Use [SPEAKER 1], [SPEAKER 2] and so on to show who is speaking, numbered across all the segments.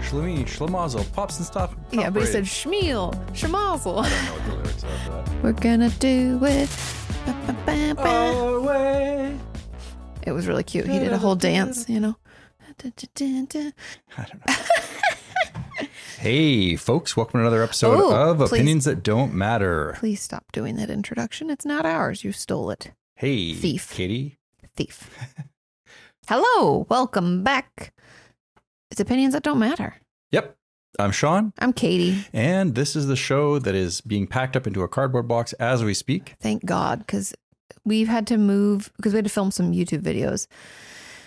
[SPEAKER 1] Shlemi, Schlemazel, Pops and Stuff.
[SPEAKER 2] Yeah, but he said
[SPEAKER 1] Operated.
[SPEAKER 2] Schmeel, Schmazel.
[SPEAKER 1] I don't know what the lyrics are for that.
[SPEAKER 2] We're gonna do it. Ba, ba, ba, ba.
[SPEAKER 1] Oh. Away.
[SPEAKER 2] It was really cute. He did a whole dance, you know.
[SPEAKER 1] I don't know. hey, folks, welcome to another episode
[SPEAKER 2] Oh,
[SPEAKER 1] of
[SPEAKER 2] please.
[SPEAKER 1] Opinions That Don't Matter.
[SPEAKER 2] Please stop doing that introduction. It's not ours. You stole it,
[SPEAKER 1] Hey,
[SPEAKER 2] Thief.
[SPEAKER 1] Katie.
[SPEAKER 2] thief. Hello, welcome back. It's opinions that don't matter.
[SPEAKER 1] Yep, I'm Sean,
[SPEAKER 2] I'm Katie.
[SPEAKER 1] and this is the show that is being packed up into a cardboard box as we speak.
[SPEAKER 2] Thank God, because we've had to move because we had to film some YouTube videos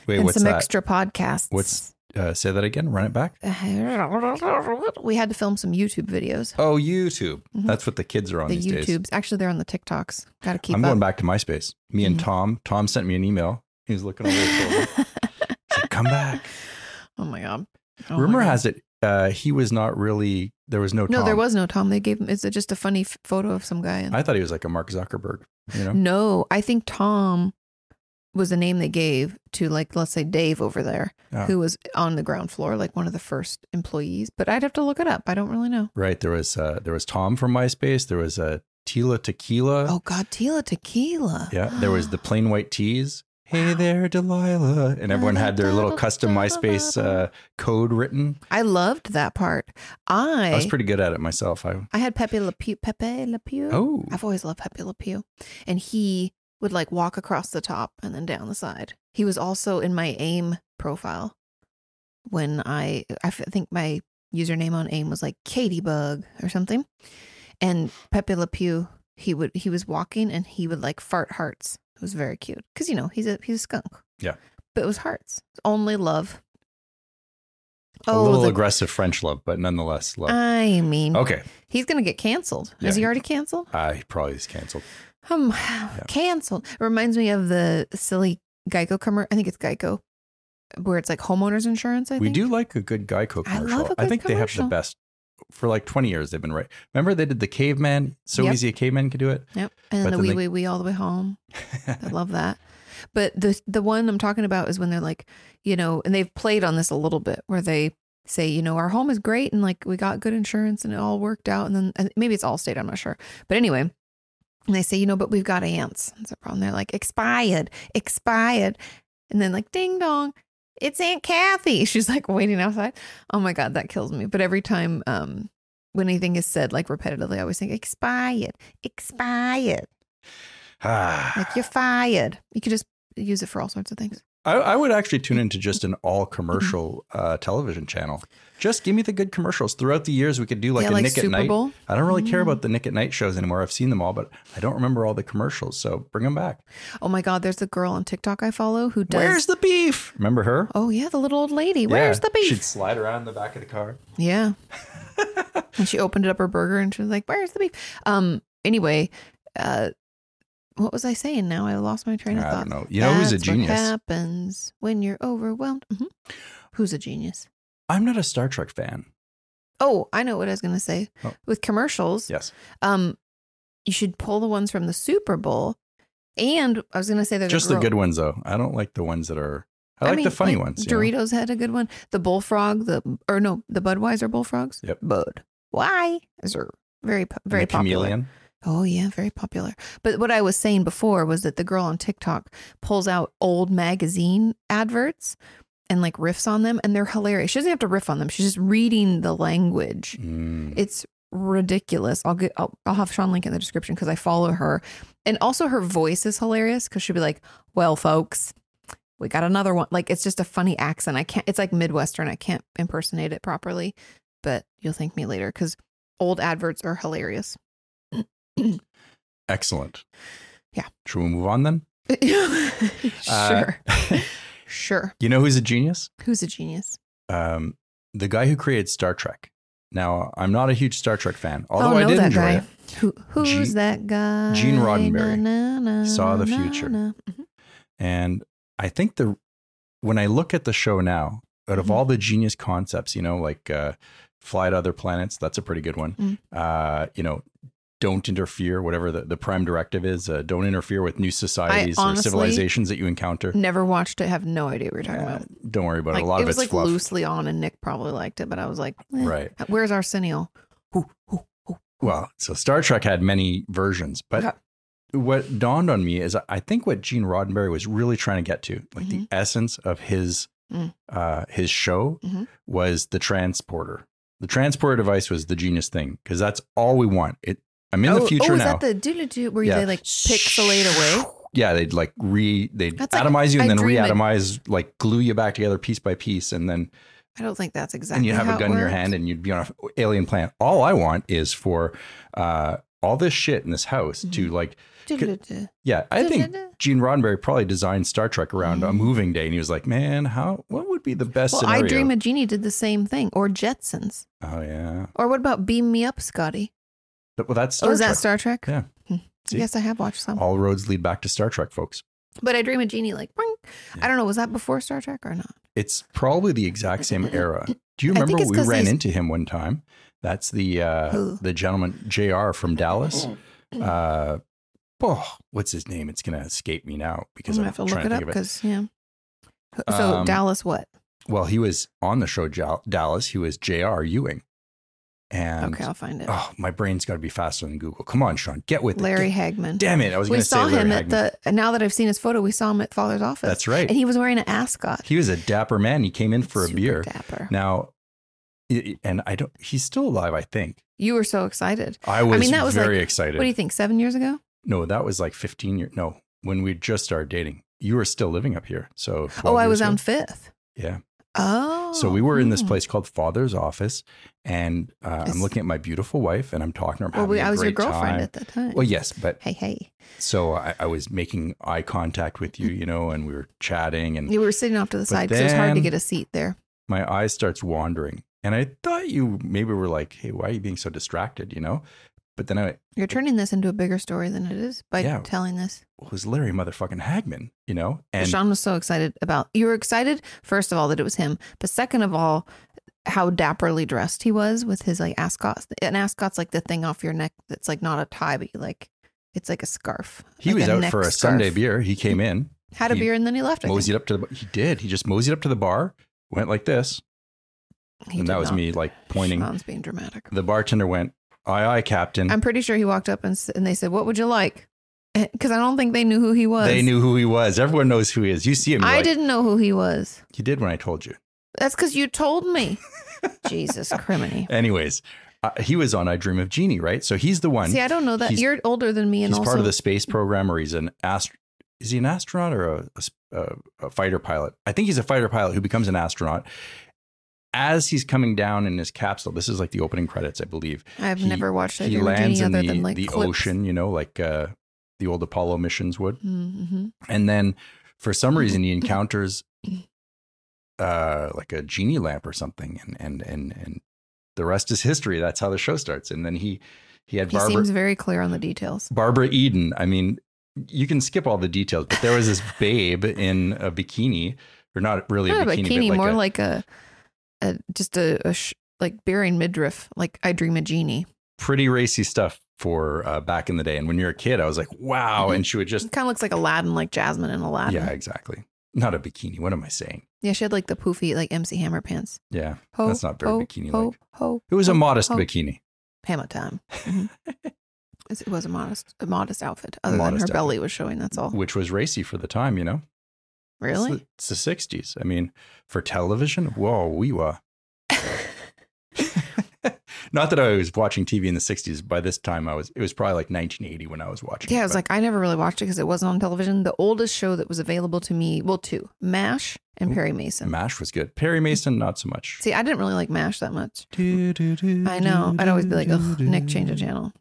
[SPEAKER 1] Wait,
[SPEAKER 2] and
[SPEAKER 1] what's
[SPEAKER 2] some
[SPEAKER 1] that?
[SPEAKER 2] extra podcasts.
[SPEAKER 1] What's- uh, say that again. Run it back.
[SPEAKER 2] we had to film some YouTube videos.
[SPEAKER 1] Oh, YouTube.
[SPEAKER 2] Mhm.
[SPEAKER 1] That's what the kids are on
[SPEAKER 2] the
[SPEAKER 1] these
[SPEAKER 2] YouTubes.
[SPEAKER 1] days.
[SPEAKER 2] Actually, they're on the TikToks. Got to keep
[SPEAKER 1] I'm
[SPEAKER 2] up.
[SPEAKER 1] going back to MySpace. Me and
[SPEAKER 2] Mhm.
[SPEAKER 1] Tom. Tom sent me an email. He was looking over his shoulder. He's like, Come back.
[SPEAKER 2] oh my god. Oh my
[SPEAKER 1] Rumor
[SPEAKER 2] God.
[SPEAKER 1] has it uh, he was not really. There was no.
[SPEAKER 2] no,
[SPEAKER 1] Tom.
[SPEAKER 2] there was no Tom. They gave him. It's just a funny f- photo of some guy. And,
[SPEAKER 1] I thought he was like a Mark Zuckerberg. You know.
[SPEAKER 2] no, I think Tom was the name they gave to like let's say Dave over there,
[SPEAKER 1] Oh.
[SPEAKER 2] who was on the ground floor, like one of the first employees. But I'd have to look it up. I don't really know.
[SPEAKER 1] Right. There was uh, there was Tom from MySpace. There was uh, Tila Tequila.
[SPEAKER 2] Oh God, Tila Tequila.
[SPEAKER 1] Yeah. There was the plain white tees. Hey there, Delilah. And everyone had their little custom MySpace uh, code written.
[SPEAKER 2] I loved that part. I
[SPEAKER 1] I was pretty good at it myself. I
[SPEAKER 2] I had Pepe Le Pew. Pepe Le Pew.
[SPEAKER 1] oh
[SPEAKER 2] I've always loved Pepe Le Pew. And he would like walk across the top and then down the side. He was also in my AIM profile when I, I f- think my username on AIM was like Katie Bug or something. And Pepe Le Pew, he would, he was walking and he would like fart hearts. It was very cute because, you know, he's a, he's a skunk.
[SPEAKER 1] Yeah.
[SPEAKER 2] But it was hearts. Only love. Oh,
[SPEAKER 1] a little
[SPEAKER 2] the- Um,
[SPEAKER 1] aggressive French love, but nonetheless love.
[SPEAKER 2] I mean,
[SPEAKER 1] okay,
[SPEAKER 2] he's going to get canceled. Is
[SPEAKER 1] Yeah.
[SPEAKER 2] he already canceled?
[SPEAKER 1] I he probably is canceled.
[SPEAKER 2] Um, canceled. It reminds me of the silly Geico commercial. I think it's Geico, where it's like homeowners insurance. I
[SPEAKER 1] we
[SPEAKER 2] think.
[SPEAKER 1] do like a good Geico
[SPEAKER 2] I love
[SPEAKER 1] commercial. I,
[SPEAKER 2] a good
[SPEAKER 1] think they have
[SPEAKER 2] commercial.
[SPEAKER 1] the best. For like 20 years, they've been right. Remember, they did the caveman. So
[SPEAKER 2] Yep.
[SPEAKER 1] easy a caveman could do it.
[SPEAKER 2] Yep.
[SPEAKER 1] but
[SPEAKER 2] And then the
[SPEAKER 1] then
[SPEAKER 2] wee
[SPEAKER 1] they-
[SPEAKER 2] wee wee all the way home. I love that. But the the one I'm talking about is when they're like, you know, and they've played on this a little bit, where they say, you know, our home is great and like we got good insurance and it all worked out. And then and maybe it's Allstate, I'm not sure. But anyway. And they say, you know, but we've got ants. That's a problem. They're like, expired, expired. And then like ding dong, it's Aunt Kathy. She's like waiting outside. Oh my God, that kills me. But every time um when anything is said like repetitively, I always think expired, expired.
[SPEAKER 1] Ah.
[SPEAKER 2] Like you're fired. You could just use it for all sorts of things.
[SPEAKER 1] I, I would actually tune into just an all
[SPEAKER 2] Mm-hmm.
[SPEAKER 1] commercial uh, television channel. Just give me the good commercials. Throughout the years, we could do like
[SPEAKER 2] yeah,
[SPEAKER 1] a
[SPEAKER 2] like
[SPEAKER 1] Nick
[SPEAKER 2] Super
[SPEAKER 1] at Night.
[SPEAKER 2] Bowl.
[SPEAKER 1] I don't really care
[SPEAKER 2] Mm.
[SPEAKER 1] about the Nick at Night shows anymore. I've seen them all, but I don't remember all the commercials. So bring them back.
[SPEAKER 2] Oh my God, there's a girl on TikTok I follow who does.
[SPEAKER 1] Where's the beef? Remember her?
[SPEAKER 2] oh yeah, the little old lady. Where's
[SPEAKER 1] Yeah,
[SPEAKER 2] the beef?
[SPEAKER 1] She'd slide around the back of the car.
[SPEAKER 2] Yeah. and she opened up her burger and she was like, "Where's the beef?" Um. Anyway, uh, what was I saying? Now I lost my train of
[SPEAKER 1] I
[SPEAKER 2] thought.
[SPEAKER 1] don't know. You know who's a
[SPEAKER 2] That's what
[SPEAKER 1] genius?
[SPEAKER 2] happens when you're overwhelmed. Mhm. Who's a genius?
[SPEAKER 1] I'm not a Star Trek fan.
[SPEAKER 2] Oh, I know what I was going to say.
[SPEAKER 1] Oh.
[SPEAKER 2] With commercials,
[SPEAKER 1] Yes.
[SPEAKER 2] um, you should pull the ones from the Super Bowl. And I was going to say there's
[SPEAKER 1] Just
[SPEAKER 2] a
[SPEAKER 1] the
[SPEAKER 2] girl-
[SPEAKER 1] good ones, though. I don't like the ones that are. I like the
[SPEAKER 2] mean,
[SPEAKER 1] funny
[SPEAKER 2] like,
[SPEAKER 1] ones. you know?
[SPEAKER 2] Doritos had a good one. The bullfrog, the or no, the Budweiser bullfrogs.
[SPEAKER 1] Yep.
[SPEAKER 2] Bud. Why? Is there very po-
[SPEAKER 1] And
[SPEAKER 2] very
[SPEAKER 1] the
[SPEAKER 2] popular.
[SPEAKER 1] chameleon.
[SPEAKER 2] Oh yeah, very popular. But what I was saying before was that the girl on TikTok pulls out old magazine adverts and like riffs on them, and they're hilarious. She doesn't have to riff on them. She's just reading the language.
[SPEAKER 1] Mm.
[SPEAKER 2] It's ridiculous. I'll get I'll, I'll have Sean link in the description because I follow her, and also her voice is hilarious because she'll be like, "Well, folks, we got another one." Like it's just a funny accent. I can't. It's like Midwestern. I can't impersonate it properly, but you'll thank me later because old adverts are hilarious.
[SPEAKER 1] Excellent.
[SPEAKER 2] Yeah.
[SPEAKER 1] Should we move on then? Uh,
[SPEAKER 2] sure, sure.
[SPEAKER 1] You know who's a genius?
[SPEAKER 2] Who's a genius?
[SPEAKER 1] um, the guy who created Star Trek. Now, I'm not a huge Star Trek fan, although
[SPEAKER 2] oh,
[SPEAKER 1] I
[SPEAKER 2] know
[SPEAKER 1] did
[SPEAKER 2] that
[SPEAKER 1] enjoy
[SPEAKER 2] guy.
[SPEAKER 1] it.
[SPEAKER 2] Who, who's
[SPEAKER 1] Gene-
[SPEAKER 2] that guy?
[SPEAKER 1] Gene Roddenberry.
[SPEAKER 2] Na, na, na,
[SPEAKER 1] Saw the
[SPEAKER 2] na,
[SPEAKER 1] future.
[SPEAKER 2] na.
[SPEAKER 1] And I think the when I look at the show now, out of
[SPEAKER 2] Mhm.
[SPEAKER 1] all the genius concepts, you know, like uh, fly to other planets, that's a pretty good one.
[SPEAKER 2] Mm.
[SPEAKER 1] Uh, you know, don't interfere, whatever the, the prime directive is, uh, don't interfere with new societies or
[SPEAKER 2] honestly-
[SPEAKER 1] civilizations that you encounter.
[SPEAKER 2] Never watched it. Have no idea what you're talking
[SPEAKER 1] Uh,
[SPEAKER 2] about.
[SPEAKER 1] don't worry about
[SPEAKER 2] Like,
[SPEAKER 1] it. A lot
[SPEAKER 2] it
[SPEAKER 1] of
[SPEAKER 2] was
[SPEAKER 1] it's
[SPEAKER 2] like
[SPEAKER 1] fluff.
[SPEAKER 2] loosely on, and Nick probably liked it, but I was like, eh,
[SPEAKER 1] Right.
[SPEAKER 2] Where's Arsenio?
[SPEAKER 1] Well, so Star Trek had many versions, but
[SPEAKER 2] Okay.
[SPEAKER 1] what dawned on me is I- I think what Gene Roddenberry was really trying to get to, like the essence of his
[SPEAKER 2] Mm-hmm. Mm.
[SPEAKER 1] uh, his show,
[SPEAKER 2] Mhm.
[SPEAKER 1] was the transporter. The transporter device was the genius thing because that's all we want. It. I'm in
[SPEAKER 2] oh,
[SPEAKER 1] the future
[SPEAKER 2] oh, is
[SPEAKER 1] now.
[SPEAKER 2] that the doodle where
[SPEAKER 1] Yeah.
[SPEAKER 2] they like pixelate away?
[SPEAKER 1] yeah, they'd like re they'd
[SPEAKER 2] That's like-
[SPEAKER 1] atomize you and
[SPEAKER 2] I
[SPEAKER 1] then
[SPEAKER 2] dream it.
[SPEAKER 1] reatomize, like glue you back together piece by piece, and then
[SPEAKER 2] I don't think that's exactly.
[SPEAKER 1] and you'd have
[SPEAKER 2] how
[SPEAKER 1] a
[SPEAKER 2] it
[SPEAKER 1] gun in your
[SPEAKER 2] worked.
[SPEAKER 1] hand and you'd be on an alien planet. All I want is for uh, all this shit in this house
[SPEAKER 2] Mm-hmm.
[SPEAKER 1] to like,
[SPEAKER 2] Doodle-doo.
[SPEAKER 1] yeah, I think
[SPEAKER 2] Doodle-doo.
[SPEAKER 1] Gene Roddenberry probably designed Star Trek around a moving day, and he was like, man, how what would be the best
[SPEAKER 2] Well,
[SPEAKER 1] scenario?
[SPEAKER 2] I Dream a Genie did the same thing, or Jetsons,
[SPEAKER 1] oh yeah,
[SPEAKER 2] or what about Beam Me Up, Scotty?
[SPEAKER 1] But- well that's Star
[SPEAKER 2] oh, is
[SPEAKER 1] Trek.
[SPEAKER 2] that Star Trek?
[SPEAKER 1] Yeah.
[SPEAKER 2] Hmm.
[SPEAKER 1] See?
[SPEAKER 2] Yes, I have watched some.
[SPEAKER 1] all roads lead back to Star Trek, folks.
[SPEAKER 2] But I Dream a Genie, like, boing. I
[SPEAKER 1] Yeah.
[SPEAKER 2] don't know, was that before Star Trek or not?
[SPEAKER 1] It's probably the exact same era. Do you
[SPEAKER 2] I think
[SPEAKER 1] remember
[SPEAKER 2] it's
[SPEAKER 1] we
[SPEAKER 2] 'cause
[SPEAKER 1] ran
[SPEAKER 2] these-
[SPEAKER 1] into him one time? That's the uh,
[SPEAKER 2] Who?
[SPEAKER 1] the gentleman Jr. from Dallas. Uh, oh, what's his name? It's gonna escape me now
[SPEAKER 2] I'm
[SPEAKER 1] because
[SPEAKER 2] gonna
[SPEAKER 1] I'm,
[SPEAKER 2] have to
[SPEAKER 1] trying
[SPEAKER 2] look
[SPEAKER 1] to think
[SPEAKER 2] it up
[SPEAKER 1] of it.
[SPEAKER 2] because yeah. So
[SPEAKER 1] Um,
[SPEAKER 2] Dallas, what?
[SPEAKER 1] Well, he was on the show Jal- Dallas. He was J.R. Ewing. And
[SPEAKER 2] okay, I'll find it.
[SPEAKER 1] oh, my brain's got to be faster than Google. Come on, Sean, get with
[SPEAKER 2] Larry
[SPEAKER 1] it.
[SPEAKER 2] Hagman.
[SPEAKER 1] Get- damn it! I was
[SPEAKER 2] we
[SPEAKER 1] going to say
[SPEAKER 2] saw him
[SPEAKER 1] Larry
[SPEAKER 2] at
[SPEAKER 1] Hagman.
[SPEAKER 2] the. Now that I've seen his photo, we saw him at Father's office,
[SPEAKER 1] That's right.
[SPEAKER 2] and he was wearing an ascot
[SPEAKER 1] He was a dapper man. He came in for a
[SPEAKER 2] Super
[SPEAKER 1] beer.
[SPEAKER 2] Dapper.
[SPEAKER 1] Now, i- i- and I don't. He's still alive, I think.
[SPEAKER 2] You were so excited.
[SPEAKER 1] I was
[SPEAKER 2] that was
[SPEAKER 1] very
[SPEAKER 2] like-
[SPEAKER 1] excited.
[SPEAKER 2] What do you think? Seven years ago?
[SPEAKER 1] no, that was like 15 years. No, when we just started dating, you were still living up here. So
[SPEAKER 2] Oh,
[SPEAKER 1] 12
[SPEAKER 2] I
[SPEAKER 1] years
[SPEAKER 2] was
[SPEAKER 1] ago.
[SPEAKER 2] on fifth.
[SPEAKER 1] Yeah.
[SPEAKER 2] Oh,
[SPEAKER 1] So we were in this
[SPEAKER 2] hmm.
[SPEAKER 1] place called Father's Office, and uh,
[SPEAKER 2] Yes.
[SPEAKER 1] I'm looking at my beautiful wife, and I'm talking to her. I'm having
[SPEAKER 2] Well, we,
[SPEAKER 1] a
[SPEAKER 2] I was your
[SPEAKER 1] great
[SPEAKER 2] girlfriend
[SPEAKER 1] time.
[SPEAKER 2] at that time.
[SPEAKER 1] Well, yes, but
[SPEAKER 2] Hey, hey.
[SPEAKER 1] so I, I was making eye contact with you, you know, and we were chatting, and
[SPEAKER 2] You were sitting off to the
[SPEAKER 1] But
[SPEAKER 2] side because it was hard to
[SPEAKER 1] then-
[SPEAKER 2] get a seat there.
[SPEAKER 1] my eye starts wandering, and I thought you maybe were like, "Hey, why are you being so distracted?" You know, but then I went,
[SPEAKER 2] You're turning this into a bigger story than it is by
[SPEAKER 1] Yeah.
[SPEAKER 2] telling this.
[SPEAKER 1] well, it was Larry motherfucking Hagman, you know, and
[SPEAKER 2] Sean was so excited about. You were excited, first of all, that it was him, but second of all, how dapperly dressed he was with his like ascots. An ascot's like the thing off your neck that's like not a tie, but you like it's like a scarf.
[SPEAKER 1] he
[SPEAKER 2] like
[SPEAKER 1] was out
[SPEAKER 2] neck
[SPEAKER 1] for a
[SPEAKER 2] scarf.
[SPEAKER 1] Sunday beer. He came in,
[SPEAKER 2] Had a
[SPEAKER 1] He
[SPEAKER 2] beer and then he left. I think.
[SPEAKER 1] moseyed up to the he did he just moseyed up to the bar, went like this,
[SPEAKER 2] He
[SPEAKER 1] and
[SPEAKER 2] did
[SPEAKER 1] that was
[SPEAKER 2] not.
[SPEAKER 1] me like pointing. Mm-hmm.
[SPEAKER 2] Sean's being dramatic.
[SPEAKER 1] The bartender went, "Aye, aye, Captain."
[SPEAKER 2] I'm pretty sure he walked up and, s- and they said, "What would you like?" Because I don't think they knew who he was.
[SPEAKER 1] They knew who he was. Everyone knows who he is. You see him. you're
[SPEAKER 2] I
[SPEAKER 1] like,
[SPEAKER 2] didn't know who he was.
[SPEAKER 1] You did when I told you.
[SPEAKER 2] That's because you told me. Jesus criminy.
[SPEAKER 1] Anyways, uh, he was on I Dream of Genie, right? So he's the one.
[SPEAKER 2] See, I don't know that
[SPEAKER 1] He's-
[SPEAKER 2] you're older than me, and
[SPEAKER 1] he's
[SPEAKER 2] also
[SPEAKER 1] part of the space program, or he's an ast. Is he an astronaut or a, a s- a- a fighter pilot? I think he's a fighter pilot who becomes an astronaut. As he's coming down in his capsule, this is like the opening credits, I believe.
[SPEAKER 2] I've
[SPEAKER 1] he-
[SPEAKER 2] never watched
[SPEAKER 1] he
[SPEAKER 2] any
[SPEAKER 1] lands
[SPEAKER 2] Genie
[SPEAKER 1] in
[SPEAKER 2] other
[SPEAKER 1] the,
[SPEAKER 2] than like
[SPEAKER 1] the
[SPEAKER 2] clips.
[SPEAKER 1] ocean, you know, like uh, the old Apollo missions would.
[SPEAKER 2] Mhm.
[SPEAKER 1] And then for
[SPEAKER 2] Mm.
[SPEAKER 1] some reason he encounters uh like a genie lamp or something and and and and the rest is history. That's how the show starts. And then he he had
[SPEAKER 2] He
[SPEAKER 1] Barbara
[SPEAKER 2] seems very clear on the details.
[SPEAKER 1] Barbara Eden. I mean, you can skip all the details, but there was this babe in a bikini. Or not really
[SPEAKER 2] Not a
[SPEAKER 1] a bikini,
[SPEAKER 2] bikini,
[SPEAKER 1] but
[SPEAKER 2] more
[SPEAKER 1] a,
[SPEAKER 2] like a, a just a, a sh- like bearing midriff. Like I dream a genie,
[SPEAKER 1] pretty racy stuff for uh, back in the day. And when you're a kid, I was like, wow. And she would just
[SPEAKER 2] kind of looks like Aladdin, like Jasmine and Aladdin.
[SPEAKER 1] Yeah, exactly. Not a bikini. What am I saying?
[SPEAKER 2] Yeah, she had like the poofy like MC Hammer pants.
[SPEAKER 1] Yeah.
[SPEAKER 2] Ho,
[SPEAKER 1] That's not very
[SPEAKER 2] ho,
[SPEAKER 1] bikini-like.
[SPEAKER 2] Ho, ho,
[SPEAKER 1] It was a
[SPEAKER 2] ho,
[SPEAKER 1] modest
[SPEAKER 2] ho.
[SPEAKER 1] bikini.
[SPEAKER 2] Hammer time. Mhm. It's- it was a modest, a modest outfit. Other than her
[SPEAKER 1] Modest outfit.
[SPEAKER 2] belly was showing. That's all.
[SPEAKER 1] Which was racy for the time, you know? It's
[SPEAKER 2] Really?
[SPEAKER 1] the- It's the, 60s. I mean, for television, whoa, we were. Not that I was watching TV in the 60s. By this time, I was, it was probably like 1980 when I was watching.
[SPEAKER 2] Yeah,
[SPEAKER 1] it,
[SPEAKER 2] I was
[SPEAKER 1] but-
[SPEAKER 2] like, I never really watched it because it wasn't on television. The oldest show that was available to me, well, two, MASH and
[SPEAKER 1] Ooh,
[SPEAKER 2] Perry Mason.
[SPEAKER 1] MASH was good.
[SPEAKER 2] Mm-hmm.
[SPEAKER 1] Perry Mason, not so much.
[SPEAKER 2] See, I didn't really like MASH that much.
[SPEAKER 1] I
[SPEAKER 2] I know. I'd always be like, Ugh, Nick, change the channel.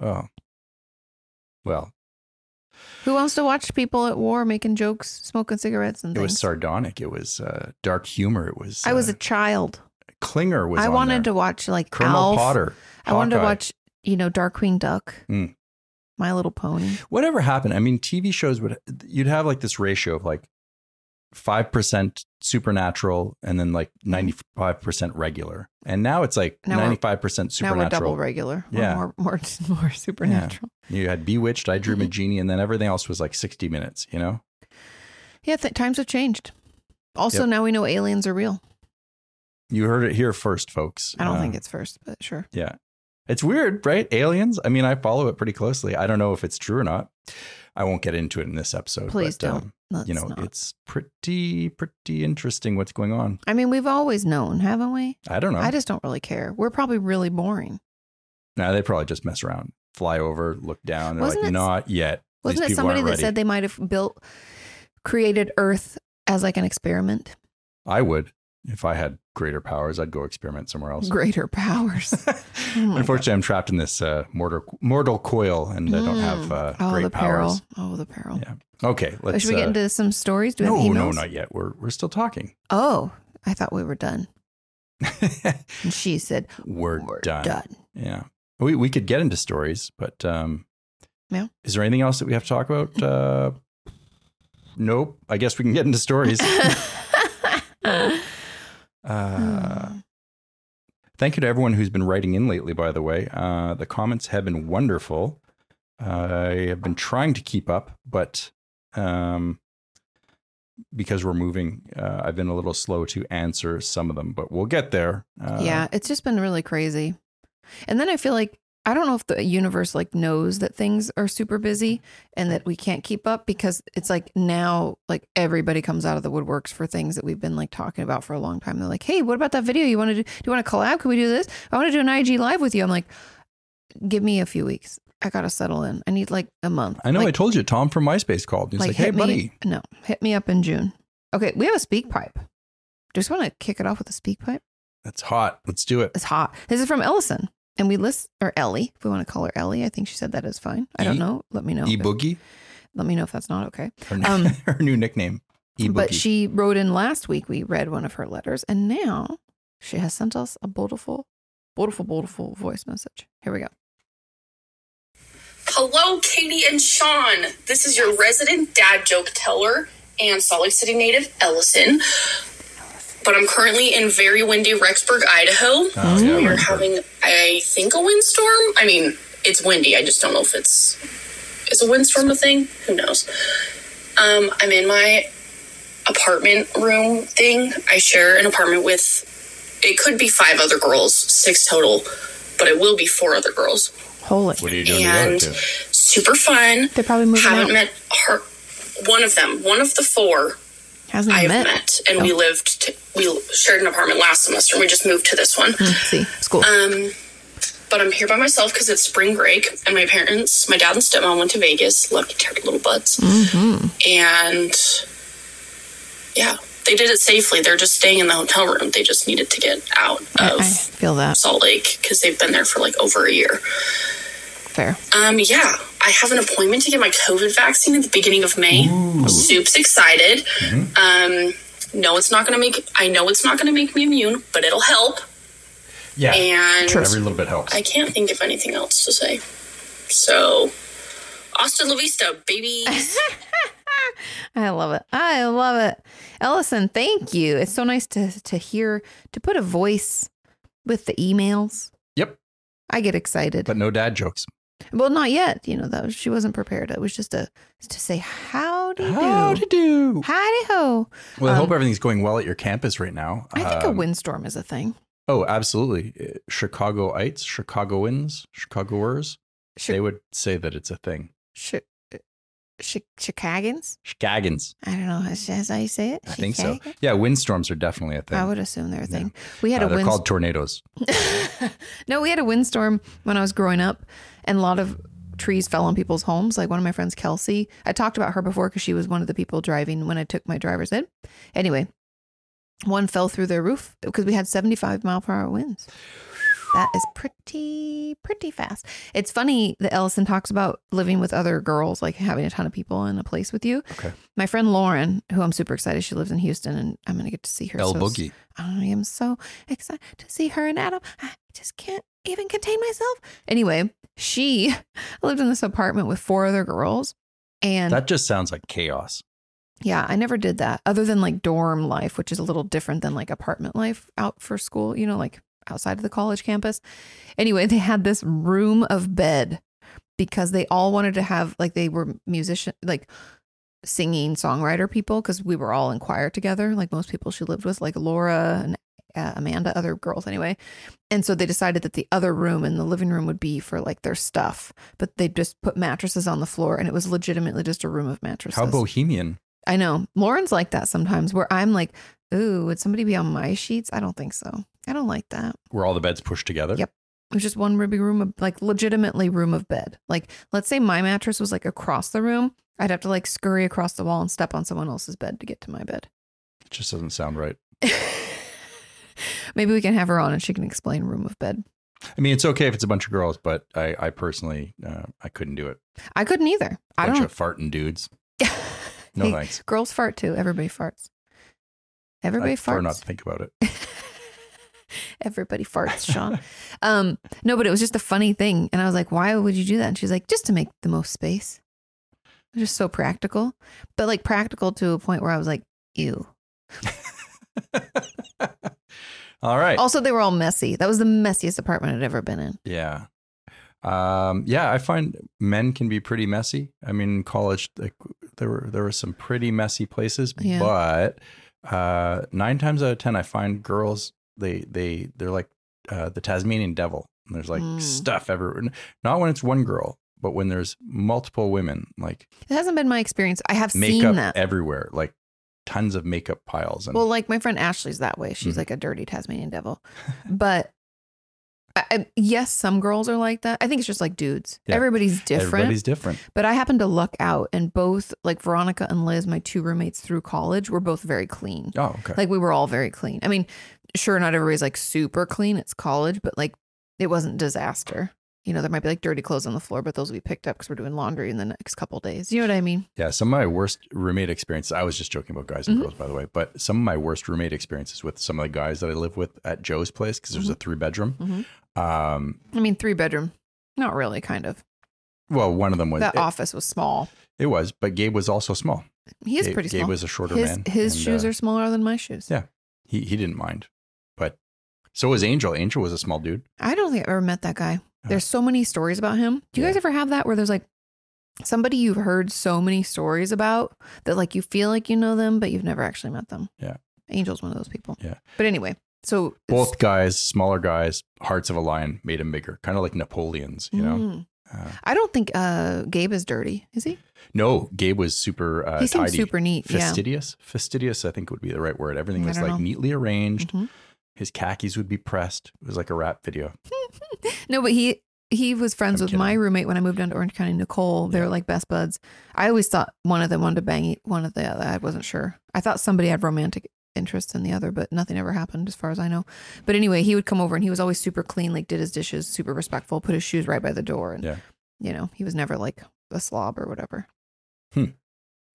[SPEAKER 1] Oh. Well,
[SPEAKER 2] Who wants to watch people at war making jokes, smoking cigarettes, and
[SPEAKER 1] it was
[SPEAKER 2] things?
[SPEAKER 1] sardonic. It was uh, dark humor. It was.
[SPEAKER 2] I was
[SPEAKER 1] uh,
[SPEAKER 2] a child.
[SPEAKER 1] Klinger was.
[SPEAKER 2] I
[SPEAKER 1] on
[SPEAKER 2] wanted
[SPEAKER 1] there.
[SPEAKER 2] to watch like
[SPEAKER 1] Colonel
[SPEAKER 2] Alf.
[SPEAKER 1] Potter.
[SPEAKER 2] I wanted to
[SPEAKER 1] Hawkeye.
[SPEAKER 2] watch, you know, Darkwing Duck,
[SPEAKER 1] Mm.
[SPEAKER 2] My Little Pony.
[SPEAKER 1] whatever happened i mean tv shows would you'd have like this ratio of like five percent supernatural and then like ninety five percent regular. And now it's like
[SPEAKER 2] Mm-hmm. Now we're-
[SPEAKER 1] ninety five percent
[SPEAKER 2] Now we're double
[SPEAKER 1] supernatural.
[SPEAKER 2] regular. We're
[SPEAKER 1] Yeah.
[SPEAKER 2] More, more, more supernatural.
[SPEAKER 1] you had Bewitched, I
[SPEAKER 2] Mm-hmm.
[SPEAKER 1] Dream a Genie, and then everything else was like sixty minutes. You know,
[SPEAKER 2] Yeah. th- times have changed. Also,
[SPEAKER 1] Yep.
[SPEAKER 2] now we know aliens are real.
[SPEAKER 1] you heard it here first, folks.
[SPEAKER 2] I don't think
[SPEAKER 1] it's
[SPEAKER 2] it's first, but sure.
[SPEAKER 1] yeah. It's weird, right? Aliens. I mean, I follow it pretty closely. I don't know if it's true or not. I won't get into it in this episode.
[SPEAKER 2] Please
[SPEAKER 1] but,
[SPEAKER 2] don't.
[SPEAKER 1] um,
[SPEAKER 2] Let's
[SPEAKER 1] you know,
[SPEAKER 2] not.
[SPEAKER 1] it's pretty, pretty interesting what's going on.
[SPEAKER 2] I mean, we've always known, haven't we?
[SPEAKER 1] I don't know.
[SPEAKER 2] I just don't really care. We're probably really boring.
[SPEAKER 1] Now they probably just mess around, fly over, look down. They're
[SPEAKER 2] Wasn't
[SPEAKER 1] like,
[SPEAKER 2] it-
[SPEAKER 1] not yet. These
[SPEAKER 2] Wasn't it
[SPEAKER 1] people
[SPEAKER 2] somebody that
[SPEAKER 1] aren't
[SPEAKER 2] said
[SPEAKER 1] ready.
[SPEAKER 2] they might have built, created Earth as like an experiment?
[SPEAKER 1] I would, if I had greater powers, I'd go experiment somewhere else.
[SPEAKER 2] Greater powers. Oh my
[SPEAKER 1] Unfortunately, I'm trapped in this uh, mortal mortal coil, and I don't have
[SPEAKER 2] Mm.
[SPEAKER 1] uh,
[SPEAKER 2] oh,
[SPEAKER 1] great
[SPEAKER 2] the
[SPEAKER 1] powers.
[SPEAKER 2] peril. Oh, the peril.
[SPEAKER 1] Yeah. Okay, let's.
[SPEAKER 2] Should we
[SPEAKER 1] uh,
[SPEAKER 2] get into some stories? Do we
[SPEAKER 1] no,
[SPEAKER 2] have emails?
[SPEAKER 1] no, not yet. We're we're still talking.
[SPEAKER 2] Oh, I thought we were done. And she said,
[SPEAKER 1] we're,
[SPEAKER 2] "We're,
[SPEAKER 1] done.
[SPEAKER 2] done.
[SPEAKER 1] Yeah, we we could get into stories, but um,
[SPEAKER 2] Yeah.
[SPEAKER 1] Is there anything else that we have to talk about? Uh, nope. I guess we can get into stories. uh,
[SPEAKER 2] Mm.
[SPEAKER 1] Thank you to everyone who's been writing in lately, by the way. Uh, the comments have been wonderful. I have been trying to keep up, but um, because we're moving, uh, I've been a little slow to answer some of them, but we'll get there. Uh,
[SPEAKER 2] yeah, it's just been really crazy. And then I feel like I don't know if the universe like knows that things are super busy and that we can't keep up because it's like now like everybody comes out of the woodworks for things that we've been like talking about for a long time. They're like, "Hey, what about that video? You want to do? Do you want to collab? Can we do this? I want to do an IG live with you." I'm like, "Give me a few weeks. I gotta settle in. I need like a month."
[SPEAKER 1] I know I
[SPEAKER 2] Like,
[SPEAKER 1] told you, Tom from MySpace called. He's like, hey,
[SPEAKER 2] hit me-
[SPEAKER 1] buddy.
[SPEAKER 2] No, hit me up in June. Okay, we have a speak pipe. Just want to kick it off with a speak pipe.
[SPEAKER 1] That's hot. Let's do it.
[SPEAKER 2] It's hot. This is from Ellison. And we list, or Ellie, if we want to call her Ellie. I think she said that is fine. I don't
[SPEAKER 1] E-
[SPEAKER 2] know. Let me know.
[SPEAKER 1] E Boogie,
[SPEAKER 2] Let me know if that's not okay.
[SPEAKER 1] her,
[SPEAKER 2] Um,
[SPEAKER 1] her new nickname. E
[SPEAKER 2] But
[SPEAKER 1] Boogie.
[SPEAKER 2] she wrote in last week. We read one of her letters. And now she has sent us a beautiful, beautiful, beautiful voice message. Here we go.
[SPEAKER 3] Hello, Katie and Sean. This is your resident dad joke teller and Salt Lake City native Ellison. But I'm currently in very windy Rexburg, Idaho.
[SPEAKER 1] Oh, yeah,
[SPEAKER 3] We're
[SPEAKER 1] right.
[SPEAKER 3] having, I think, a windstorm. I mean, it's windy. I just don't know if it's is a windstorm a thing. Who knows? Um, I'm in my apartment room thing. I share an apartment with. It could be five other girls, six total, but it will be four other girls
[SPEAKER 2] Holy.
[SPEAKER 1] what are you doing together
[SPEAKER 3] and-
[SPEAKER 1] to?
[SPEAKER 3] super fun.
[SPEAKER 2] They're probably moving
[SPEAKER 3] Haven't
[SPEAKER 2] out.
[SPEAKER 3] met her. One of them, one of the four,
[SPEAKER 2] Hasn't
[SPEAKER 3] I
[SPEAKER 2] even
[SPEAKER 3] have
[SPEAKER 2] met. Oh.
[SPEAKER 3] met, and we lived. T- we shared an apartment last semester, and we just moved to this one.
[SPEAKER 2] Let's see. School.
[SPEAKER 3] Um, but I'm here by myself because it's spring break, and my parents, my dad and stepmom, went to Vegas. Love you, tired little butts.
[SPEAKER 2] Mm-hmm.
[SPEAKER 3] And yeah, they did it safely. They're just staying in the hotel room. They just needed to get out
[SPEAKER 2] I,
[SPEAKER 3] of
[SPEAKER 2] I feel that.
[SPEAKER 3] Salt Lake because they've been there for like over a year.
[SPEAKER 2] Fair.
[SPEAKER 3] Um, yeah, I have an appointment to get my COVID vaccine at the beginning of May. Soup's excited. Um, no, it's not going to make. I know it's not going to make me immune, but it'll help.
[SPEAKER 1] Yeah.
[SPEAKER 3] And
[SPEAKER 1] Every little bit helps.
[SPEAKER 3] I can't think of anything else to say. So, hasta la vista, baby.
[SPEAKER 2] I love it. I love it. Ellison, thank you. It's so nice to to hear to put a voice with the emails.
[SPEAKER 1] Yep.
[SPEAKER 2] I get excited.
[SPEAKER 1] But no dad jokes.
[SPEAKER 2] well, not yet. You know, that was, she wasn't prepared. It was just a to say howdy
[SPEAKER 1] How
[SPEAKER 2] do.
[SPEAKER 1] to do?
[SPEAKER 2] Howdy ho.
[SPEAKER 1] Well, I
[SPEAKER 2] Um,
[SPEAKER 1] hope everything's going well at your campus right now.
[SPEAKER 2] I think a
[SPEAKER 1] Um,
[SPEAKER 2] windstorm is a thing.
[SPEAKER 1] Oh, absolutely. Uh, Chicagoites, Chicagoans, Chicagoers,
[SPEAKER 2] Chi-
[SPEAKER 1] they would say that it's a thing.
[SPEAKER 2] Chi- chi- Chicagans?
[SPEAKER 1] Chicagans.
[SPEAKER 2] I don't know. Is that how you say it?
[SPEAKER 1] I think so.
[SPEAKER 2] Chicagans?
[SPEAKER 1] Yeah, windstorms are definitely a thing.
[SPEAKER 2] I would assume they're a
[SPEAKER 1] Yeah.
[SPEAKER 2] thing. We had
[SPEAKER 1] Uh,
[SPEAKER 2] a
[SPEAKER 1] they're
[SPEAKER 2] windstorm.
[SPEAKER 1] called tornadoes.
[SPEAKER 2] no, we had a windstorm when I was growing up, and a lot of trees fell on people's homes. Like one of my friends, Kelsey, I talked about her before because she was one of the people driving when I took my driver's ed. Anyway, one fell through their roof because we had 75 mile per hour winds. That is pretty, pretty fast. It's funny that Ellison talks about living with other girls, like having a ton of people in a place with you.
[SPEAKER 1] Okay.
[SPEAKER 2] My friend Lauren, who I'm super excited, she lives in Houston, and I'm going to get to see her.
[SPEAKER 1] El
[SPEAKER 2] so
[SPEAKER 1] Boogie.
[SPEAKER 2] I am so excited to see her and Adam. I just can't even contain myself. Anyway, she lived in this apartment with four other girls. And
[SPEAKER 1] That just sounds like chaos.
[SPEAKER 2] Yeah, I never did that other than like dorm life, which is a little different than like apartment life out for school, you know, like outside of the college campus. Anyway, they had this room of bed because they all wanted to have like they were musician like singing songwriter people because we were all in choir together like most people she lived with like laura and uh, amanda other girls anyway and so they decided that the other room in the living room would be for like their stuff but they just put mattresses on the floor and it was legitimately just a room of mattresses
[SPEAKER 1] How bohemian.
[SPEAKER 2] i know lauren's like that sometimes where i'm like ooh would somebody be on my sheets i don't think so i don't like that
[SPEAKER 1] Were all the beds pushed together?
[SPEAKER 2] Yep. It was just one ruby room of like legitimately room of bed. Like let's say my mattress was like across the room, I'd have to like scurry across the wall and step on someone else's bed to get to my bed.
[SPEAKER 1] It just doesn't sound right.
[SPEAKER 2] Maybe we can have her on and she can explain room of bed.
[SPEAKER 1] I mean, it's okay if it's a bunch of girls, but I, I personally, uh, I couldn't do it.
[SPEAKER 2] I couldn't either. I
[SPEAKER 1] bunch
[SPEAKER 2] don't
[SPEAKER 1] of farting dudes. No
[SPEAKER 2] Hey,
[SPEAKER 1] thanks.
[SPEAKER 2] Girls fart too. Everybody farts. Everybody
[SPEAKER 1] I prefer
[SPEAKER 2] farts.
[SPEAKER 1] not to think about it.
[SPEAKER 2] Everybody farts, Sean. um, no, but it was just a funny thing. And I was like, why would you do that? And she's like, just to make the most space. Just so practical. But like practical to a point where I was like, ew.
[SPEAKER 1] all right.
[SPEAKER 2] Also, they were all messy. That was the messiest apartment I'd ever been in.
[SPEAKER 1] Yeah. Um, yeah, I find men can be pretty messy. I mean, in college, like, there were there were some pretty messy places,
[SPEAKER 2] Yeah.
[SPEAKER 1] but uh, nine times out of ten, I find girls they they they're like uh, the Tasmanian devil. And there's like
[SPEAKER 2] Mm.
[SPEAKER 1] stuff everywhere. Not when it's one girl, but when there's multiple women, like
[SPEAKER 2] It hasn't been my experience. I have seen
[SPEAKER 1] makeup
[SPEAKER 2] that.
[SPEAKER 1] everywhere, like tons of makeup piles. And
[SPEAKER 2] Well, like my friend Ashley's that way. She's
[SPEAKER 1] Mhm.
[SPEAKER 2] like a dirty Tasmanian devil. But I, I, yes, some girls are like that. I think it's just like dudes.
[SPEAKER 1] Yeah.
[SPEAKER 2] Everybody's different.
[SPEAKER 1] everybody's different.
[SPEAKER 2] But I happened to luck out, and both like Veronica and Liz, my two roommates through college, were both very clean.
[SPEAKER 1] Oh, okay.
[SPEAKER 2] Like we were all very clean. I mean, sure, not everybody's like super clean. It's college, but like it wasn't disaster. You know, there might be like dirty clothes on the floor, but those will be picked up because we're doing laundry in the next couple days. You know what I mean?
[SPEAKER 1] Yeah, some of my worst roommate experiences. I was just joking about guys and
[SPEAKER 2] Mhm.
[SPEAKER 1] girls, by the way. But some of my worst roommate experiences with some of the guys that I live with at Joe's place because
[SPEAKER 2] Mm-hmm.
[SPEAKER 1] there's a three bedroom. Um,
[SPEAKER 2] I mean, three bedroom, not really, kind of.
[SPEAKER 1] well, one of them was
[SPEAKER 2] That
[SPEAKER 1] it,
[SPEAKER 2] office was small.
[SPEAKER 1] it was, but Gabe was also small.
[SPEAKER 2] He is
[SPEAKER 1] Gabe,
[SPEAKER 2] pretty
[SPEAKER 1] Gabe
[SPEAKER 2] small.
[SPEAKER 1] was a shorter
[SPEAKER 2] his
[SPEAKER 1] man.
[SPEAKER 2] his
[SPEAKER 1] and,
[SPEAKER 2] shoes
[SPEAKER 1] uh,
[SPEAKER 2] are smaller than my shoes.
[SPEAKER 1] Yeah. he he didn't mind, but so was Angel. Angel was a small dude.
[SPEAKER 2] I don't think I've ever met that guy.
[SPEAKER 1] Uh.
[SPEAKER 2] There's so many stories about him. Do you
[SPEAKER 1] Yeah.
[SPEAKER 2] guys ever have that where there's like somebody you've heard so many stories about that like you feel like you know them, but you've never actually met them?
[SPEAKER 1] Yeah.
[SPEAKER 2] Angel's one of those people.
[SPEAKER 1] Yeah.
[SPEAKER 2] But anyway, so
[SPEAKER 1] Both guys, smaller guys, hearts of a lion made him bigger, kind of like Napoleon's. You know,
[SPEAKER 2] Mm.
[SPEAKER 1] uh,
[SPEAKER 2] I don't think uh Gabe is dirty, is he?
[SPEAKER 1] no, Gabe was super uh,
[SPEAKER 2] he seems
[SPEAKER 1] tidy,
[SPEAKER 2] super neat.
[SPEAKER 1] fastidious. Fastidious, I think would be the right word. Everything
[SPEAKER 2] I
[SPEAKER 1] was
[SPEAKER 2] don't
[SPEAKER 1] like
[SPEAKER 2] know.
[SPEAKER 1] neatly
[SPEAKER 2] yeah.
[SPEAKER 1] arranged.
[SPEAKER 2] Mhm.
[SPEAKER 1] His khakis would be pressed. It was like a rap video.
[SPEAKER 2] No, but he he was friends
[SPEAKER 1] I'm
[SPEAKER 2] with my
[SPEAKER 1] kidding.
[SPEAKER 2] roommate when I moved down to Orange County, Nicole. They
[SPEAKER 1] Yeah.
[SPEAKER 2] were like best buds. I always thought one of them wanted to bang e- one of the other. I wasn't sure. I thought somebody had romantic interest in the other, but nothing ever happened as far as I know. But anyway, he would come over and he was always super clean, like did his dishes, super respectful, put his shoes right by the door. And,
[SPEAKER 1] Yeah.
[SPEAKER 2] you know, he was never like a slob or whatever.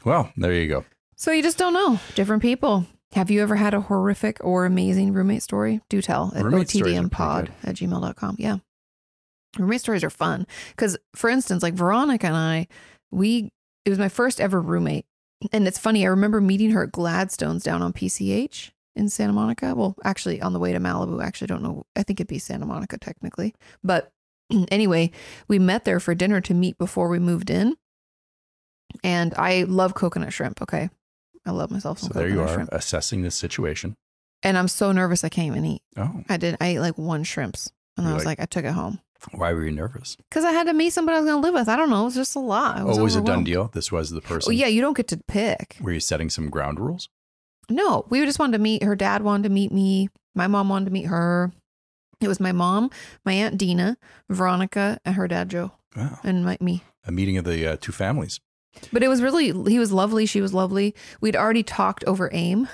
[SPEAKER 1] Well, there you go.
[SPEAKER 2] So you just don't know. Different people. Have you ever had a horrific or amazing roommate story? Do tell at
[SPEAKER 1] Roommate stories are
[SPEAKER 2] otdmpod
[SPEAKER 1] pretty
[SPEAKER 2] at gmail.com. Yeah. Roommate stories are fun. Because, for instance, like Veronica and I, we, it was my first ever roommate. And it's funny, I remember meeting her at Gladstone's down on PCH in Santa Monica. Well, actually, on the way to Malibu. Actually, I don't know. I think it'd be Santa Monica technically. But anyway, we met there for dinner to meet before we moved in. And I love coconut shrimp. Okay. I love myself
[SPEAKER 1] So
[SPEAKER 2] some
[SPEAKER 1] there
[SPEAKER 2] coconut
[SPEAKER 1] you are
[SPEAKER 2] shrimp.
[SPEAKER 1] assessing the situation.
[SPEAKER 2] And I'm so nervous I can't even eat.
[SPEAKER 1] Oh,
[SPEAKER 2] I did. I ate like one shrimps. And I
[SPEAKER 1] You're
[SPEAKER 2] was like, I took it home
[SPEAKER 1] why were you nervous?
[SPEAKER 2] because I had to meet somebody I was going to live with. I don't know. It was just a lot. I was
[SPEAKER 1] oh, it was a done
[SPEAKER 2] overwhelmed.
[SPEAKER 1] deal. This was the person.
[SPEAKER 2] Oh, yeah. You don't get to pick.
[SPEAKER 1] Were you setting some ground rules?
[SPEAKER 2] No, we just wanted to meet. Her dad wanted to meet me. My mom wanted to meet her. It was my mom, my aunt Dina, Veronica, and her dad Joe,
[SPEAKER 1] Wow.
[SPEAKER 2] and my, me.
[SPEAKER 1] A meeting of the uh, two families.
[SPEAKER 2] But it was really he was lovely. She was lovely. We'd already talked over AIM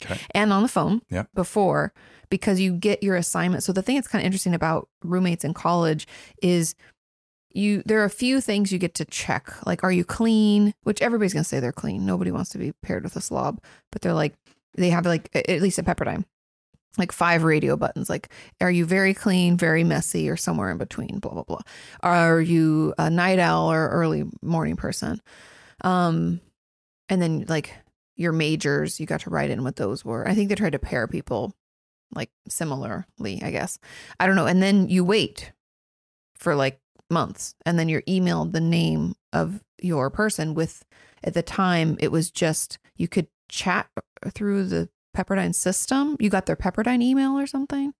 [SPEAKER 1] Okay.
[SPEAKER 2] and on the phone
[SPEAKER 1] Yeah.
[SPEAKER 2] before because you get your assignment. So the thing that's kind of interesting about roommates in college is you there are a few things you get to check. Like are you clean? Which everybody's gonna say they're clean. Nobody wants to be paired with a slob, but they're like they have like a- at least at Pepperdine. Like five radio buttons. Like, are you very clean, very messy, or somewhere in between? Blah blah blah. Are you a night owl or early morning person? Um, and then like your majors. You got to write in what those were. I think they tried to pair people like similarly, I guess. I don't know. And then you wait for like months and then you're emailed the name of your person with at the time it was just you could chat through the Pepperdine system. You got their Pepperdine email or something.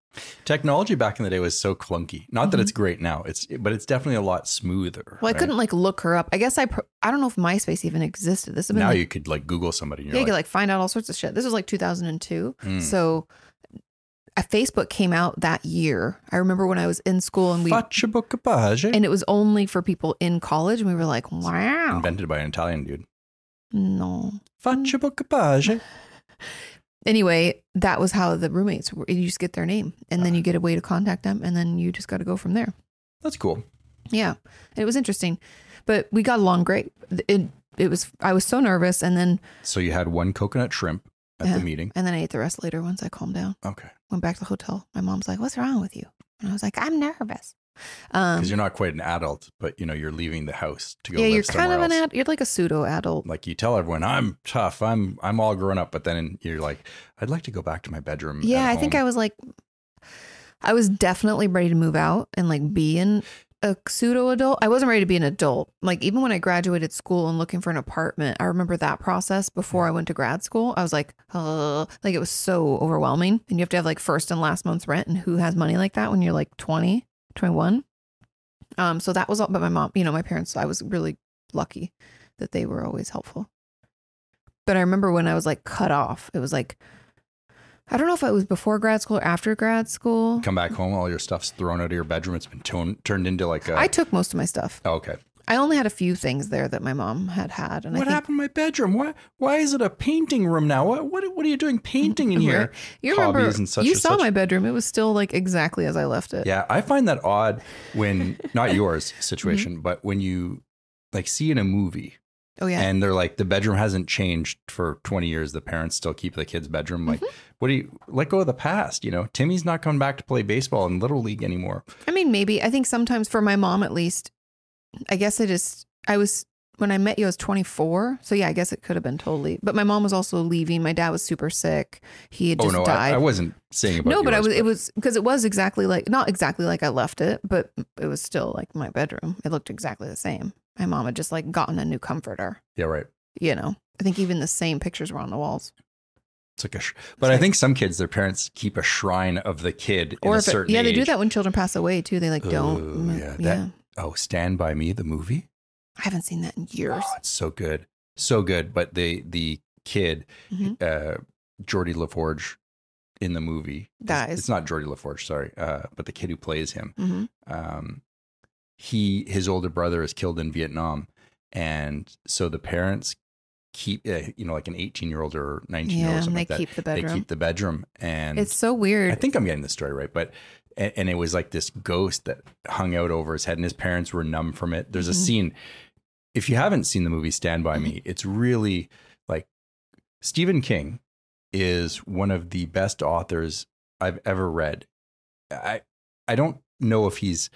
[SPEAKER 1] Technology back in the day was so clunky. Not that
[SPEAKER 2] Mhm.
[SPEAKER 1] it's great now. It's but it's definitely a lot smoother.
[SPEAKER 2] Well, I
[SPEAKER 1] right?
[SPEAKER 2] couldn't like look her up. I guess I pro- I don't know if MySpace even existed. This has been
[SPEAKER 1] now
[SPEAKER 2] like,
[SPEAKER 1] you could like Google somebody. And
[SPEAKER 2] yeah,
[SPEAKER 1] you're
[SPEAKER 2] you could like find out all sorts of shit. This was like 2002.
[SPEAKER 1] like, "Hmm,
[SPEAKER 2] So uh, Facebook came out that year. I remember when I was in school and we
[SPEAKER 1] Facciaboccapage.
[SPEAKER 2] and it was only for people in college and we were like, wow.
[SPEAKER 1] invented by an Italian dude.
[SPEAKER 2] No.
[SPEAKER 1] Facciaboccapage.
[SPEAKER 2] Anyway, that was how the roommates were. You just get their name and then you
[SPEAKER 1] Uh-huh.
[SPEAKER 2] get a way to contact them and then you just got to go from there.
[SPEAKER 1] That's cool.
[SPEAKER 2] Yeah. It was interesting. But we got along great. It it was I was so nervous and then
[SPEAKER 1] So you had one coconut shrimp at
[SPEAKER 2] Yeah.
[SPEAKER 1] the meeting.
[SPEAKER 2] and then I ate the rest later once I calmed down.
[SPEAKER 1] Okay,
[SPEAKER 2] Went back to the hotel. My mom's like, "What's wrong with you?" And I was like, "I'm nervous." Um
[SPEAKER 1] because you're not quite an adult, but you know you're leaving the house to go.
[SPEAKER 2] yeah,
[SPEAKER 1] live
[SPEAKER 2] you're kind of
[SPEAKER 1] somewhere
[SPEAKER 2] an
[SPEAKER 1] else.
[SPEAKER 2] ad- you're like a pseudo adult.
[SPEAKER 1] Like you tell everyone, I'm tough. I'm I'm all grown up, but then you're like, I'd like to go back to my bedroom.
[SPEAKER 2] Yeah, I think I was like, I was definitely ready to move out and like be in a pseudo adult. I wasn't ready to be an adult. Like even when I graduated school and looking for an apartment, I remember that process before I went to grad school. I was like, uh, like it was so overwhelming, and you have to have like first and last month's rent, and who has money like that when you're like 20, 21? Um, so that was all. But my mom, you know, my parents, I was really lucky that they were always helpful. But I remember when I was like cut off, it was like I don't know if it was before grad school or after grad school.
[SPEAKER 1] come back home, all your stuff's thrown out of your bedroom. It's been ton- turned into like a.
[SPEAKER 2] I took most of my stuff.
[SPEAKER 1] oh, okay.
[SPEAKER 2] I only had a few things there that my mom had had, and
[SPEAKER 1] what
[SPEAKER 2] I think
[SPEAKER 1] happened to my bedroom? Why why is it a painting room now? What what, what are you doing painting in here?
[SPEAKER 2] Right. you remember
[SPEAKER 1] hobbies and such
[SPEAKER 2] you
[SPEAKER 1] and
[SPEAKER 2] saw
[SPEAKER 1] such.
[SPEAKER 2] my bedroom; it was still like exactly as I left it.
[SPEAKER 1] Yeah, I find that odd when not yours
[SPEAKER 2] Mm-hmm.
[SPEAKER 1] situation, but when you like see in a movie
[SPEAKER 2] Oh yeah.
[SPEAKER 1] and they're like the bedroom hasn't changed for 20 years the parents still keep the kids bedroom like
[SPEAKER 2] Mm-hmm.
[SPEAKER 1] what do you let go of the past you know timmy's not coming back to play baseball in little league anymore
[SPEAKER 2] I mean, maybe I think sometimes for my mom at least, I guess I just I was when I met you I was 24, so yeah, I guess it could have been totally. But my mom was also leaving. My dad was super sick. He had
[SPEAKER 1] oh
[SPEAKER 2] just
[SPEAKER 1] no
[SPEAKER 2] died.
[SPEAKER 1] I, I wasn't saying about
[SPEAKER 2] no, but I
[SPEAKER 1] yours,
[SPEAKER 2] was it was because it was exactly like not exactly like I left it, but it was still like my bedroom. It looked exactly the same. My mom had just like gotten a new comforter,
[SPEAKER 1] yeah right
[SPEAKER 2] you know. I think even the same pictures were on the walls.
[SPEAKER 1] it's like a sh- but i think some kids their parents keep a shrine of the kid in
[SPEAKER 2] or
[SPEAKER 1] a
[SPEAKER 2] if it,
[SPEAKER 1] certain
[SPEAKER 2] yeah, they do
[SPEAKER 1] age.
[SPEAKER 2] that when children pass away too. They like don't.
[SPEAKER 1] Ooh,
[SPEAKER 2] mm,
[SPEAKER 1] yeah, that-
[SPEAKER 2] yeah.
[SPEAKER 1] oh stand by me the movie
[SPEAKER 2] I haven't seen that in years.
[SPEAKER 1] Oh, it's so good, so good. But the the kid,
[SPEAKER 2] Mhm.
[SPEAKER 1] uh, Jordy LaForge, in the movie
[SPEAKER 2] That
[SPEAKER 1] it's-
[SPEAKER 2] is-
[SPEAKER 1] It's not Jordy LaForge, sorry, uh, but the kid who plays him.
[SPEAKER 2] hmm
[SPEAKER 1] Um, he his older brother is killed in Vietnam, and so the parents keep uh, you know like an eighteen year old or nineteen year
[SPEAKER 2] Yeah,
[SPEAKER 1] old something
[SPEAKER 2] and they
[SPEAKER 1] like that.
[SPEAKER 2] keep the
[SPEAKER 1] They
[SPEAKER 2] bedroom.
[SPEAKER 1] keep the bedroom, and
[SPEAKER 2] It's so weird.
[SPEAKER 1] I think I'm getting the story right, but and, and it was like this ghost that hung out over his head, and his parents were numb from it. There's a
[SPEAKER 2] Mhm.
[SPEAKER 1] scene. If you haven't seen the movie Stand
[SPEAKER 2] Mm-hmm.
[SPEAKER 1] by Me, it's really like Stephen King is one of the best authors I've ever read. I I don't know if he's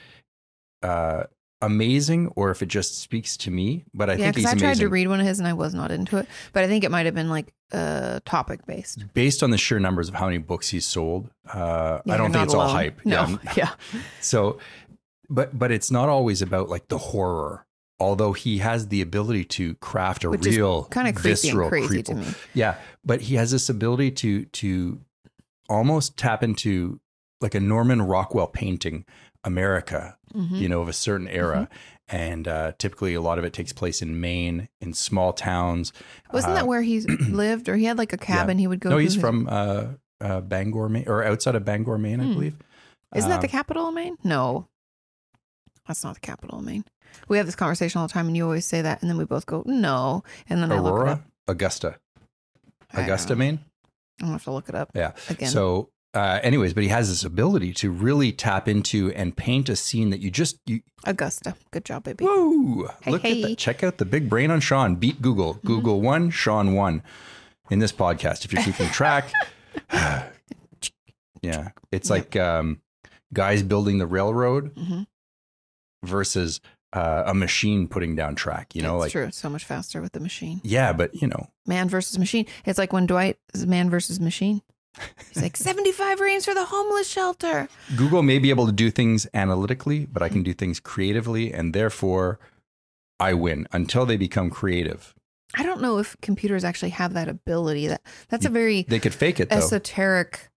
[SPEAKER 1] uh, amazing or if it just speaks to me, but I
[SPEAKER 2] yeah,
[SPEAKER 1] think
[SPEAKER 2] because
[SPEAKER 1] he's
[SPEAKER 2] I tried
[SPEAKER 1] amazing
[SPEAKER 2] to read one of his and I was not into it, but I think it might have been like uh, topic based.
[SPEAKER 1] based on the sheer numbers of how many books he's sold. Uh,
[SPEAKER 2] Yeah,
[SPEAKER 1] I don't
[SPEAKER 2] you're
[SPEAKER 1] think
[SPEAKER 2] not
[SPEAKER 1] it's all
[SPEAKER 2] alone.
[SPEAKER 1] hype.
[SPEAKER 2] No, yeah.
[SPEAKER 1] So, but but it's not always about like the horror. Although he has the ability to craft a
[SPEAKER 2] Which is
[SPEAKER 1] real
[SPEAKER 2] Kind of creepy
[SPEAKER 1] visceral
[SPEAKER 2] and crazy
[SPEAKER 1] creep-
[SPEAKER 2] to me.
[SPEAKER 1] Yeah, but he has this ability to to almost tap into like a Norman Rockwell painting America,
[SPEAKER 2] Mhm.
[SPEAKER 1] you know, of a certain era.
[SPEAKER 2] Mm-hmm.
[SPEAKER 1] And uh, typically, a lot of it takes place in Maine, in small towns.
[SPEAKER 2] Wasn't
[SPEAKER 1] Uh,
[SPEAKER 2] that where he lived, or he had like a cabin he would go?
[SPEAKER 1] no,
[SPEAKER 2] to
[SPEAKER 1] he's
[SPEAKER 2] his-
[SPEAKER 1] from uh, uh, Bangor, Maine, or outside of Bangor, Maine, I
[SPEAKER 2] Hmm.
[SPEAKER 1] believe.
[SPEAKER 2] Isn't that the
[SPEAKER 1] Um,
[SPEAKER 2] capital of Maine? No, that's not the capital of Maine. We have this conversation all the time, and you always say that, and then we both go no, and then I look it
[SPEAKER 1] Aurora,
[SPEAKER 2] up.
[SPEAKER 1] Augusta,
[SPEAKER 2] I don't
[SPEAKER 1] Augusta,
[SPEAKER 2] know.
[SPEAKER 1] Maine.
[SPEAKER 2] I'm gonna have to look it up.
[SPEAKER 1] Yeah.
[SPEAKER 2] again.
[SPEAKER 1] So, uh, anyways, but he has this ability to really tap into and paint a scene that you just you
[SPEAKER 2] Augusta, good job, baby.
[SPEAKER 1] whoa
[SPEAKER 2] Hey,
[SPEAKER 1] look
[SPEAKER 2] hey. Mm-hmm.
[SPEAKER 1] at that. Check out the big brain on Sean. Beat Google. Google one, Sean one. In this podcast, if you're keeping track, yeah, it's
[SPEAKER 2] Yep. Mm-hmm.
[SPEAKER 1] like um, guys building the railroad
[SPEAKER 2] Mhm.
[SPEAKER 1] versus uh, a machine putting down track. You know,
[SPEAKER 2] That's
[SPEAKER 1] like
[SPEAKER 2] true. It's so much faster with the machine.
[SPEAKER 1] yeah, but you know,
[SPEAKER 2] Man versus machine. It's like when Dwight is man versus machine. He's like 75 reams for the homeless shelter.
[SPEAKER 1] Google may be able to do things analytically, but I can do things creatively, and therefore, I win until they become creative.
[SPEAKER 2] I don't know if computers actually have that ability. That that's a very
[SPEAKER 1] They could fake it though.
[SPEAKER 2] esoteric.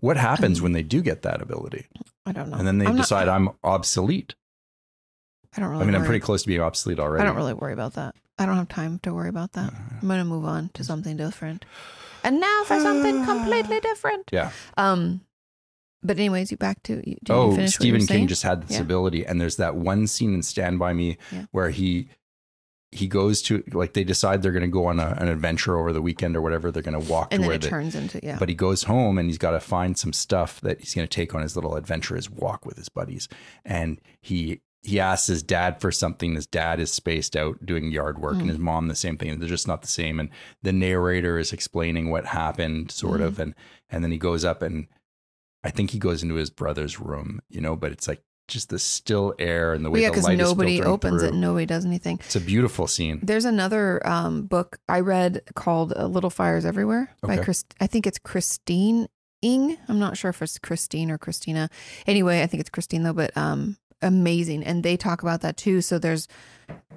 [SPEAKER 1] what happens when they do get that ability,
[SPEAKER 2] I don't know.
[SPEAKER 1] and then they
[SPEAKER 2] I'm not-
[SPEAKER 1] decide I'm obsolete?
[SPEAKER 2] I don't really.
[SPEAKER 1] I mean, I'm
[SPEAKER 2] worry-
[SPEAKER 1] pretty close to being obsolete already. Uh,
[SPEAKER 2] I don't really worry about that. I don't have time to worry about that. I'm gonna move on to something different. And now for something completely different.
[SPEAKER 1] Yeah.
[SPEAKER 2] Um. But anyways, you back to you, did you
[SPEAKER 1] oh,
[SPEAKER 2] finish what you
[SPEAKER 1] Stephen
[SPEAKER 2] were
[SPEAKER 1] King
[SPEAKER 2] saying?
[SPEAKER 1] just had this
[SPEAKER 2] Yeah.
[SPEAKER 1] ability, and there's that one scene in Stand by Me
[SPEAKER 2] Yeah.
[SPEAKER 1] where he he goes to like they decide they're going to go on a, an adventure over the weekend or whatever. They're going to walk to
[SPEAKER 2] and then
[SPEAKER 1] where
[SPEAKER 2] it
[SPEAKER 1] the,
[SPEAKER 2] turns into yeah.
[SPEAKER 1] But he goes home and he's got to find some stuff that he's going to take on his little adventure, his walk with his buddies. And he he asks his dad for something. His dad is spaced out doing yard work,
[SPEAKER 2] Mm.
[SPEAKER 1] and his mom the same thing. They're just not the same. And the narrator is explaining what happened, sort of,
[SPEAKER 2] Mm-hmm.
[SPEAKER 1] and and then he goes up and I think he goes into his brother's room, you know. But it's like just the still air and the way
[SPEAKER 2] yeah,
[SPEAKER 1] the
[SPEAKER 2] because
[SPEAKER 1] light is
[SPEAKER 2] nobody
[SPEAKER 1] filtering
[SPEAKER 2] opens it,
[SPEAKER 1] through.
[SPEAKER 2] nobody does anything.
[SPEAKER 1] It's a beautiful scene.
[SPEAKER 2] There's another um, book I read called uh, Little Fires Everywhere by
[SPEAKER 1] Okay.
[SPEAKER 2] Chris. I think it's Christine Ing. I'm not sure if it's Christine or Christina. Anyway, I think it's Christine though, but um, amazing. And they talk about that too. So there's,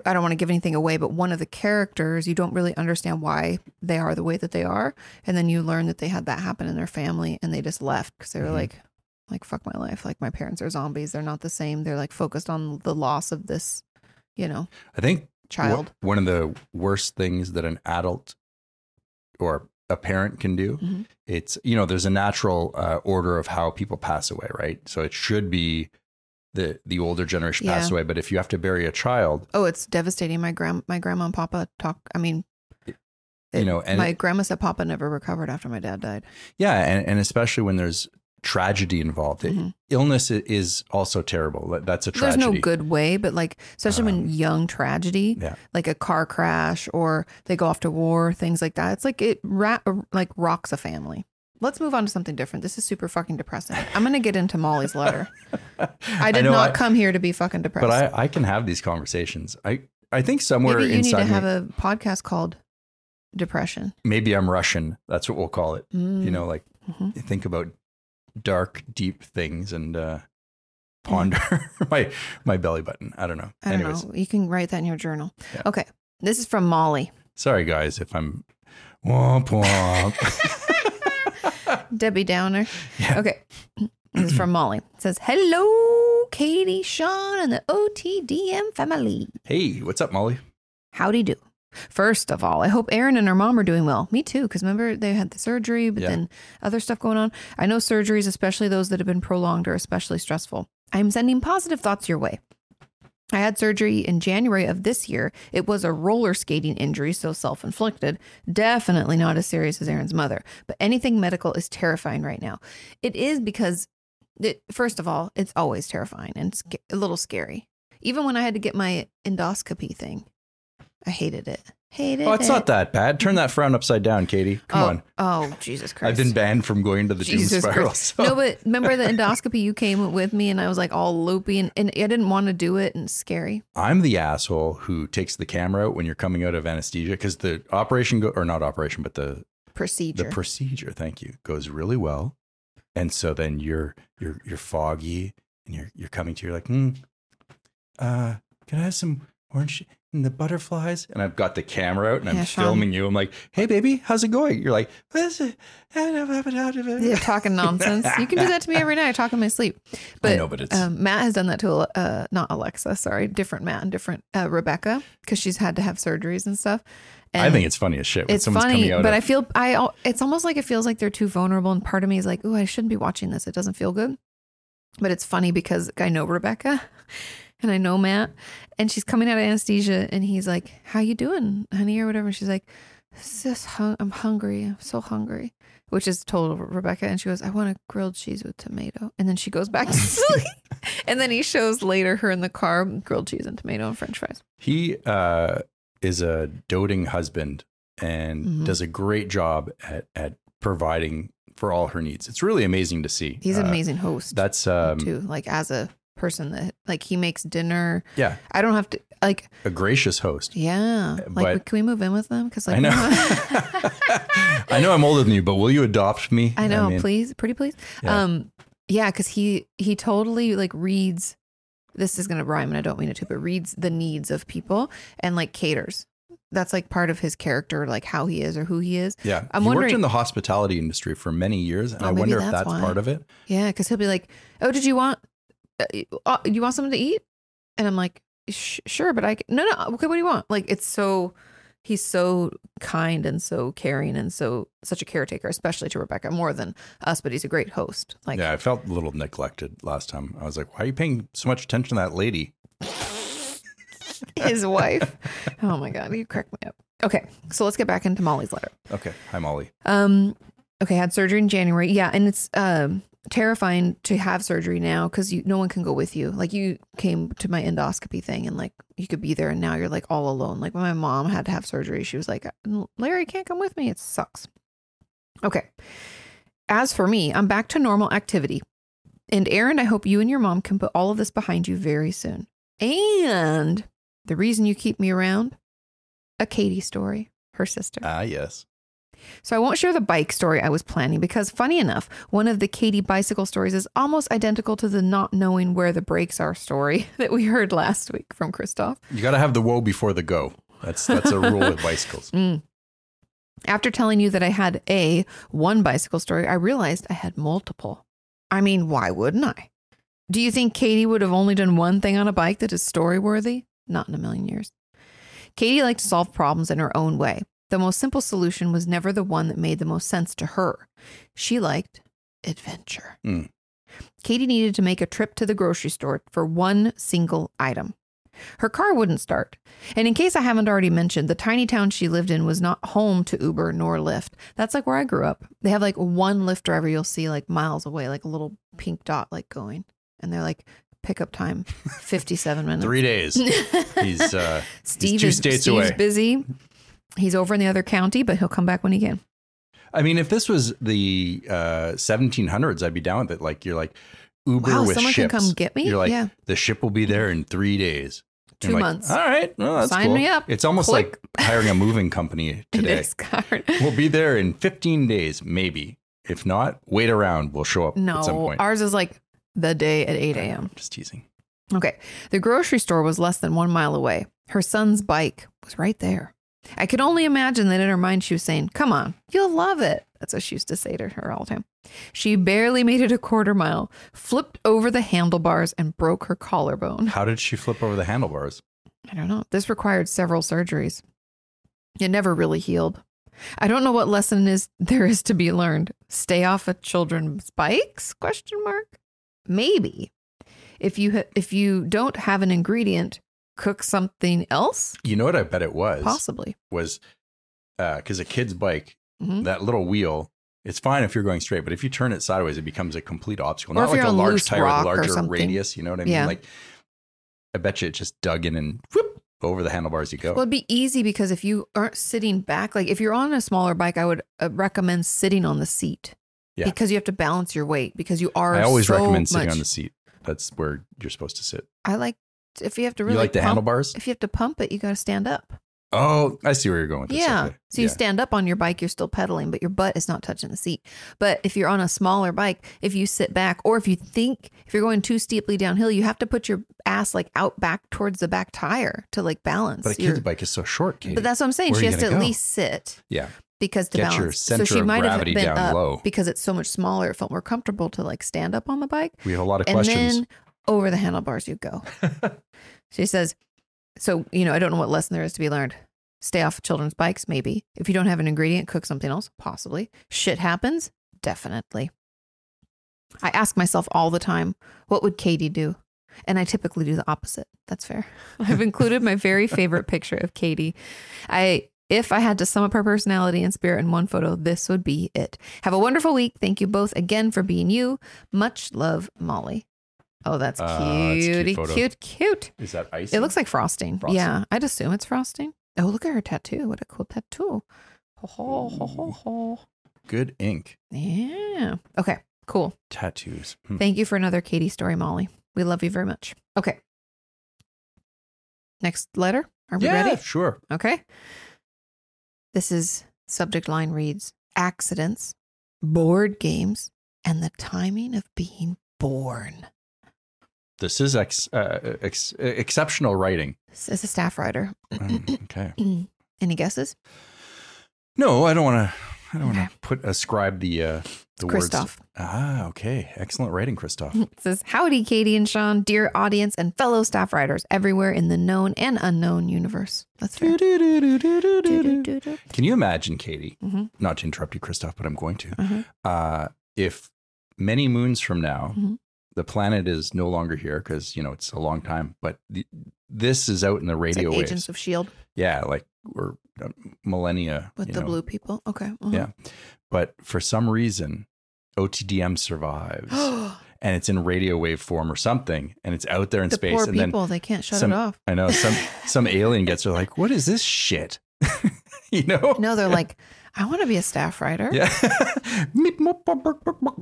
[SPEAKER 2] I don't want to give anything away, but one of the characters, you don't really understand why they are the way that they are. And then you learn that they had that happen in their family and they just left because they were
[SPEAKER 1] Mhm.
[SPEAKER 2] like, like fuck my life. Like my parents are zombies. They're not the same. They're like focused on the loss of this, you know,
[SPEAKER 1] I think
[SPEAKER 2] child.
[SPEAKER 1] Wha- One of the worst things that an adult or a parent can do.
[SPEAKER 2] Mhm.
[SPEAKER 1] It's you know, there's a natural uh, order of how people pass away, right? So it should be the the older generation pass away, but if you have to bury a child,
[SPEAKER 2] Oh, it's devastating. My grand, my grandma and papa talk. I mean,
[SPEAKER 1] You know, and-
[SPEAKER 2] my grandma said papa never recovered after my dad died.
[SPEAKER 1] yeah, and, and especially when there's tragedy involved, it,
[SPEAKER 2] Mhm.
[SPEAKER 1] illness i- is also terrible. That- That's a
[SPEAKER 2] There's
[SPEAKER 1] tragedy.
[SPEAKER 2] no good way, but like, especially when
[SPEAKER 1] Um,
[SPEAKER 2] young tragedy,
[SPEAKER 1] yeah.
[SPEAKER 2] like a car crash or they go off to war, things like that. It's like it ra- uh, like rocks a family. Let's move on to something different. This is super fucking depressing. I'm gonna get into Molly's letter. I did
[SPEAKER 1] know,
[SPEAKER 2] not
[SPEAKER 1] I-
[SPEAKER 2] come here to be fucking depressed.
[SPEAKER 1] but I, I can have these conversations. I I think somewhere
[SPEAKER 2] maybe you need
[SPEAKER 1] inside
[SPEAKER 2] to
[SPEAKER 1] me-
[SPEAKER 2] have a podcast called Depression.
[SPEAKER 1] maybe I'm Russian. That's what we'll call it. you
[SPEAKER 2] Mm.
[SPEAKER 1] know like
[SPEAKER 2] Mhm.
[SPEAKER 1] you think about dark deep things and uh ponder my my belly button i don't know
[SPEAKER 2] I don't
[SPEAKER 1] anyways
[SPEAKER 2] know. You can write that in your journal.
[SPEAKER 1] Yeah.
[SPEAKER 2] Okay. This is from Molly.
[SPEAKER 1] sorry guys if i'm womp womp
[SPEAKER 2] Debbie Downer.
[SPEAKER 1] Yeah.
[SPEAKER 2] Okay. This is from Molly. It says, Hello, Katie, Sean, and the OTDM family.
[SPEAKER 1] hey what's up molly
[SPEAKER 2] Howdy do. First of all, I hope Erin and her mom are doing well. Me too, because remember they had the surgery, but
[SPEAKER 1] Yeah.
[SPEAKER 2] then other stuff going on. I know surgeries, especially those that have been prolonged, are especially stressful. I am sending positive thoughts your way. I had surgery in January of this year. It was a roller skating injury, so self inflicted. Definitely not as serious as Aaron's mother, but anything medical is terrifying right now. It is because, it, first of all, it's always terrifying and sca- a little scary. Even when I had to get my endoscopy thing, I hated it. Hated
[SPEAKER 1] oh it's
[SPEAKER 2] it.
[SPEAKER 1] not that bad turn that frown upside down katie come
[SPEAKER 2] oh,
[SPEAKER 1] on
[SPEAKER 2] Oh, Jesus Christ.
[SPEAKER 1] i've been banned from going to the doom
[SPEAKER 2] Jesus
[SPEAKER 1] spiral
[SPEAKER 2] Christ.
[SPEAKER 1] so-
[SPEAKER 2] No, but remember the endoscopy you came with me and I was like all loopy and, and I didn't want to do it and it's scary.
[SPEAKER 1] i'm the asshole who takes the camera out when you're coming out of anesthesia because the operation go- or not operation but the
[SPEAKER 2] Procedure.
[SPEAKER 1] the procedure thank you goes really well and so then you're you're you're foggy and you're you're coming to you're like hmm uh can i have some orange sh- and the butterflies and i've got the camera out and i'm
[SPEAKER 2] Yeah, Sean.
[SPEAKER 1] filming you i'm like hey baby how's it going you're like "What's it- I don't have it out of it."
[SPEAKER 2] yeah, talking nonsense. You can do that to me every night. I talk in my sleep. But,
[SPEAKER 1] i know but it's
[SPEAKER 2] um, Matt has done that to uh, not Alexa, sorry, different Matt and different uh, Rebecca because she's had to have surgeries and stuff. And
[SPEAKER 1] i think it's funny as shit when
[SPEAKER 2] it's
[SPEAKER 1] someone's
[SPEAKER 2] funny,
[SPEAKER 1] coming out
[SPEAKER 2] but
[SPEAKER 1] of,
[SPEAKER 2] I feel I. al- It's almost like it feels like they're too vulnerable, and part of me is like, "Ooh, I shouldn't be watching this. It doesn't feel good." But it's funny because I know Rebecca, and I know Matt, and she's coming out of anesthesia, and he's like, "How you doing, honey?" or whatever. And she's like, "It's "Just hung- I'm hungry. I'm so hungry," which is total Rebecca, and she goes, "I want a grilled cheese with tomato," and then she goes back to sleep, and then he shows later her in the car grilled cheese and tomato and French fries.
[SPEAKER 1] he uh is a doting husband and
[SPEAKER 2] Mhm.
[SPEAKER 1] does a great job at at providing for all her needs it's really amazing to see
[SPEAKER 2] He's
[SPEAKER 1] Uh,
[SPEAKER 2] an amazing host
[SPEAKER 1] that's um
[SPEAKER 2] too, like as a person that like he makes dinner.
[SPEAKER 1] Yeah,
[SPEAKER 2] I don't have to like
[SPEAKER 1] a gracious host.
[SPEAKER 2] yeah. Like
[SPEAKER 1] Uh, But-
[SPEAKER 2] can we move in with them? Because like
[SPEAKER 1] I know.
[SPEAKER 2] I
[SPEAKER 1] I know I'm older than you, but will you adopt me?
[SPEAKER 2] know.
[SPEAKER 1] mean,
[SPEAKER 2] please, pretty please.
[SPEAKER 1] Yeah.
[SPEAKER 2] Um, yeah, because he he totally like reads. This is gonna rhyme, and I don't mean it to, but reads the needs of people and like caters. That's like part of his character, like how he is or who he is.
[SPEAKER 1] Yeah,
[SPEAKER 2] I'm
[SPEAKER 1] he worked
[SPEAKER 2] wondering-
[SPEAKER 1] in the hospitality industry for many years, and
[SPEAKER 2] Oh,
[SPEAKER 1] I
[SPEAKER 2] maybe
[SPEAKER 1] wonder if
[SPEAKER 2] that's
[SPEAKER 1] that's
[SPEAKER 2] why.
[SPEAKER 1] part of it.
[SPEAKER 2] Yeah, because he'll be like, "Oh, did you want uh, uh, you want something to eat?" And I'm like, "Sh- "Sure, but I c- no no okay. What do you want?" Like it's so he's so kind and so caring and so such a caretaker, especially to Rebecca more than us. But he's a great host. Like
[SPEAKER 1] yeah, I felt a little neglected last time. I was like, why are you paying so much attention to that lady?
[SPEAKER 2] his wife. Oh my god, you crack me up. Okay, so let's get back into Molly's letter.
[SPEAKER 1] Okay, hi Molly.
[SPEAKER 2] Um, okay, had surgery in January. Yeah, and it's um terrifying to have surgery now because you no one can go with you. Like you came to my endoscopy thing and like you could be there, and now you're like all alone. Like when my mom had to have surgery, she was like, "Larry can't come with me. It sucks." Okay. As for me, I'm back to normal activity. And Aaron, I hope you and your mom can put all of this behind you very soon. And the reason you keep me around, a Katie story, her sister.
[SPEAKER 1] Ah, yes.
[SPEAKER 2] So I won't share the bike story I was planning because, funny enough, one of the Katie bicycle stories is almost identical to the not knowing where the brakes are story that we heard last week from Christoph.
[SPEAKER 1] You got to have the woe before the go. That's that's a rule with bicycles.
[SPEAKER 2] Mm. After telling you that I had a one bicycle story, I realized I had multiple. I mean, why wouldn't I? Do you think Katie would have only done one thing on a bike that is story worthy? Not in a million years. Katie liked to solve problems in her own way. The most simple solution was never the one that made the most sense to her. She liked adventure.
[SPEAKER 1] Mm.
[SPEAKER 2] Katie needed to make a trip to the grocery store for one single item. Her car wouldn't start. And in case I haven't already mentioned, the tiny town she lived in was not home to Uber nor Lyft. That's like where I grew up. They have like one Lyft driver you'll see like miles away, like a little pink dot like going. And they're like, pickup time, 57 minutes.
[SPEAKER 1] Three days. He's uh,
[SPEAKER 2] Steve
[SPEAKER 1] two
[SPEAKER 2] is,
[SPEAKER 1] states
[SPEAKER 2] Steve's
[SPEAKER 1] away.
[SPEAKER 2] busy. He's over in the other county, but he'll come back when he can.
[SPEAKER 1] I mean, if this was the uh, 1700s, I'd be down with it. Like you're like Uber
[SPEAKER 2] wow,
[SPEAKER 1] with
[SPEAKER 2] someone
[SPEAKER 1] ships.
[SPEAKER 2] can come get me.
[SPEAKER 1] You're like
[SPEAKER 2] yeah,
[SPEAKER 1] the ship will be there in three days.
[SPEAKER 2] two
[SPEAKER 1] And like,
[SPEAKER 2] months.
[SPEAKER 1] All right, well, that's
[SPEAKER 2] Sign
[SPEAKER 1] cool.
[SPEAKER 2] me up.
[SPEAKER 1] It's almost
[SPEAKER 2] Click.
[SPEAKER 1] like hiring a moving company
[SPEAKER 2] It
[SPEAKER 1] today.
[SPEAKER 2] is hard.
[SPEAKER 1] We'll be there in 15 days, maybe. If not, wait around. We'll show up at some
[SPEAKER 2] No,
[SPEAKER 1] point.
[SPEAKER 2] ours is like the day at 8 a.m.
[SPEAKER 1] Just teasing.
[SPEAKER 2] Okay. The grocery store was less than one mile away. Her son's bike was right there. I could only imagine that in her mind she was saying, Come on, you'll love it. That's what she used to say to her all the time. She barely made it a quarter mile, flipped over the handlebars, and broke her collarbone.
[SPEAKER 1] How did she flip over the handlebars?
[SPEAKER 2] I don't know. This required several surgeries. It never really healed. I don't know what lesson is there is to be learned. Stay off of children's bikes? Question mark. Maybe. If you ha- if you don't have an ingredient, cook something else?
[SPEAKER 1] You know what I bet it was?
[SPEAKER 2] Possibly.
[SPEAKER 1] Was because a kid's bike,
[SPEAKER 2] Mhm.
[SPEAKER 1] that little wheel, it's fine if you're going straight, but if you turn it sideways, it becomes a complete obstacle.
[SPEAKER 2] Or
[SPEAKER 1] Not
[SPEAKER 2] if
[SPEAKER 1] like
[SPEAKER 2] you're
[SPEAKER 1] a
[SPEAKER 2] on
[SPEAKER 1] large
[SPEAKER 2] loose
[SPEAKER 1] tire with a
[SPEAKER 2] rock or
[SPEAKER 1] larger
[SPEAKER 2] something.
[SPEAKER 1] radius. You know what I mean?
[SPEAKER 2] Yeah.
[SPEAKER 1] Like, I bet you it just dug in and whoop over the handlebars you go.
[SPEAKER 2] Well, it'd be easy because if you aren't sitting back, like if you're on a smaller bike, I would uh, recommend sitting on the seat
[SPEAKER 1] Yeah.
[SPEAKER 2] because you have to balance your weight because you are.
[SPEAKER 1] I always
[SPEAKER 2] so
[SPEAKER 1] recommend sitting
[SPEAKER 2] much-
[SPEAKER 1] on the seat. That's where you're supposed to sit.
[SPEAKER 2] I like if you have to really
[SPEAKER 1] you like the
[SPEAKER 2] pump-
[SPEAKER 1] handlebars?
[SPEAKER 2] If you have to pump it, you got to stand up.
[SPEAKER 1] Oh, I see where you're going with this.
[SPEAKER 2] Yeah.
[SPEAKER 1] Okay.
[SPEAKER 2] So you stand up on your bike, you're still pedaling, but your butt is not touching the seat. But if you're on a smaller bike, if you sit back or if you think if you're going too steeply downhill, you have to put your ass like out back towards the back tire to like balance.
[SPEAKER 1] but a
[SPEAKER 2] your-
[SPEAKER 1] kid's bike is so short, Katie.
[SPEAKER 2] But that's what I'm saying.
[SPEAKER 1] Where
[SPEAKER 2] she
[SPEAKER 1] are you
[SPEAKER 2] has to at
[SPEAKER 1] gonna go?
[SPEAKER 2] least sit
[SPEAKER 1] yeah.
[SPEAKER 2] because to
[SPEAKER 1] Get
[SPEAKER 2] balance.
[SPEAKER 1] your center
[SPEAKER 2] so she
[SPEAKER 1] of
[SPEAKER 2] might have
[SPEAKER 1] gravity
[SPEAKER 2] been
[SPEAKER 1] down
[SPEAKER 2] up
[SPEAKER 1] low.
[SPEAKER 2] because it's so much smaller. It felt more comfortable to like stand up on the bike
[SPEAKER 1] We have a lot of
[SPEAKER 2] and
[SPEAKER 1] questions.
[SPEAKER 2] then over the handlebars you go. she says, so you know, I don't know what lesson there is to be learned. Stay off children's bikes, maybe. If you don't have an ingredient, cook something else, possibly. Shit happens, definitely. I ask myself all the time, what would Katie do? And I typically do the opposite. That's fair. I've included my very favorite picture of Katie. I if I had to sum up her personality and spirit in one photo, this would be it. Have a wonderful week. Thank you both again for being you. Much love, Molly. Oh, that's cute.
[SPEAKER 1] Ah, it's a cute
[SPEAKER 2] cute,
[SPEAKER 1] photo.
[SPEAKER 2] cute, cute.
[SPEAKER 1] is that ice?
[SPEAKER 2] It looks like frosting.
[SPEAKER 1] Frosting.
[SPEAKER 2] Yeah, I'd assume it's frosting. Oh, look at her tattoo. What a cool tattoo. Ho, ho, ho, ho, ho.
[SPEAKER 1] good ink Mm.
[SPEAKER 2] Yeah. Okay, cool.
[SPEAKER 1] tattoos. Hmm.
[SPEAKER 2] Thank you for another Katie story, Molly. We love you very much. Okay. Next letter. Are we
[SPEAKER 1] yeah,
[SPEAKER 2] ready?
[SPEAKER 1] sure.
[SPEAKER 2] Okay. This is subject line reads accidents, board games, and the timing of being born.
[SPEAKER 1] This is ex, uh, ex, exceptional writing.
[SPEAKER 2] This is a staff writer.
[SPEAKER 1] Um, okay.
[SPEAKER 2] Any guesses?
[SPEAKER 1] No, I don't want to. I don't want
[SPEAKER 2] Okay.
[SPEAKER 1] to put ascribe the uh, the words.
[SPEAKER 2] Christoph. Mm-hmm.
[SPEAKER 1] Ah, okay. Excellent writing, Christoph.
[SPEAKER 2] It says, Howdy, Katie and Sean, dear audience and fellow staff writers everywhere in the known and unknown universe. That's fair.
[SPEAKER 1] Can
[SPEAKER 2] Do-do-do-do.
[SPEAKER 1] you imagine, Katie?
[SPEAKER 2] Mhm.
[SPEAKER 1] Not to interrupt you, Christoph, but I'm going to.
[SPEAKER 2] Uh-huh.
[SPEAKER 1] Uh, if many moons from now,
[SPEAKER 2] Mhm.
[SPEAKER 1] the planet is no longer here because you know it's a long time, but the, this is out in the
[SPEAKER 2] It's
[SPEAKER 1] radio
[SPEAKER 2] like
[SPEAKER 1] waves.
[SPEAKER 2] Agents of S.H.I.E.L.D.
[SPEAKER 1] yeah, like we're uh, millennia
[SPEAKER 2] E with
[SPEAKER 1] you
[SPEAKER 2] the
[SPEAKER 1] know.
[SPEAKER 2] blue people. Okay. Uh-huh.
[SPEAKER 1] Yeah. But for some reason, OTDM survives
[SPEAKER 2] uh-huh.
[SPEAKER 1] and it's in radio wave form or something, and it's out there in
[SPEAKER 2] the
[SPEAKER 1] space.
[SPEAKER 2] poor
[SPEAKER 1] and then
[SPEAKER 2] people, they can't shut
[SPEAKER 1] some-
[SPEAKER 2] it off.
[SPEAKER 1] I know some some alien gets there like, what is this shit? you know?
[SPEAKER 2] No, they're like, I want to be a staff writer.
[SPEAKER 1] Yeah.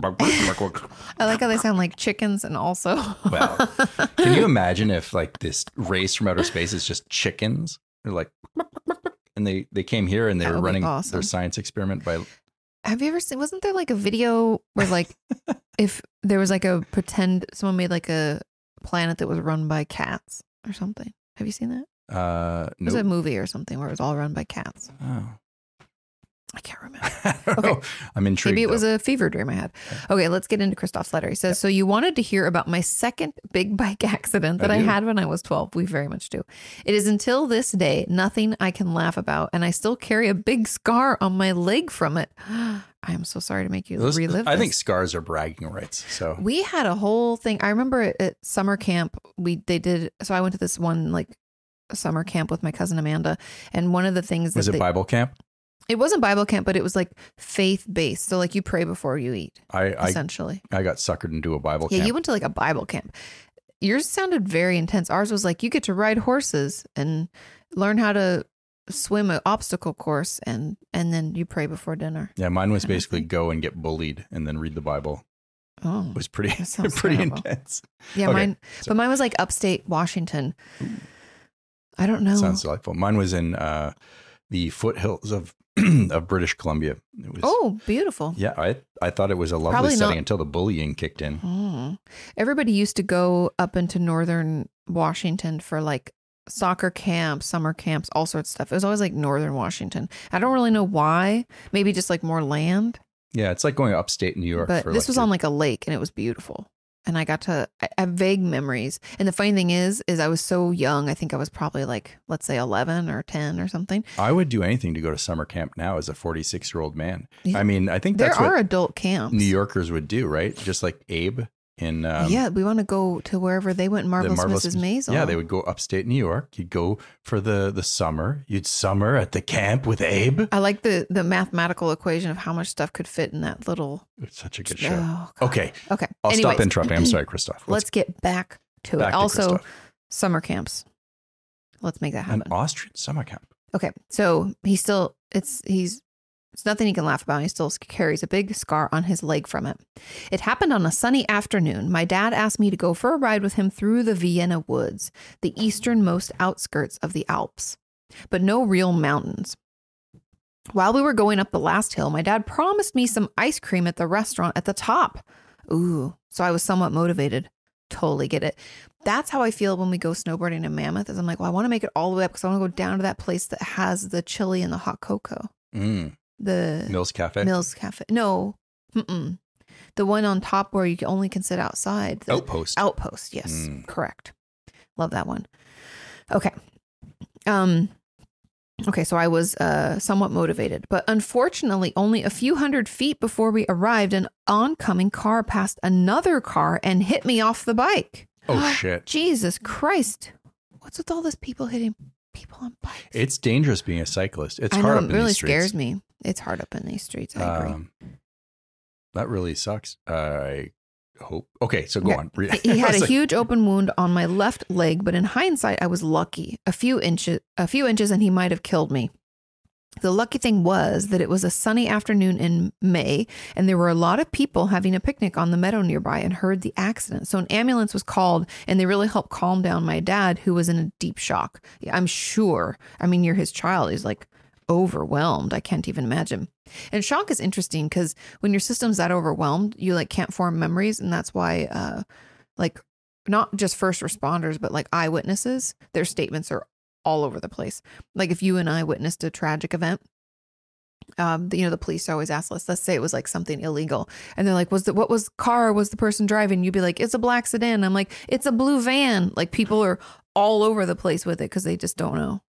[SPEAKER 2] I like how they sound like chickens and also.
[SPEAKER 1] Well, Can you imagine if like this race from outer space is just chickens? They're like, and they they came here and they
[SPEAKER 2] That
[SPEAKER 1] were
[SPEAKER 2] would be
[SPEAKER 1] running
[SPEAKER 2] awesome.
[SPEAKER 1] their science experiment by
[SPEAKER 2] Have you ever seen? Wasn't there like a video where like if there was like a pretend someone made like a planet that was run by cats or something? Have you seen that?
[SPEAKER 1] uh
[SPEAKER 2] It was a
[SPEAKER 1] nope.
[SPEAKER 2] movie or something where it was all run by cats.
[SPEAKER 1] Oh.
[SPEAKER 2] I can't remember.
[SPEAKER 1] I don't
[SPEAKER 2] Okay.
[SPEAKER 1] know. I'm intrigued.
[SPEAKER 2] Maybe it was a fever dream I had. Okay, let's get into Christoph's letter. He says, So you wanted to hear about my second big bike accident that
[SPEAKER 1] I
[SPEAKER 2] I,
[SPEAKER 1] do.
[SPEAKER 2] had when I was 12. We very much do. It is until this day nothing I can laugh about, and I still carry a big scar on my leg from it. I am so sorry to make you
[SPEAKER 1] Those-
[SPEAKER 2] relive
[SPEAKER 1] I
[SPEAKER 2] this.
[SPEAKER 1] think scars are bragging rights. So
[SPEAKER 2] We had a whole thing. I remember at, at summer camp, we they did. So I went to this one like summer camp with my cousin Amanda, and one of the things
[SPEAKER 1] was it
[SPEAKER 2] that they-
[SPEAKER 1] Bible camp?
[SPEAKER 2] it wasn't Bible camp, but it was like faith based. So like you pray before you eat,
[SPEAKER 1] I I,
[SPEAKER 2] essentially.
[SPEAKER 1] I got suckered into a Bible
[SPEAKER 2] yeah,
[SPEAKER 1] camp.
[SPEAKER 2] you went to like a Bible camp. Yours sounded very intense. Ours was like you get to ride horses and learn how to swim an obstacle course, and and then you pray before dinner.
[SPEAKER 1] yeah, mine was
[SPEAKER 2] I don't
[SPEAKER 1] basically
[SPEAKER 2] think-
[SPEAKER 1] go and get bullied and then read the Bible.
[SPEAKER 2] Oh,
[SPEAKER 1] It was pretty
[SPEAKER 2] That sounds
[SPEAKER 1] pretty
[SPEAKER 2] terrible.
[SPEAKER 1] intense.
[SPEAKER 2] yeah,
[SPEAKER 1] okay,
[SPEAKER 2] mine.
[SPEAKER 1] so-
[SPEAKER 2] But mine was like upstate Washington. I don't know.
[SPEAKER 1] Sounds delightful. Mine was in uh, the foothills of of British Columbia. It was,
[SPEAKER 2] Oh, beautiful.
[SPEAKER 1] yeah. I I thought it was a lovely
[SPEAKER 2] Probably
[SPEAKER 1] setting
[SPEAKER 2] not-
[SPEAKER 1] until the bullying kicked in.
[SPEAKER 2] Hmm. Everybody used to go up into northern Washington for like soccer camps, summer camps, all sorts of stuff. It was always like northern Washington. I don't really know why. Maybe just like more land.
[SPEAKER 1] Yeah, it's like going upstate New York.
[SPEAKER 2] But
[SPEAKER 1] for
[SPEAKER 2] this
[SPEAKER 1] like
[SPEAKER 2] was
[SPEAKER 1] your-
[SPEAKER 2] on like a lake and it was beautiful. And I got to I I have vague memories. And the funny thing is, is I was so young. I think I was probably like, let's say eleven or ten or something.
[SPEAKER 1] I would do anything to go to summer camp now as a forty six year old man.
[SPEAKER 2] Yeah.
[SPEAKER 1] I mean, I think
[SPEAKER 2] There
[SPEAKER 1] that's what
[SPEAKER 2] are adult camps.
[SPEAKER 1] New Yorkers would do, right? Just like Abe in um,
[SPEAKER 2] yeah, we want to go to wherever they went. Marvelous,
[SPEAKER 1] Marvelous
[SPEAKER 2] Mrs.
[SPEAKER 1] Miss-
[SPEAKER 2] Maisel.
[SPEAKER 1] Yeah, they would go upstate New York. You'd go for the the summer. You'd summer at the camp with Abe.
[SPEAKER 2] I like the the mathematical equation of how much stuff could fit in that little.
[SPEAKER 1] It's such a good show.
[SPEAKER 2] Oh, God.
[SPEAKER 1] Okay,
[SPEAKER 2] Okay.
[SPEAKER 1] I'll
[SPEAKER 2] Anyways,
[SPEAKER 1] stop interrupting. I'm sorry, Christoph.
[SPEAKER 2] Let's get back to it.
[SPEAKER 1] back to
[SPEAKER 2] also,
[SPEAKER 1] Christoph.
[SPEAKER 2] summer camps. Let's make that
[SPEAKER 1] an
[SPEAKER 2] happen.
[SPEAKER 1] Austrian summer camp.
[SPEAKER 2] Okay. So he still, it's, he's, it's nothing he can laugh about. He still carries a big scar on his leg from it. It happened on a sunny afternoon. My dad asked me to go for a ride with him through the Vienna woods, the easternmost outskirts of the Alps, but no real mountains. While we were going up the last hill, my dad promised me some ice cream at the restaurant at the top. Ooh, so I was somewhat motivated. Totally get it. That's how I feel when we go snowboarding in Mammoth. Is I'm like, well, I want to make it all the way up because I want to go down to that place that has the chili and the hot cocoa,
[SPEAKER 1] Mm.
[SPEAKER 2] the
[SPEAKER 1] Mills Cafe.
[SPEAKER 2] Uh, Mills Cafe. No, mm-mm. the one on top where you can- only can sit outside. The
[SPEAKER 1] Outpost.
[SPEAKER 2] Outpost. Yes,
[SPEAKER 1] Mm.
[SPEAKER 2] correct. Love that one. Okay. Um. Okay, so I was uh, somewhat motivated, but unfortunately, only a few hundred feet before we arrived, an oncoming car passed another car and hit me off the bike.
[SPEAKER 1] oh shit!
[SPEAKER 2] Jesus Christ! What's with all those people hitting people on bikes?
[SPEAKER 1] It's dangerous being a cyclist. It's
[SPEAKER 2] I
[SPEAKER 1] hard
[SPEAKER 2] know
[SPEAKER 1] up
[SPEAKER 2] it
[SPEAKER 1] in
[SPEAKER 2] really
[SPEAKER 1] these streets.
[SPEAKER 2] scares me. It's hard up in these streets. I agree.
[SPEAKER 1] Um, that really sucks. I hope. Okay, so go
[SPEAKER 2] Okay.
[SPEAKER 1] on. Re-
[SPEAKER 2] He had
[SPEAKER 1] It's
[SPEAKER 2] a
[SPEAKER 1] like-
[SPEAKER 2] huge open wound on my left leg, but in hindsight, I was lucky. A few inches, a few inches, and he might have killed me. The lucky thing was that it was a sunny afternoon in May, and there were a lot of people having a picnic on the meadow nearby and heard the accident. So an ambulance was called, and they really helped calm down my dad, who was in a deep shock. I'm sure. I mean, you're his child. He's like overwhelmed. I can't even imagine. And shock is interesting because when your system's that overwhelmed, you like can't form memories, and that's why, uh, like, not just first responders, but like eyewitnesses, their statements are all over the place. Like if you and I witnessed a tragic event, um, the, you know, the police always ask us, let's say it was like something illegal. And they're like, was the, what was car was the person driving? You'd be like, it's a black sedan. I'm like, it's a blue van. Like people are all over the place with it because they just don't know.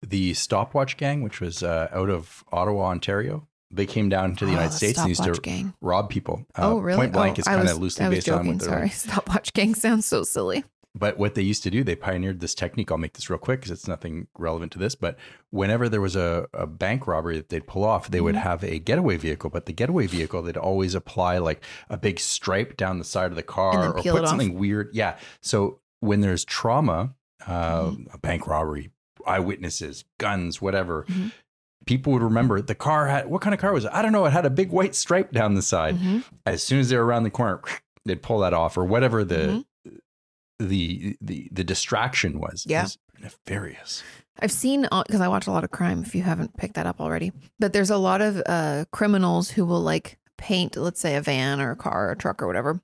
[SPEAKER 1] The Stopwatch Gang, which was uh, out of Ottawa, Ontario, they came down to the
[SPEAKER 2] Oh,
[SPEAKER 1] United
[SPEAKER 2] the
[SPEAKER 1] States and used to
[SPEAKER 2] Stopwatch gang.
[SPEAKER 1] rob people. Uh,
[SPEAKER 2] oh, really?
[SPEAKER 1] Point Blank
[SPEAKER 2] oh,
[SPEAKER 1] is
[SPEAKER 2] I
[SPEAKER 1] kind of
[SPEAKER 2] was-
[SPEAKER 1] loosely
[SPEAKER 2] I was
[SPEAKER 1] based
[SPEAKER 2] joking,
[SPEAKER 1] on what they're.
[SPEAKER 2] Sorry, stopwatch gang sounds so silly.
[SPEAKER 1] But what they used to do, they pioneered this technique. I'll make this real quick because it's nothing relevant to this. But whenever there was a, a bank robbery that they'd pull off, they would
[SPEAKER 2] Mm-hmm.
[SPEAKER 1] have a getaway vehicle. But the getaway vehicle, they'd always apply like a big stripe down the side of the
[SPEAKER 2] then
[SPEAKER 1] car or
[SPEAKER 2] peel it
[SPEAKER 1] put
[SPEAKER 2] off.
[SPEAKER 1] something weird. Yeah. So when there's trauma, uh,
[SPEAKER 2] Mm-hmm.
[SPEAKER 1] a bank robbery, eyewitnesses, guns, whatever,
[SPEAKER 2] Mhm.
[SPEAKER 1] people would remember the car had what kind of car was it? I don't know. It had a big white stripe down the side
[SPEAKER 2] Mhm.
[SPEAKER 1] as soon as they were around the corner, they'd pull that off or whatever the the the the distraction was.
[SPEAKER 2] Mm-hmm. Yeah.
[SPEAKER 1] It was nefarious.
[SPEAKER 2] I've seen because I watch a lot of crime. If you haven't picked that up already, but there's a lot of uh, criminals who will like paint, let's say, a van or a car or a truck or whatever,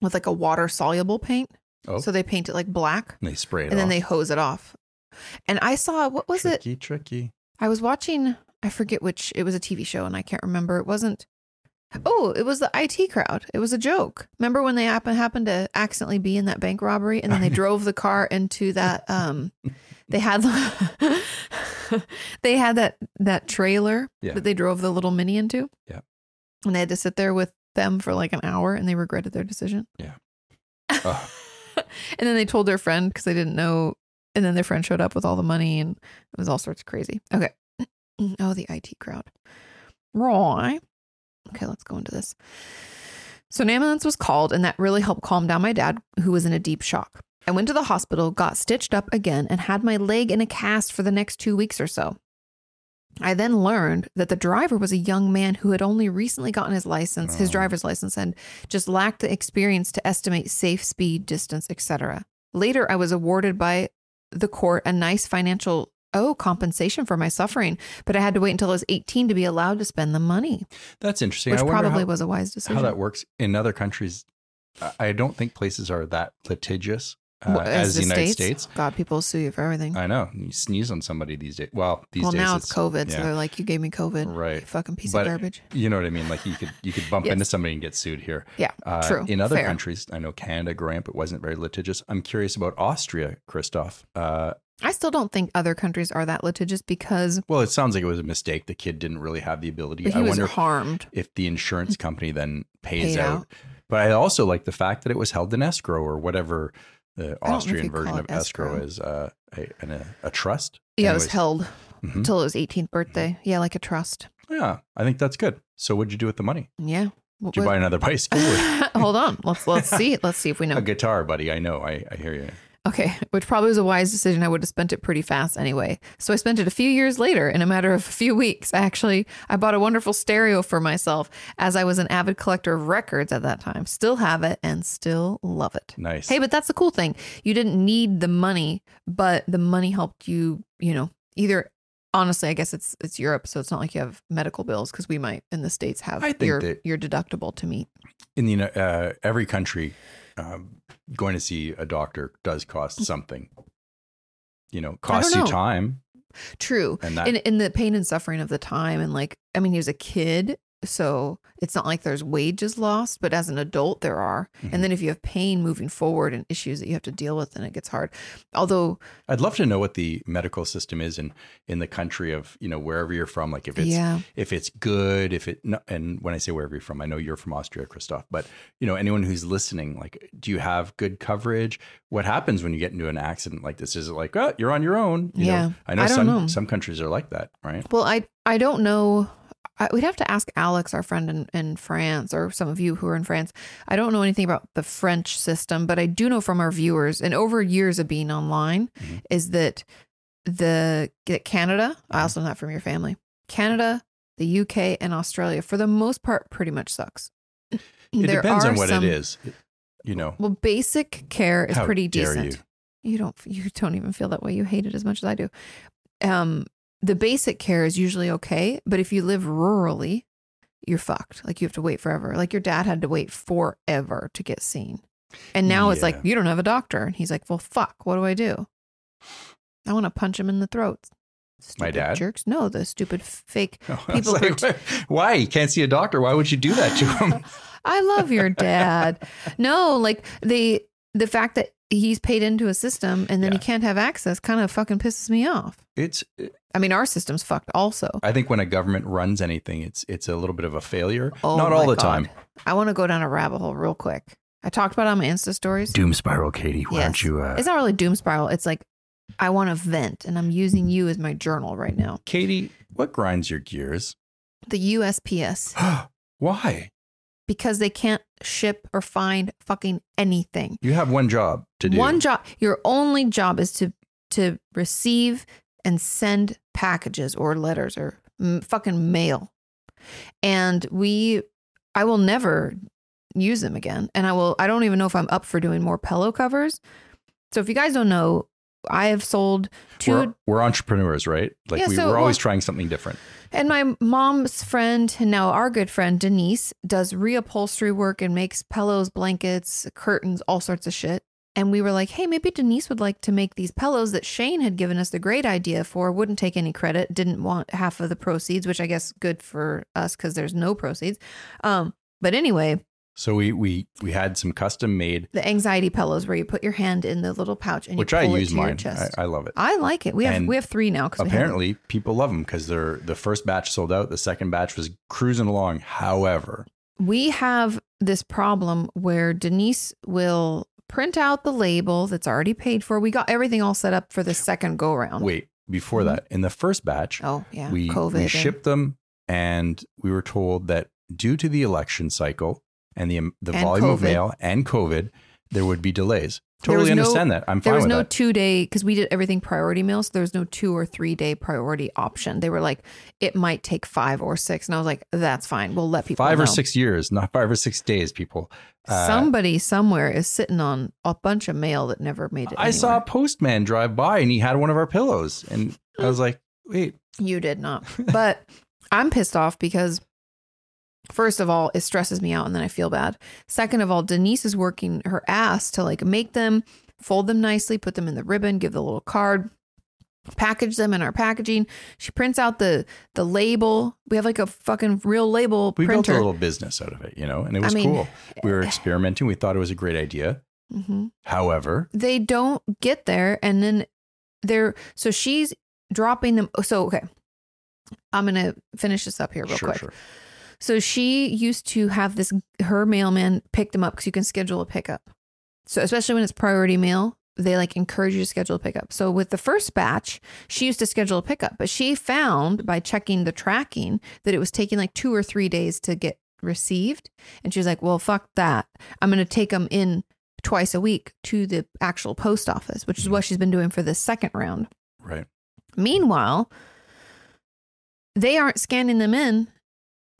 [SPEAKER 2] with like a water soluble paint.
[SPEAKER 1] Oh.
[SPEAKER 2] So they paint it like black,
[SPEAKER 1] And they spray it
[SPEAKER 2] and then
[SPEAKER 1] off.
[SPEAKER 2] they hose it off. And I saw what was it?
[SPEAKER 1] tricky, tricky.
[SPEAKER 2] I was watching. I forget which. It was a TV show, and I can't remember. It wasn't. Oh, it was the IT crowd. It was a joke. Remember when they happen, happened to accidentally be in that bank robbery, and then they drove the car into that. Um, they had the, they had that that trailer
[SPEAKER 1] Yeah.
[SPEAKER 2] that they drove the little mini into.
[SPEAKER 1] Yeah.
[SPEAKER 2] and they had to sit there with them for like an hour, and they regretted their decision.
[SPEAKER 1] Yeah.
[SPEAKER 2] and
[SPEAKER 1] Ugh.
[SPEAKER 2] then they told their friend because they didn't know, and then their friend showed up with all the money, and it was all sorts of crazy. Okay. Oh, the IT crowd. Roy. Okay, let's go into this. So an ambulance was called, and that really helped calm down my dad, who was in a deep shock. I went to the hospital, got stitched up again, and had my leg in a cast for the next two weeks or so. I then learned that the driver was a young man who had only recently gotten his license, his
[SPEAKER 1] Oh.
[SPEAKER 2] driver's license, and just lacked the experience to estimate safe speed, distance, etc. Later, I was awarded by the court a nice financial oh compensation for my suffering, but I had to wait until I was 18 to be allowed to spend the money,
[SPEAKER 1] That's interesting.
[SPEAKER 2] which
[SPEAKER 1] I wonder
[SPEAKER 2] probably
[SPEAKER 1] how,
[SPEAKER 2] was a wise
[SPEAKER 1] how
[SPEAKER 2] decision.
[SPEAKER 1] that works in other countries. I- I don't think places are that litigious uh,
[SPEAKER 2] Well,
[SPEAKER 1] as, the United States.
[SPEAKER 2] God, people sue you for everything.
[SPEAKER 1] I know. You sneeze on somebody these days. Well, these
[SPEAKER 2] well,
[SPEAKER 1] days
[SPEAKER 2] now it's, COVID, so
[SPEAKER 1] yeah.
[SPEAKER 2] they're like, you gave me COVID,
[SPEAKER 1] Right.
[SPEAKER 2] you fucking piece
[SPEAKER 1] But-
[SPEAKER 2] of garbage.
[SPEAKER 1] You know what I mean? Like you could you could bump
[SPEAKER 2] Yes.
[SPEAKER 1] into somebody and get sued here. Uh,
[SPEAKER 2] Yeah, true,
[SPEAKER 1] In other
[SPEAKER 2] fair.
[SPEAKER 1] countries, I know Canada, Gramp, it wasn't very litigious. I'm curious about Austria, Christoph. Uh,
[SPEAKER 2] I still don't think other countries are that litigious because
[SPEAKER 1] well, it sounds like it was a mistake. The kid didn't really have the ability.
[SPEAKER 2] but he
[SPEAKER 1] I
[SPEAKER 2] was
[SPEAKER 1] wonder
[SPEAKER 2] harmed.
[SPEAKER 1] if the insurance company then pays
[SPEAKER 2] Paid
[SPEAKER 1] out.
[SPEAKER 2] out.
[SPEAKER 1] But I also like the fact that it was held in escrow or whatever the
[SPEAKER 2] if
[SPEAKER 1] Austrian
[SPEAKER 2] you call
[SPEAKER 1] version
[SPEAKER 2] it
[SPEAKER 1] of escrow,
[SPEAKER 2] escrow.
[SPEAKER 1] is. Uh, a, an, a, a trust.
[SPEAKER 2] Yeah, it was
[SPEAKER 1] Anyways.
[SPEAKER 2] held
[SPEAKER 1] Mhm.
[SPEAKER 2] until his 18th birthday. Yeah, like a trust.
[SPEAKER 1] Yeah, I think that's good. So, what'd you do with the money?
[SPEAKER 2] Yeah. What
[SPEAKER 1] Did you
[SPEAKER 2] was-
[SPEAKER 1] buy another bicycle? or
[SPEAKER 2] Hold on. Let's let's see. Let's see if we know.
[SPEAKER 1] A guitar, buddy. I know. I, I hear you.
[SPEAKER 2] Okay, which probably was a wise decision. I would have spent it pretty fast anyway. So I spent it a few years later in a matter of a few weeks. Actually, I bought a wonderful stereo for myself as I was an avid collector of records at that time. Still have it and still love it.
[SPEAKER 1] Nice.
[SPEAKER 2] Hey, but that's the cool thing. You didn't need the money, but the money helped you, you know, either honestly, I guess it's it's Europe, so it's not like you have medical bills because we might in the States have
[SPEAKER 1] I think
[SPEAKER 2] your
[SPEAKER 1] that-
[SPEAKER 2] your deductible to meet.
[SPEAKER 1] in the Uni- uh, every country, um, going to see a doctor does cost something. You know, costs you
[SPEAKER 2] Mm. know.
[SPEAKER 1] time,
[SPEAKER 2] True.
[SPEAKER 1] and that
[SPEAKER 2] in in the pain and suffering of the time and like i mean he was a kid so it's not like there's wages lost but as an adult there are
[SPEAKER 1] Mhm.
[SPEAKER 2] and then if you have pain moving forward and issues that you have to deal with then it gets hard although
[SPEAKER 1] I'd love to know what the medical system is in in the country of you know wherever you're from. Like if it's
[SPEAKER 2] yeah
[SPEAKER 1] if it's good, if it no, and when I say wherever you're from, I know you're from Austria, Christoph. But you know anyone who's listening, like, do you have good coverage? What happens when you get into an accident like this? Is it like oh, you're on your own? You
[SPEAKER 2] Yeah.
[SPEAKER 1] know, I know
[SPEAKER 2] I don't
[SPEAKER 1] some
[SPEAKER 2] know.
[SPEAKER 1] some countries are like that, right?
[SPEAKER 2] well i i don't know I, we'd have to ask alex our friend in, in france or some of you who are in france i don't know anything about the french system but i do know from our viewers and over years of being online
[SPEAKER 1] Mhm.
[SPEAKER 2] is that the Canada, also not from your family, Canada, the UK, and Australia, for the most part, pretty much sucks.
[SPEAKER 1] It
[SPEAKER 2] There
[SPEAKER 1] depends on
[SPEAKER 2] are
[SPEAKER 1] what
[SPEAKER 2] some-
[SPEAKER 1] it is. It- You know,
[SPEAKER 2] Well, basic care is
[SPEAKER 1] How
[SPEAKER 2] pretty
[SPEAKER 1] dare
[SPEAKER 2] decent. You don't you don't even feel that way. You hate it as much as I do. Um, the basic care is usually okay, but if you live rurally, you're fucked. Like you have to wait forever. Like your dad had to wait forever to get seen, and now it's like
[SPEAKER 1] Yeah.
[SPEAKER 2] you don't have a doctor, and he's like, "Well, fuck, what do I do? I want to punch him in the throat."
[SPEAKER 1] My
[SPEAKER 2] Stupid
[SPEAKER 1] dad?
[SPEAKER 2] jerks. No, the stupid fake
[SPEAKER 1] I was
[SPEAKER 2] people who
[SPEAKER 1] like, why? You can't see a doctor. Why would you do that to him?
[SPEAKER 2] I love your dad. no, like the the fact that he's paid into a system and then he
[SPEAKER 1] Yeah.
[SPEAKER 2] can't have access kind of fucking pisses me off.
[SPEAKER 1] it's.
[SPEAKER 2] I mean, our system's fucked also.
[SPEAKER 1] I think when a government runs anything, it's it's a little bit of a failure.
[SPEAKER 2] Oh
[SPEAKER 1] Not all
[SPEAKER 2] my
[SPEAKER 1] the
[SPEAKER 2] God.
[SPEAKER 1] time.
[SPEAKER 2] I want to go down a rabbit hole real quick. I talked about it on my Insta stories.
[SPEAKER 1] Doom spiral, Katie. Why
[SPEAKER 2] Yes.
[SPEAKER 1] don't you? Uh,
[SPEAKER 2] It's not really doom spiral. It's like I want to vent and I'm using you as my journal right now.
[SPEAKER 1] Katie, what grinds your gears?
[SPEAKER 2] The USPS
[SPEAKER 1] why?
[SPEAKER 2] because they can't ship or find fucking anything.
[SPEAKER 1] You have one job to do.
[SPEAKER 2] One job. Your only job is to to receive and send packages or letters or m- fucking mail. And we, I will never use them again. And I will. I don't even know if I'm up for doing more pillow covers. So if you guys don't know, I have sold 2
[SPEAKER 1] We're, we're entrepreneurs, right? Like
[SPEAKER 2] Yeah,
[SPEAKER 1] we,
[SPEAKER 2] so-
[SPEAKER 1] we're always
[SPEAKER 2] well-
[SPEAKER 1] trying something different.
[SPEAKER 2] And my mom's friend, and now our good friend Denise, does reupholstery work and makes pillows, blankets, curtains, all sorts of shit. And we were like, hey, maybe Denise would like to make these pillows that Shane had given us the great idea for, wouldn't take any credit, didn't want half of the proceeds, which I guess good for us because there's no proceeds. Um, but anyway,
[SPEAKER 1] So we we we had some custom made,
[SPEAKER 2] the anxiety pillows where you put your hand in the little pouch and
[SPEAKER 1] which
[SPEAKER 2] you
[SPEAKER 1] I
[SPEAKER 2] pull it
[SPEAKER 1] use
[SPEAKER 2] to your
[SPEAKER 1] mine. I,
[SPEAKER 2] chest.
[SPEAKER 1] I love it.
[SPEAKER 2] I, like it. We have
[SPEAKER 1] And
[SPEAKER 2] we have three now because
[SPEAKER 1] Apparently, people love them because they're the first batch sold out. The second batch was cruising along. However,
[SPEAKER 2] we have this problem where Denise will print out the label that's already paid for. We got everything all set up for the second go round.
[SPEAKER 1] wait before
[SPEAKER 2] Mhm.
[SPEAKER 1] that, in the first batch,
[SPEAKER 2] Oh yeah,
[SPEAKER 1] we,
[SPEAKER 2] COVID.
[SPEAKER 1] we
[SPEAKER 2] and-
[SPEAKER 1] shipped them and we were told that due to the election cycle and the um, the
[SPEAKER 2] And
[SPEAKER 1] volume of
[SPEAKER 2] COVID.
[SPEAKER 1] mail and covid there would be delays
[SPEAKER 2] There was
[SPEAKER 1] totally
[SPEAKER 2] no-
[SPEAKER 1] understand that i'm
[SPEAKER 2] there
[SPEAKER 1] fine
[SPEAKER 2] was
[SPEAKER 1] with
[SPEAKER 2] no
[SPEAKER 1] that
[SPEAKER 2] two day because we did everything priority mail, so there was no two or three day priority option. They were like, it might take five or six, and I was like, that's fine. We'll let people
[SPEAKER 1] five
[SPEAKER 2] know.
[SPEAKER 1] or six years not five or six days people Uh,
[SPEAKER 2] Somebody somewhere is sitting on a bunch of mail that never made it.
[SPEAKER 1] i saw a
[SPEAKER 2] anywhere.
[SPEAKER 1] postman drive by and he had one of our pillows and i was like wait
[SPEAKER 2] You did not. But I'm pissed off because, first of all, it stresses me out and then I feel bad. Second of all, Denise is working her ass to like make them, fold them nicely, put them in the ribbon, give the little card package them in our packaging she prints out the the label we have like a fucking real label
[SPEAKER 1] we built
[SPEAKER 2] printer
[SPEAKER 1] a little business out of it you know and it was
[SPEAKER 2] mean- eh,
[SPEAKER 1] cool we were experimenting we thought it was a great idea
[SPEAKER 2] Mhm.
[SPEAKER 1] however
[SPEAKER 2] they don't get there and then they're so she's dropping them oh, so okay i'm gonna finish this up here real
[SPEAKER 1] sure
[SPEAKER 2] quick
[SPEAKER 1] sure
[SPEAKER 2] So she used to have this, her mailman pick them up because you can schedule a pickup. So, especially when it's priority mail, they like encourage you to schedule a pickup. So, with the first batch, she used to schedule a pickup, but she found by checking the tracking that it was taking like two or three days to get received. And she was like, well, fuck that. I'm going to take them in twice a week to the actual post office, which is what she's been doing for the second round.
[SPEAKER 1] right
[SPEAKER 2] Meanwhile, they aren't scanning them in.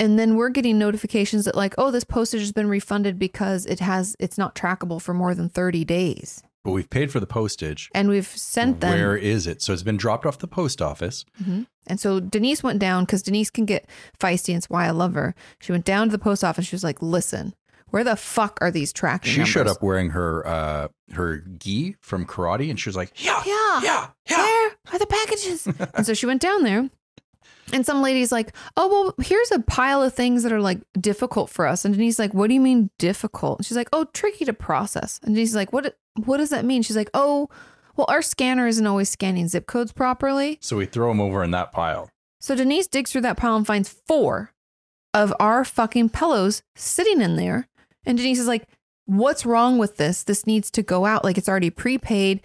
[SPEAKER 2] And then we're getting notifications that like, oh, this postage has been refunded because it has it's not trackable for more than 30 days.
[SPEAKER 1] but we've paid for the postage
[SPEAKER 2] And we've sent them.
[SPEAKER 1] where is it so it's been dropped off the post office
[SPEAKER 2] Mhm. And so Denise went down because Denise can get feisty and it's why I love her. She went down to the post office. She was like, listen, where the fuck are these tracking
[SPEAKER 1] She showed
[SPEAKER 2] numbers?
[SPEAKER 1] up wearing her uh her gi from karate, and she was like, "Yeah,
[SPEAKER 2] Yeah.
[SPEAKER 1] yeah, yeah."
[SPEAKER 2] Where are the packages? and so she went down there. And some lady's like, Oh, well, here's a pile of things that are like difficult for us. And Denise's like, What do you mean difficult? And she's like, Oh, tricky to process. And Denise's like, What what does that mean? She's like, Oh, well, our scanner isn't always scanning zip codes properly.
[SPEAKER 1] So we throw him over in that pile.
[SPEAKER 2] So Denise digs through that pile and finds four of our fucking pillows sitting in there. And Denise is like, What's wrong with this? This needs to go out. Like it's already prepaid.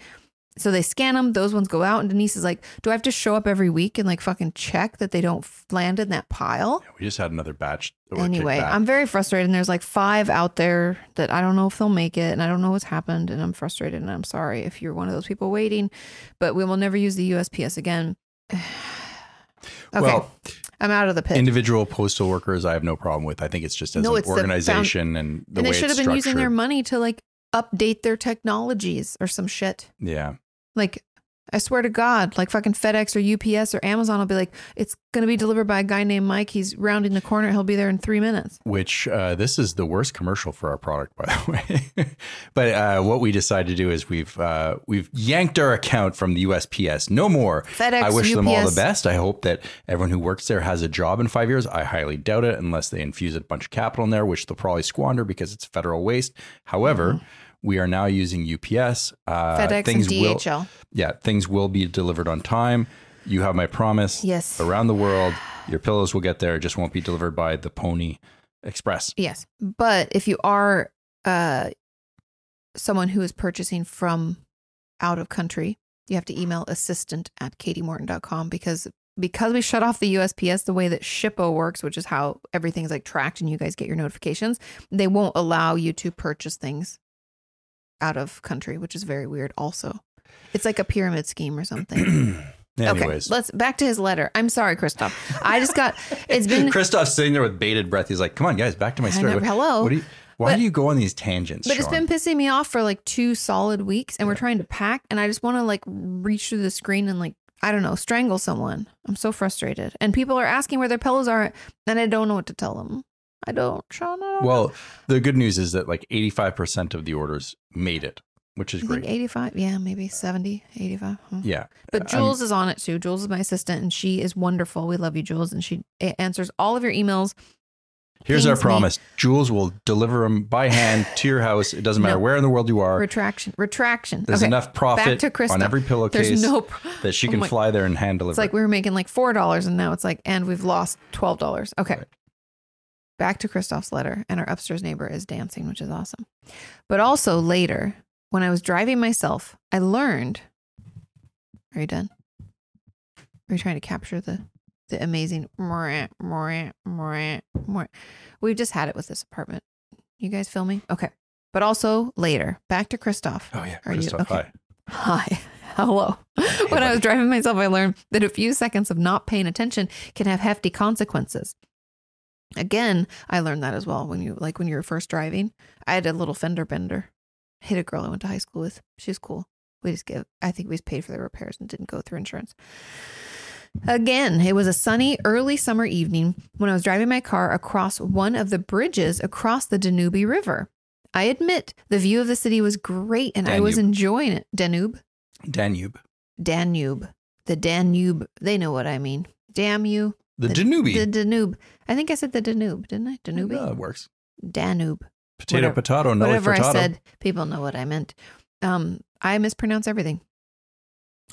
[SPEAKER 2] so they scan them. Those ones go out, and Denise is like, "Do I have to show up every week and like fucking check that they don't f- land in that pile?"
[SPEAKER 1] We just had another batch. that were kicked
[SPEAKER 2] Anyway,
[SPEAKER 1] back.
[SPEAKER 2] I'm very frustrated. And there's like five out there that I don't know if they'll make it, and I don't know what's happened, and I'm frustrated, and I'm sorry if you're one of those people waiting, but we will never use the USPS again. okay,
[SPEAKER 1] well,
[SPEAKER 2] I'm out of the pit.
[SPEAKER 1] individual postal workers, I have no problem with. I think it's just as
[SPEAKER 2] No,
[SPEAKER 1] an
[SPEAKER 2] it's the found-
[SPEAKER 1] organization and the
[SPEAKER 2] and
[SPEAKER 1] way
[SPEAKER 2] they should
[SPEAKER 1] it's
[SPEAKER 2] have been using their
[SPEAKER 1] structured.
[SPEAKER 2] money to like update their technologies or some shit.
[SPEAKER 1] yeah,
[SPEAKER 2] Like, I swear to God, like fucking FedEx or UPS or Amazon will be like, it's going to be delivered by a guy named Mike. He's rounding the corner. He'll be there in three minutes.
[SPEAKER 1] which uh, this is the worst commercial for our product, by the way. but uh, what we decided to do is we've uh, we've yanked our account from the USPS. No more.
[SPEAKER 2] FedEx,
[SPEAKER 1] I wish
[SPEAKER 2] UPS.
[SPEAKER 1] them all the best. I hope that everyone who works there has a job in five years. I highly doubt it unless they infuse a bunch of capital in there, which they'll probably squander because it's federal waste. However, we are now using UPS. Uh,
[SPEAKER 2] Mm-hmm. FedEx and
[SPEAKER 1] will-
[SPEAKER 2] DHL.
[SPEAKER 1] yeah, things will be delivered on time. You have my promise.
[SPEAKER 2] Yes.
[SPEAKER 1] Around the world, your pillows will get there. It just won't be delivered by the Pony Express.
[SPEAKER 2] Yes. But if you are uh, someone who is purchasing from out of country, you have to email assistant at katiemorton.com because because we shut off the USPS the way that Shippo works, which is how everything's like tracked and you guys get your notifications, they won't allow you to purchase things out of country, which is very weird also. It's like a pyramid scheme or something.
[SPEAKER 1] Anyways.
[SPEAKER 2] Okay. Let's back to his letter. I'm sorry, Christoph. I just got it's been
[SPEAKER 1] Christoph's sitting there with bated breath. He's like, come on, guys, back to my
[SPEAKER 2] I
[SPEAKER 1] story.
[SPEAKER 2] know,
[SPEAKER 1] What-
[SPEAKER 2] hello.
[SPEAKER 1] What do you, why
[SPEAKER 2] But-
[SPEAKER 1] do you go on these tangents?
[SPEAKER 2] But it's
[SPEAKER 1] Sean?
[SPEAKER 2] been pissing me off for like two solid weeks, and we're trying to pack, and I just want to like reach through the screen and like I don't know strangle someone. I'm so frustrated, and people are asking where their pillows are, and I don't know what to tell them. I don't, Sean. I don't know.
[SPEAKER 1] well, the good news is that like 85% of the orders made it, which is
[SPEAKER 2] I think
[SPEAKER 1] great. Uh,
[SPEAKER 2] 85, yeah, maybe 70, 85. hmm.
[SPEAKER 1] Yeah.
[SPEAKER 2] But
[SPEAKER 1] I'm-
[SPEAKER 2] Jules is on it too. Jules is my assistant, and she is wonderful. We love you, Jules, and she a- answers all of your emails.
[SPEAKER 1] Here's our
[SPEAKER 2] pains me.
[SPEAKER 1] promise Jules will deliver them by hand to your house. It doesn't matter
[SPEAKER 2] No.
[SPEAKER 1] where in the world you are.
[SPEAKER 2] Retraction, retraction.
[SPEAKER 1] There's
[SPEAKER 2] okay.
[SPEAKER 1] enough
[SPEAKER 2] Back
[SPEAKER 1] profit
[SPEAKER 2] to Krista.
[SPEAKER 1] on every pillowcase
[SPEAKER 2] There's no.
[SPEAKER 1] that she
[SPEAKER 2] Oh
[SPEAKER 1] can
[SPEAKER 2] my-
[SPEAKER 1] fly there and hand deliver.
[SPEAKER 2] It's like we were making like four dollars, and now it's like, and we've lost twelve dollars. Okay,
[SPEAKER 1] Right.
[SPEAKER 2] back to Christoph's letter, and our upstairs neighbor is dancing, which is awesome. But also later, when I was driving myself, I learned. Are you done? Are you trying to capture the the amazing? We've just had it with this apartment. You guys filming? Okay. But also later, back to Christoph.
[SPEAKER 1] Oh yeah,
[SPEAKER 2] Are you-
[SPEAKER 1] Christoph.
[SPEAKER 2] okay.
[SPEAKER 1] Hi.
[SPEAKER 2] Hi. Hello. when I was
[SPEAKER 1] buddy.
[SPEAKER 2] driving myself, I learned that a few seconds of not paying attention can have hefty consequences. Again, I learned that as well when you like when you were first driving. I had a little fender bender. Hit a girl I went to high school with. She was cool. We just gave I think we just paid for the repairs and didn't go through insurance. Again, it was a sunny early summer evening when I was driving my car across one of the bridges across the Danube River. I admit the view of the city was great and I was
[SPEAKER 1] Danube.
[SPEAKER 2] enjoying it. Danube?
[SPEAKER 1] Danube.
[SPEAKER 2] Danube. The Danube. They know what I mean. Damn you.
[SPEAKER 1] The,
[SPEAKER 2] The-
[SPEAKER 1] Danube.
[SPEAKER 2] The Danube. I think I said the Danube, didn't I? Danube?
[SPEAKER 1] Yeah, it works.
[SPEAKER 2] Danube.
[SPEAKER 1] Potato,
[SPEAKER 2] Uh, Whatever-
[SPEAKER 1] potato, no
[SPEAKER 2] Whatever
[SPEAKER 1] frittata.
[SPEAKER 2] I said, people know what I meant. Um, I mispronounce everything.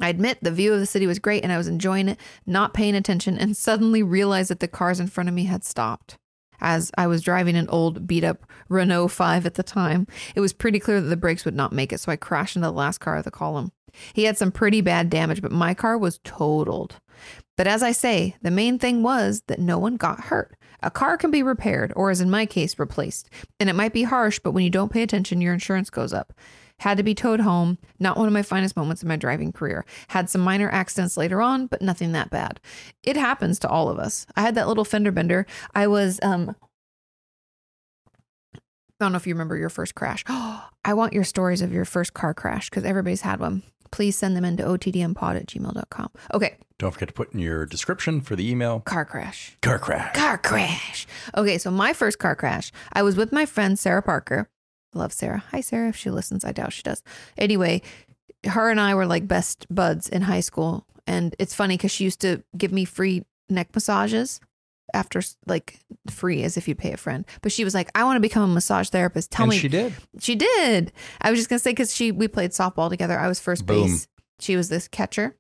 [SPEAKER 2] I admit the view of the city was great and I was enjoying it, not paying attention, and suddenly realized that the cars in front of me had stopped. As I was driving an old beat up Renault 5 at the time, it was pretty clear that the brakes would not make it, so I crashed into the last car of the column. He had some pretty bad damage, but my car was totaled. But as I say, the main thing was that no one got hurt. A car can be repaired, or as in my case, replaced. And it might be harsh, but when you don't pay attention, your insurance goes up. Had to be towed home, not one of my finest moments in my driving career. Had some minor accidents later on, but nothing that bad. It happens to all of us. I had that little fender bender. I was, um, I don't know if you remember your first crash. I want your stories of your first car crash because everybody's had one. Please send them into otdmpod at gmail.com. Okay,
[SPEAKER 1] Don't forget to put in your description for the email.
[SPEAKER 2] car crash.
[SPEAKER 1] Car crash.
[SPEAKER 2] Car crash. Okay, so my first car crash, I was with my friend Sarah Parker. Love Sarah. Hi, Sarah. If she listens, I doubt she does. Anyway, her and I were like best buds in high school. And it's funny because she used to give me free neck massages after, like, free as if you'd pay a friend. But she was like, I want to become a massage therapist. Tell
[SPEAKER 1] and
[SPEAKER 2] me.
[SPEAKER 1] she did.
[SPEAKER 2] She did. I was just gonna say because she we played softball together. I was first
[SPEAKER 1] Boom.
[SPEAKER 2] base. She was this catcher.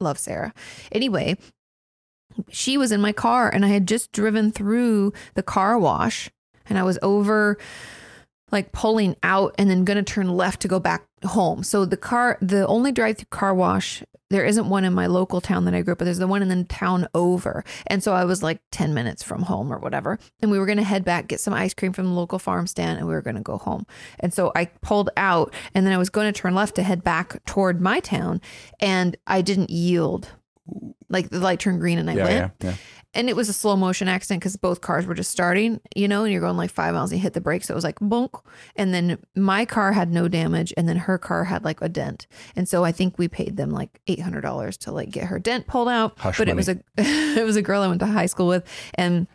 [SPEAKER 2] Love Sarah. Anyway, she was in my car and I had just driven through the car wash and I was over like pulling out and then going to turn left to go back home. So the car, the only drive through car wash, there isn't one in my local town that I grew up, but there's the one in the town over. And so I was like 10 minutes from home or whatever. And we were going to head back, get some ice cream from the local farm stand, and we were going to go home. And so I pulled out and then I was going to turn left to head back toward my town. And I didn't yield. Like the light turned green and I
[SPEAKER 1] yeah,
[SPEAKER 2] went
[SPEAKER 1] yeah, yeah.
[SPEAKER 2] and it was a slow motion accident because both cars were just starting, you know, and you're going like five miles and you hit the brakes. So it was like bonk. And then my car had no damage and then her car had like a dent. And so I think we paid them like eight hundred dollars to like get her dent pulled out.
[SPEAKER 1] Hush
[SPEAKER 2] but
[SPEAKER 1] money.
[SPEAKER 2] it was a it was a girl I went to high school with and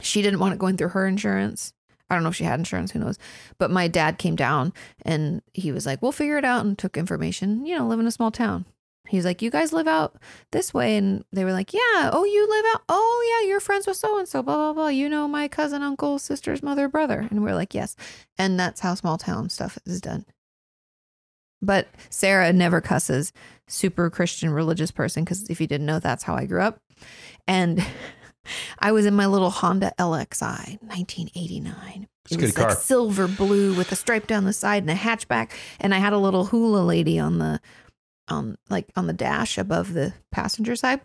[SPEAKER 2] she didn't want it going through her insurance. I don't know if she had insurance, who knows. But my dad came down and he was like, We'll figure it out and took information, you know, live in a small town. He's like, You guys live out this way. And they were like, Yeah, oh, you live out. Oh, yeah, you're friends with so and so, blah, blah, blah. You know, my cousin, uncle, sister's mother, brother. And we are like, Yes. And that's how small town stuff is done. But Sarah never cusses, super Christian religious person, because if you didn't know, that's how I grew up. And I was in my little Honda LXI, 1989.
[SPEAKER 1] It's a
[SPEAKER 2] it
[SPEAKER 1] good
[SPEAKER 2] was
[SPEAKER 1] car.
[SPEAKER 2] like silver blue with a stripe down the side and a hatchback. And I had a little hula lady on the um like on the dash above the passenger side.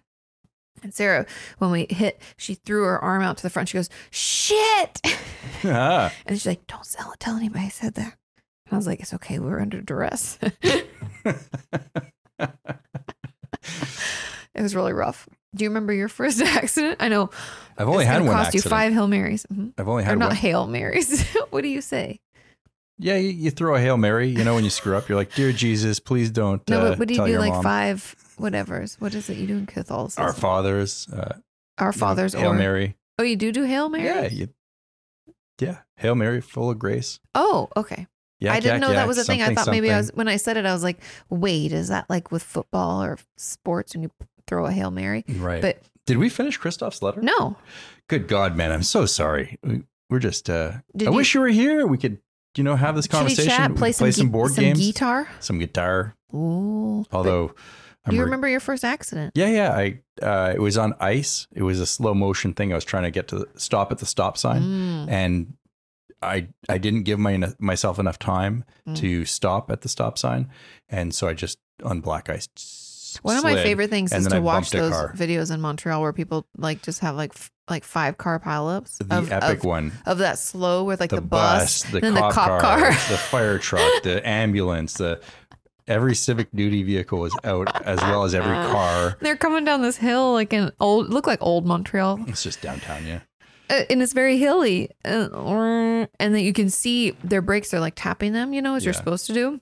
[SPEAKER 2] And Sarah, when we hit, she threw her arm out to the front. She goes, shit.
[SPEAKER 1] Ah,
[SPEAKER 2] And she's like, don't sell it. Tell anybody I said that. And I was like, it's okay. We're under duress. it was really rough. Do you remember your first accident? I know.
[SPEAKER 1] I've only had one
[SPEAKER 2] cost
[SPEAKER 1] accident.
[SPEAKER 2] you five Hail Marys. Mhm.
[SPEAKER 1] I've only
[SPEAKER 2] Or
[SPEAKER 1] had
[SPEAKER 2] not
[SPEAKER 1] one.
[SPEAKER 2] Hail Marys. what do you say?
[SPEAKER 1] Yeah, you, you throw a hail mary. You know when you screw up, you're like, "Dear Jesus, please don't."
[SPEAKER 2] No,
[SPEAKER 1] uh,
[SPEAKER 2] but what do you
[SPEAKER 1] tell
[SPEAKER 2] do
[SPEAKER 1] your
[SPEAKER 2] like
[SPEAKER 1] mom.
[SPEAKER 2] five whatevers? What is it you do in Catholicism?
[SPEAKER 1] Our fathers, uh,
[SPEAKER 2] Our fathers
[SPEAKER 1] Hail
[SPEAKER 2] or
[SPEAKER 1] Mary.
[SPEAKER 2] Oh, you do do Hail Mary?
[SPEAKER 1] Yeah, you, yeah, Hail Mary, full of grace.
[SPEAKER 2] Oh, okay.
[SPEAKER 1] Yeah,
[SPEAKER 2] I didn't know that was a thing. I thought maybe I was
[SPEAKER 1] something.
[SPEAKER 2] when I said it, I was like, wait, is that like with football or sports when you throw a hail mary?
[SPEAKER 1] right.
[SPEAKER 2] But
[SPEAKER 1] Did we finish Christoph's letter?
[SPEAKER 2] no,
[SPEAKER 1] Good God, man, I'm so sorry. We- We're just. uh
[SPEAKER 2] Did
[SPEAKER 1] I
[SPEAKER 2] you-
[SPEAKER 1] wish you were here. We could, you know, have this
[SPEAKER 2] Should we
[SPEAKER 1] conversation.
[SPEAKER 2] chat,
[SPEAKER 1] We
[SPEAKER 2] play
[SPEAKER 1] could
[SPEAKER 2] some,
[SPEAKER 1] play some
[SPEAKER 2] gui-
[SPEAKER 1] board
[SPEAKER 2] some
[SPEAKER 1] games,
[SPEAKER 2] guitar.
[SPEAKER 1] some guitar.
[SPEAKER 2] Ooh, But
[SPEAKER 1] Although,
[SPEAKER 2] do you
[SPEAKER 1] re-
[SPEAKER 2] remember your first accident?
[SPEAKER 1] Yeah, yeah. I uh, it was on ice. It was a slow motion thing. I was trying to get to the, stop at the stop sign,
[SPEAKER 2] Mm,
[SPEAKER 1] and I I didn't give my myself enough time
[SPEAKER 2] Mm.
[SPEAKER 1] to stop at the stop sign, and so I just on black ice. s-
[SPEAKER 2] One of my
[SPEAKER 1] slid.
[SPEAKER 2] favorite things
[SPEAKER 1] and
[SPEAKER 2] is
[SPEAKER 1] then
[SPEAKER 2] to
[SPEAKER 1] I
[SPEAKER 2] watch
[SPEAKER 1] bumped a
[SPEAKER 2] those
[SPEAKER 1] car.
[SPEAKER 2] videos in Montreal where people like just have like f- like five car pileups
[SPEAKER 1] the
[SPEAKER 2] of,
[SPEAKER 1] epic
[SPEAKER 2] of,
[SPEAKER 1] one,
[SPEAKER 2] of that slow with like the,
[SPEAKER 1] the,
[SPEAKER 2] bus.
[SPEAKER 1] bus, the,
[SPEAKER 2] then the
[SPEAKER 1] cop
[SPEAKER 2] cop
[SPEAKER 1] car,
[SPEAKER 2] car.
[SPEAKER 1] the fire truck, the ambulance, the every civic duty vehicle was out as well as every
[SPEAKER 2] Uh.
[SPEAKER 1] car.
[SPEAKER 2] They're coming down this hill like an old look like old Montreal.
[SPEAKER 1] It's just downtown, yeah.
[SPEAKER 2] uh, and it's very hilly uh, and then you can see their brakes are like tapping them you know as you're
[SPEAKER 1] Yeah.
[SPEAKER 2] supposed to do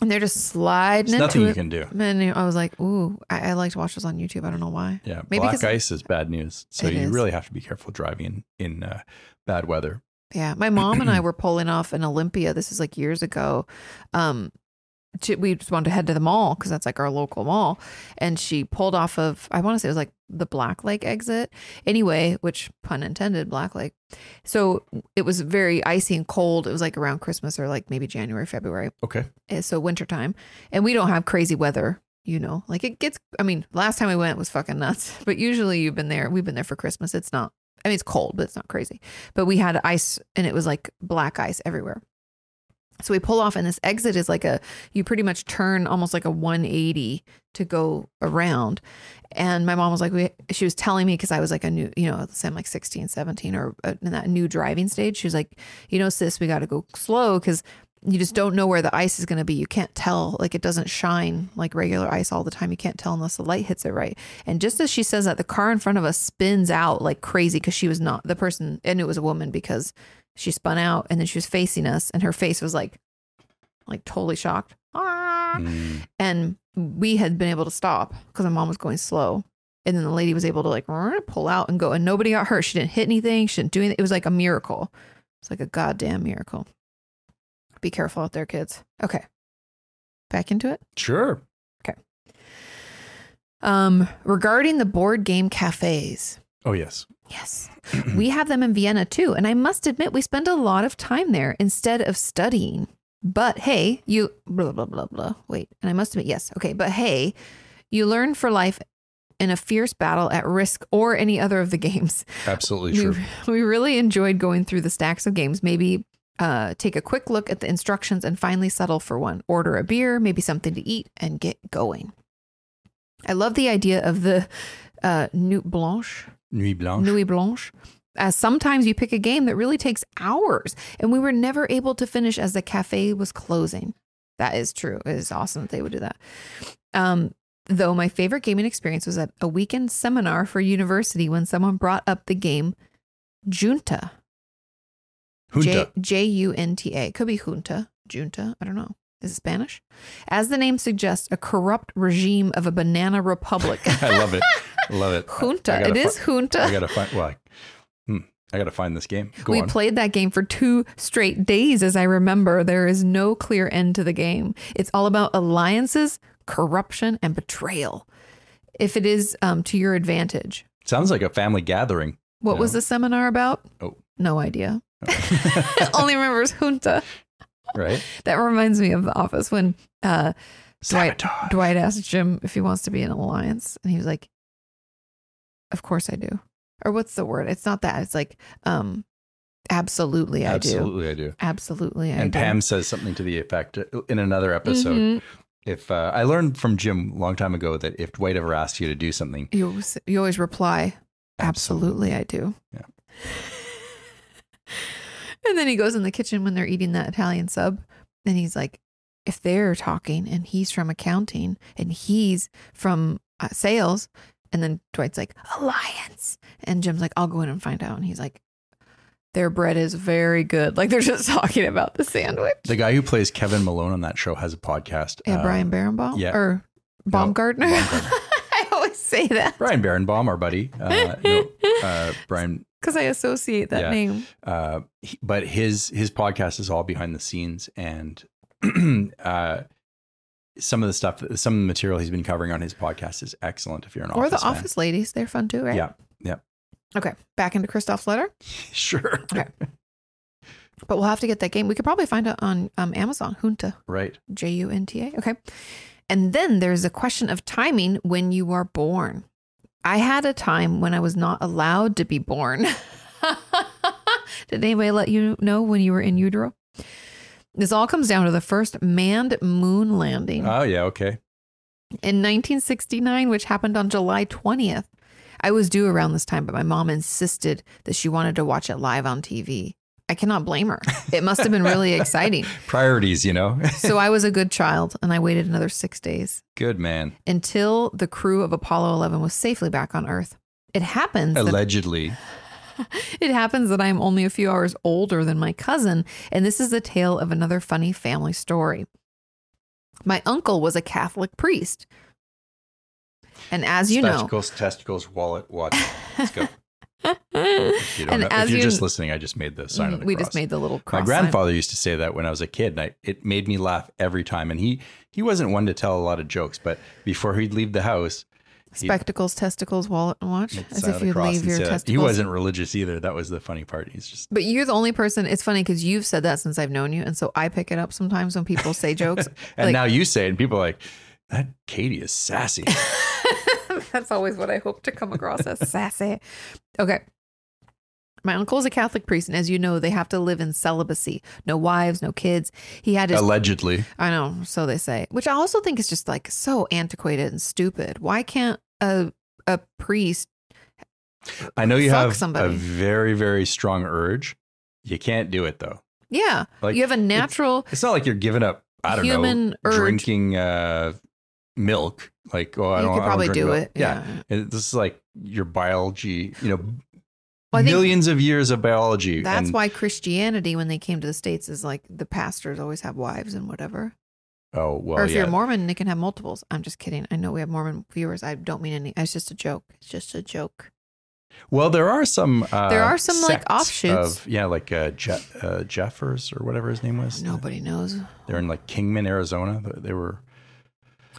[SPEAKER 2] and they're just sliding
[SPEAKER 1] There's nothing
[SPEAKER 2] into
[SPEAKER 1] you
[SPEAKER 2] it
[SPEAKER 1] can do.
[SPEAKER 2] and i was like ooh I, I like to watch this on youtube i don't know why
[SPEAKER 1] Yeah,
[SPEAKER 2] Maybe
[SPEAKER 1] black
[SPEAKER 2] 'cause-
[SPEAKER 1] ice is bad news. So
[SPEAKER 2] It
[SPEAKER 1] you
[SPEAKER 2] is.
[SPEAKER 1] really have to be careful driving in, in uh, bad weather.
[SPEAKER 2] yeah my mom and i were pulling off in olympia this is like years ago um to, we just wanted to head to the mall because that's like our local mall and she pulled off of i want to say it was like the black lake exit anyway which pun intended black lake so it was very icy and cold it was like around christmas or like maybe january february
[SPEAKER 1] Okay.
[SPEAKER 2] Uh, so wintertime and we don't have crazy weather you know like it gets i mean last time we went was fucking nuts but usually you've been there we've been there for christmas it's not i mean it's cold but it's not crazy but we had ice and it was like black ice everywhere so we pull off and this exit is like a you pretty much turn almost like a 180 to go around and my mom was like we she was telling me because i was like a new you know let's say i'm like 16 17 or uh, in that new driving stage she was like you know sis we got to go slow because you just don't know where the ice is going to be. You can't tell. Like it doesn't shine like regular ice all the time. You can't tell unless the light hits it right. And just as she says that, the car in front of us spins out like crazy because she was not the person, and it was a woman because she spun out and then she was facing us, and her face was like, like totally shocked. Ah.
[SPEAKER 1] Mm.
[SPEAKER 2] And we had been able to stop because my mom was going slow. And then the lady was able to like pull out and go, and nobody got hurt. She didn't hit anything. She didn't do anything. It was like a miracle. It's like a goddamn miracle. Be careful out there, kids. Okay. Back into it.
[SPEAKER 1] Sure.
[SPEAKER 2] Um, regarding the board game cafes.
[SPEAKER 1] Oh, yes.
[SPEAKER 2] Yes. we have them in Vienna too. And I must admit, we spend a lot of time there instead of studying. But hey, you blah, blah, blah, blah. Wait. And I must admit, yes. Okay. But hey, you learn for life in a fierce battle at risk or any other of the games.
[SPEAKER 1] Absolutely true.
[SPEAKER 2] We, we really enjoyed going through the stacks of games, maybe uh, take a quick look at the instructions and finally settle for one. Order a beer, maybe something to eat, and get going. I love the idea of the uh, Nuit Blanche,
[SPEAKER 1] Nuit Blanche.
[SPEAKER 2] Nuit Blanche, as sometimes you pick a game that really takes hours, and we were never able to finish as the cafe was closing. That is true. It is awesome that they would do that. Um, though my favorite gaming experience was at a weekend seminar for university when someone brought up the game Junta.
[SPEAKER 1] Junta.
[SPEAKER 2] J U N T A. Could be junta, junta. I don't know. Is it Spanish? As the name suggests, a corrupt regime of a banana republic.
[SPEAKER 1] I love it. I love it. I
[SPEAKER 2] junta.
[SPEAKER 1] gotta
[SPEAKER 2] It is
[SPEAKER 1] I
[SPEAKER 2] junta.
[SPEAKER 1] gotta find. Well, I, hmm, I gotta find this game. Go
[SPEAKER 2] We
[SPEAKER 1] on.
[SPEAKER 2] played that game for two straight days, as I remember. There is no clear end to the game. It's all about alliances, corruption, and betrayal. If it is um, to your advantage.
[SPEAKER 1] Sounds like a family gathering.
[SPEAKER 2] What was
[SPEAKER 1] No.
[SPEAKER 2] the seminar about?
[SPEAKER 1] Oh.
[SPEAKER 2] No idea. Only remembers junta.
[SPEAKER 1] right?
[SPEAKER 2] That reminds me of The Office when uh, Dwight-
[SPEAKER 1] Sabotage.
[SPEAKER 2] Dwight asked Jim if he wants to be in an alliance, and he was like, "Of course I do." Or what's the word? It's not that. It's like, um, absolutely, I do.
[SPEAKER 1] Absolutely, I do.
[SPEAKER 2] Absolutely, I
[SPEAKER 1] and
[SPEAKER 2] do.
[SPEAKER 1] Pam says something to the effect uh, in another episode.
[SPEAKER 2] Mhm.
[SPEAKER 1] If uh, I learned from Jim a long time ago that if Dwight ever asks you to do something,
[SPEAKER 2] You always, you always reply, absolutely, I do.
[SPEAKER 1] Yeah.
[SPEAKER 2] and then he goes in the kitchen when they're eating that Italian sub, and he's like, if they're talking and he's from accounting and he's from uh, sales, and then Dwight's like, alliance. And Jim's like, I'll go in and find out. And he's like, their bread is very good. Like they're just talking about the sandwich.
[SPEAKER 1] the guy who plays Kevin Malone on that show has a podcast.
[SPEAKER 2] yeah,
[SPEAKER 1] uh,
[SPEAKER 2] Brian Barenbaum
[SPEAKER 1] yeah.
[SPEAKER 2] or Baumgartner.
[SPEAKER 1] Baumgartner.
[SPEAKER 2] I always say that
[SPEAKER 1] Brian Barenbaum, our buddy. Uh, no, uh, Brian,
[SPEAKER 2] because I associate that
[SPEAKER 1] Yeah.
[SPEAKER 2] name.
[SPEAKER 1] uh, he- but his his podcast is all behind the scenes and uh, some of the stuff, some of the material he's been covering on his podcast is excellent. If you're an
[SPEAKER 2] or
[SPEAKER 1] office
[SPEAKER 2] the
[SPEAKER 1] fan.
[SPEAKER 2] office ladies they're fun too right
[SPEAKER 1] Yeah, yeah.
[SPEAKER 2] okay back into christoph's letter
[SPEAKER 1] sure,
[SPEAKER 2] but we'll have to get that game we could probably find it on um, amazon junta
[SPEAKER 1] right.
[SPEAKER 2] j-u-n-t-a okay and then there's a question of timing when you are born i had a time when i was not allowed to be born did anybody let you know when you were in utero this all comes down to the first manned moon landing
[SPEAKER 1] Oh yeah, okay.
[SPEAKER 2] In 1969, which happened on July 20th. I was due around this time, but my mom insisted that she wanted to watch it live on TV. I cannot blame her. It must have been really exciting.
[SPEAKER 1] Priorities, you know.
[SPEAKER 2] So I was a good child and I waited another six days
[SPEAKER 1] Good man.
[SPEAKER 2] until the crew of Apollo 11 was safely back on Earth. It happens that
[SPEAKER 1] Allegedly,
[SPEAKER 2] it happens that I am only a few hours older than my cousin, and this is the tale of another funny family story. My uncle was a Catholic priest. And as you know,
[SPEAKER 1] spectacles, testicles, wallet, watch. Let's go. If you don't
[SPEAKER 2] And
[SPEAKER 1] know,
[SPEAKER 2] as
[SPEAKER 1] if you're
[SPEAKER 2] you- Mm-hmm.
[SPEAKER 1] just listening, I just made the sign of the
[SPEAKER 2] we
[SPEAKER 1] cross.
[SPEAKER 2] just made the little
[SPEAKER 1] My
[SPEAKER 2] cross. sign.
[SPEAKER 1] grandfather used to say that when I was a kid, and I, it made me laugh every time. And he he wasn't one to tell a lot of jokes, but before he'd leave the house, he-
[SPEAKER 2] spectacles, testicles, wallet, and watch,
[SPEAKER 1] make the
[SPEAKER 2] as
[SPEAKER 1] sign of
[SPEAKER 2] if
[SPEAKER 1] the
[SPEAKER 2] you
[SPEAKER 1] cross
[SPEAKER 2] leave
[SPEAKER 1] and
[SPEAKER 2] your
[SPEAKER 1] say that.
[SPEAKER 2] testicles.
[SPEAKER 1] He wasn't religious either. That was the funny part. He's just
[SPEAKER 2] But you're the only person. It's funny because you've said that since I've known you, and so I pick it up sometimes when people say jokes.
[SPEAKER 1] and
[SPEAKER 2] Like-
[SPEAKER 1] now you say it, and people are like that. Katie is sassy.
[SPEAKER 2] That's always what I hope to come across as sassy. Okay. My uncle is a Catholic priest, and as you know, they have to live in celibacy. No wives, no kids. He had his
[SPEAKER 1] Allegedly,
[SPEAKER 2] I know, so they say. Which I also think is just like so antiquated and stupid. Why can't a a priest?
[SPEAKER 1] I know you
[SPEAKER 2] Fuck
[SPEAKER 1] have
[SPEAKER 2] somebody.
[SPEAKER 1] a very very strong urge. You can't do it though.
[SPEAKER 2] Yeah,
[SPEAKER 1] Like,
[SPEAKER 2] you have a natural
[SPEAKER 1] It's not like you're giving up. I don't
[SPEAKER 2] human
[SPEAKER 1] know.
[SPEAKER 2] urge.
[SPEAKER 1] Drinking uh, milk, like oh, I
[SPEAKER 2] you
[SPEAKER 1] don't.
[SPEAKER 2] could
[SPEAKER 1] I don't
[SPEAKER 2] probably
[SPEAKER 1] drink
[SPEAKER 2] do
[SPEAKER 1] milk.
[SPEAKER 2] it.
[SPEAKER 1] yeah. And this is like your biology, you know,
[SPEAKER 2] Well, I think
[SPEAKER 1] millions of years of biology.
[SPEAKER 2] That's
[SPEAKER 1] and,
[SPEAKER 2] why Christianity, when they came to the states, is like the pastors always have wives and whatever.
[SPEAKER 1] Oh well,
[SPEAKER 2] or if
[SPEAKER 1] yeah.
[SPEAKER 2] you're Mormon, they can have multiples. I'm just kidding. I know we have Mormon viewers. I don't mean any. It's just a joke. It's just a joke.
[SPEAKER 1] well, there are some. Uh,
[SPEAKER 2] There are some, like,
[SPEAKER 1] sects
[SPEAKER 2] offshoots.
[SPEAKER 1] Of, yeah, like uh, Je- uh, Jeffers or whatever his name was.
[SPEAKER 2] Nobody knows.
[SPEAKER 1] They're in like Kingman, Arizona. They- They were.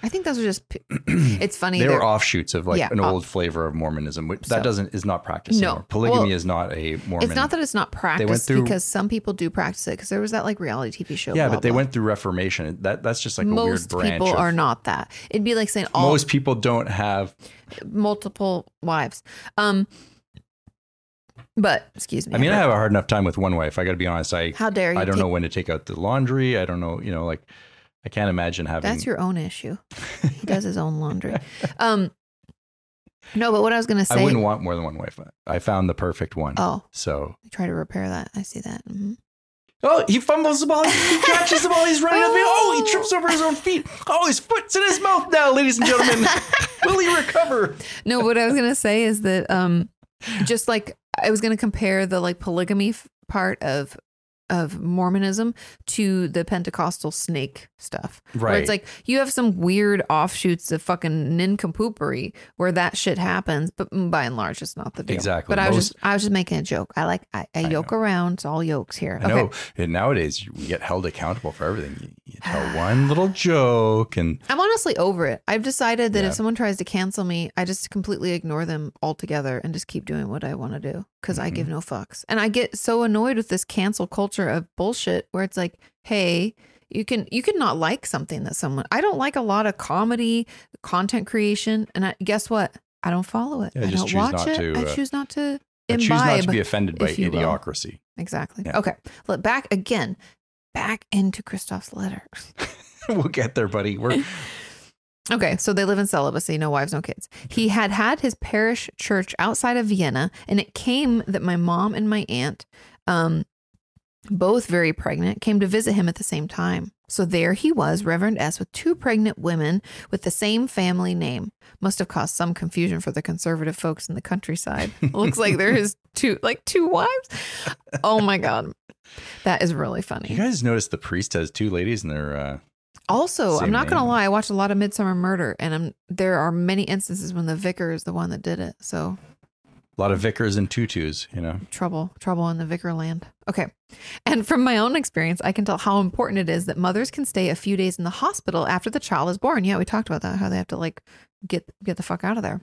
[SPEAKER 2] I think those are just. p- It's funny.
[SPEAKER 1] They were
[SPEAKER 2] they're-
[SPEAKER 1] offshoots of like
[SPEAKER 2] Yeah,
[SPEAKER 1] an
[SPEAKER 2] off-
[SPEAKER 1] old flavor of Mormonism, which
[SPEAKER 2] So-
[SPEAKER 1] that doesn't is not practiced.
[SPEAKER 2] No.
[SPEAKER 1] anymore. polygamy
[SPEAKER 2] Well,
[SPEAKER 1] is not a Mormon.
[SPEAKER 2] it's not that it's not practiced
[SPEAKER 1] through-
[SPEAKER 2] because some people do practice it because there was that like reality TV show.
[SPEAKER 1] yeah,
[SPEAKER 2] blah,
[SPEAKER 1] but they
[SPEAKER 2] blah.
[SPEAKER 1] went through Reformation. That that's just like
[SPEAKER 2] most
[SPEAKER 1] a weird branch.
[SPEAKER 2] people
[SPEAKER 1] of-
[SPEAKER 2] are not that. It'd be like saying all
[SPEAKER 1] most people don't have
[SPEAKER 2] multiple wives. Um, But excuse me.
[SPEAKER 1] I mean, I have a hard enough time with one wife. I got to be honest. I
[SPEAKER 2] how dare you?
[SPEAKER 1] I don't
[SPEAKER 2] take-
[SPEAKER 1] know when to take out the laundry. I don't know. You know, like I can't imagine having.
[SPEAKER 2] That's your own issue. He does his own laundry. Um, no, but what I was gonna say.
[SPEAKER 1] I wouldn't want more than one wife. I found the perfect one.
[SPEAKER 2] oh,
[SPEAKER 1] So
[SPEAKER 2] I try to repair that. I see that. Mhm.
[SPEAKER 1] Oh, he fumbles the ball. He catches the ball. He's running up. Oh, he trips over his own feet. Oh, his foot's in his mouth now, ladies and gentlemen. Will he recover?
[SPEAKER 2] No, what I was gonna say is that um, just like I was gonna compare the like polygamy f- part of of Mormonism to the Pentecostal snake stuff. Where
[SPEAKER 1] Right.
[SPEAKER 2] it's like you have some weird offshoots of fucking nincompoopery where that shit happens, but mm, by and large, it's not the deal.
[SPEAKER 1] Exactly.
[SPEAKER 2] But I was
[SPEAKER 1] Most-
[SPEAKER 2] just I was just making a joke. I like I, I,
[SPEAKER 1] I
[SPEAKER 2] yoke around. It's all yokes here.
[SPEAKER 1] I
[SPEAKER 2] Okay.
[SPEAKER 1] know. And nowadays, we get held accountable for everything. You, you tell one little joke, and
[SPEAKER 2] I'm honestly over it. I've decided that
[SPEAKER 1] Yeah.
[SPEAKER 2] if someone tries to cancel me, I just completely ignore them altogether and just keep doing what I want to do because I
[SPEAKER 1] Mm-hmm.
[SPEAKER 2] give no fucks. And I get so annoyed with this cancel culture of bullshit where it's like, hey, you can you can not like something that someone I don't like a lot of comedy content creation, and I, guess what? I don't follow it.
[SPEAKER 1] Yeah, I
[SPEAKER 2] I
[SPEAKER 1] just
[SPEAKER 2] don't
[SPEAKER 1] choose
[SPEAKER 2] watch
[SPEAKER 1] not
[SPEAKER 2] it.
[SPEAKER 1] to,
[SPEAKER 2] I
[SPEAKER 1] uh,
[SPEAKER 2] choose not to
[SPEAKER 1] I
[SPEAKER 2] imbibe.
[SPEAKER 1] choose not to be offended by
[SPEAKER 2] if you will.
[SPEAKER 1] idiocracy.
[SPEAKER 2] exactly.
[SPEAKER 1] Yeah.
[SPEAKER 2] Okay. Look back again, back into Christoph's letter.
[SPEAKER 1] we'll get there, buddy. We're
[SPEAKER 2] Okay, so they live in celibacy, no wives, no kids. He had had his parish church outside of Vienna, and it came that my mom and my aunt, um, both very pregnant, came to visit him at the same time. So there he was, Reverend S, with two pregnant women with the same family name. Must have caused some confusion for the conservative folks in the countryside. Looks like there is two, like two wives. Oh my god, that is really funny.
[SPEAKER 1] you guys notice the priest has two ladies, and they're uh,
[SPEAKER 2] Also,
[SPEAKER 1] Same
[SPEAKER 2] I'm not going to
[SPEAKER 1] name.
[SPEAKER 2] lie. I watched a lot of Midsummer Murder, and I'm, there are many instances when the vicar is the one that did it. So
[SPEAKER 1] a lot of vicars and tutus. You know,
[SPEAKER 2] trouble, trouble in the vicar land. Okay. And from my own experience, I can tell how important it is that mothers can stay a few days in the hospital after the child is born. Yeah, we talked about that. How they have to like get get the fuck out of there.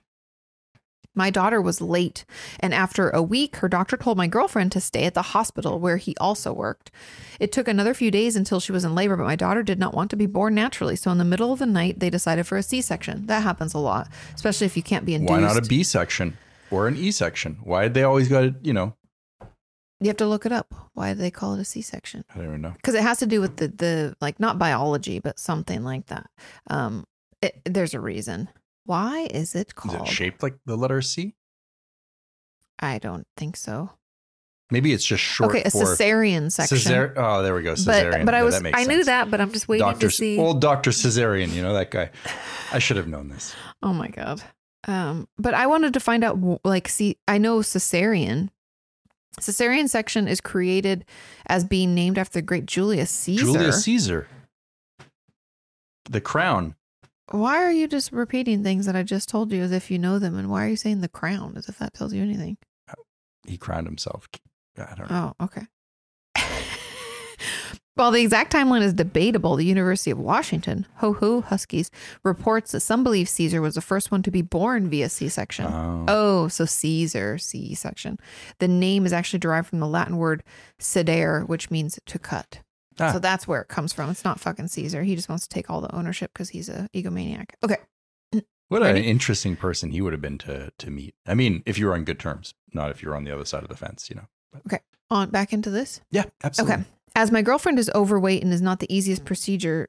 [SPEAKER 2] My daughter was late, and after a week, her doctor told my girlfriend to stay at the hospital where he also worked. It took another few days until she was in labor, but my daughter did not want to be born naturally. So, in the middle of the night, they decided for a C section. That happens a lot, especially if you can't be induced.
[SPEAKER 1] why not a B section or an E section? Why they always got to, you know?
[SPEAKER 2] You have to look it up. Why do they call it a C section?
[SPEAKER 1] I don't even know.
[SPEAKER 2] because it has to do with the the like not biology but something like that um it, there's a reason why is it
[SPEAKER 1] Is
[SPEAKER 2] called
[SPEAKER 1] it shaped like the letter C?
[SPEAKER 2] i don't think so
[SPEAKER 1] Maybe it's just short.
[SPEAKER 2] okay a
[SPEAKER 1] for-
[SPEAKER 2] cesarean section
[SPEAKER 1] Cesar- oh, there we go. Cesarean.
[SPEAKER 2] but but i
[SPEAKER 1] Yeah,
[SPEAKER 2] was
[SPEAKER 1] that makes
[SPEAKER 2] i knew
[SPEAKER 1] sense.
[SPEAKER 2] that but i'm just waiting
[SPEAKER 1] Doctor,
[SPEAKER 2] to see
[SPEAKER 1] old Doctor Cesarean. You know that guy. I should have known this.
[SPEAKER 2] oh my god um but i wanted to find out wh- like see i know cesarean cesarean section is created as being named after the great julius caesar
[SPEAKER 1] Julius Caesar. The crown.
[SPEAKER 2] why are you just repeating things that i just told you as if you know them and why are you saying the crown as if that tells you anything
[SPEAKER 1] He crowned himself. I don't know.
[SPEAKER 2] Oh, okay. While the exact timeline is debatable, the University of Washington, Ho Ho Huskies, reports that some believe Caesar was the first one to be born via C section.
[SPEAKER 1] Oh.
[SPEAKER 2] Oh, so Caesar, C section. The name is actually derived from the Latin word sedere, which means to cut.
[SPEAKER 1] Ah.
[SPEAKER 2] So that's where it comes from. It's not fucking Caesar. He just wants to take all the ownership because he's a egomaniac. Okay.
[SPEAKER 1] what an
[SPEAKER 2] Ready?
[SPEAKER 1] interesting person he would have been to to meet. I mean, if you were on good terms, not if you're on the other side of the fence. You know.
[SPEAKER 2] On back into this.
[SPEAKER 1] Yeah, absolutely.
[SPEAKER 2] Okay. As my girlfriend is overweight and is not the easiest procedure,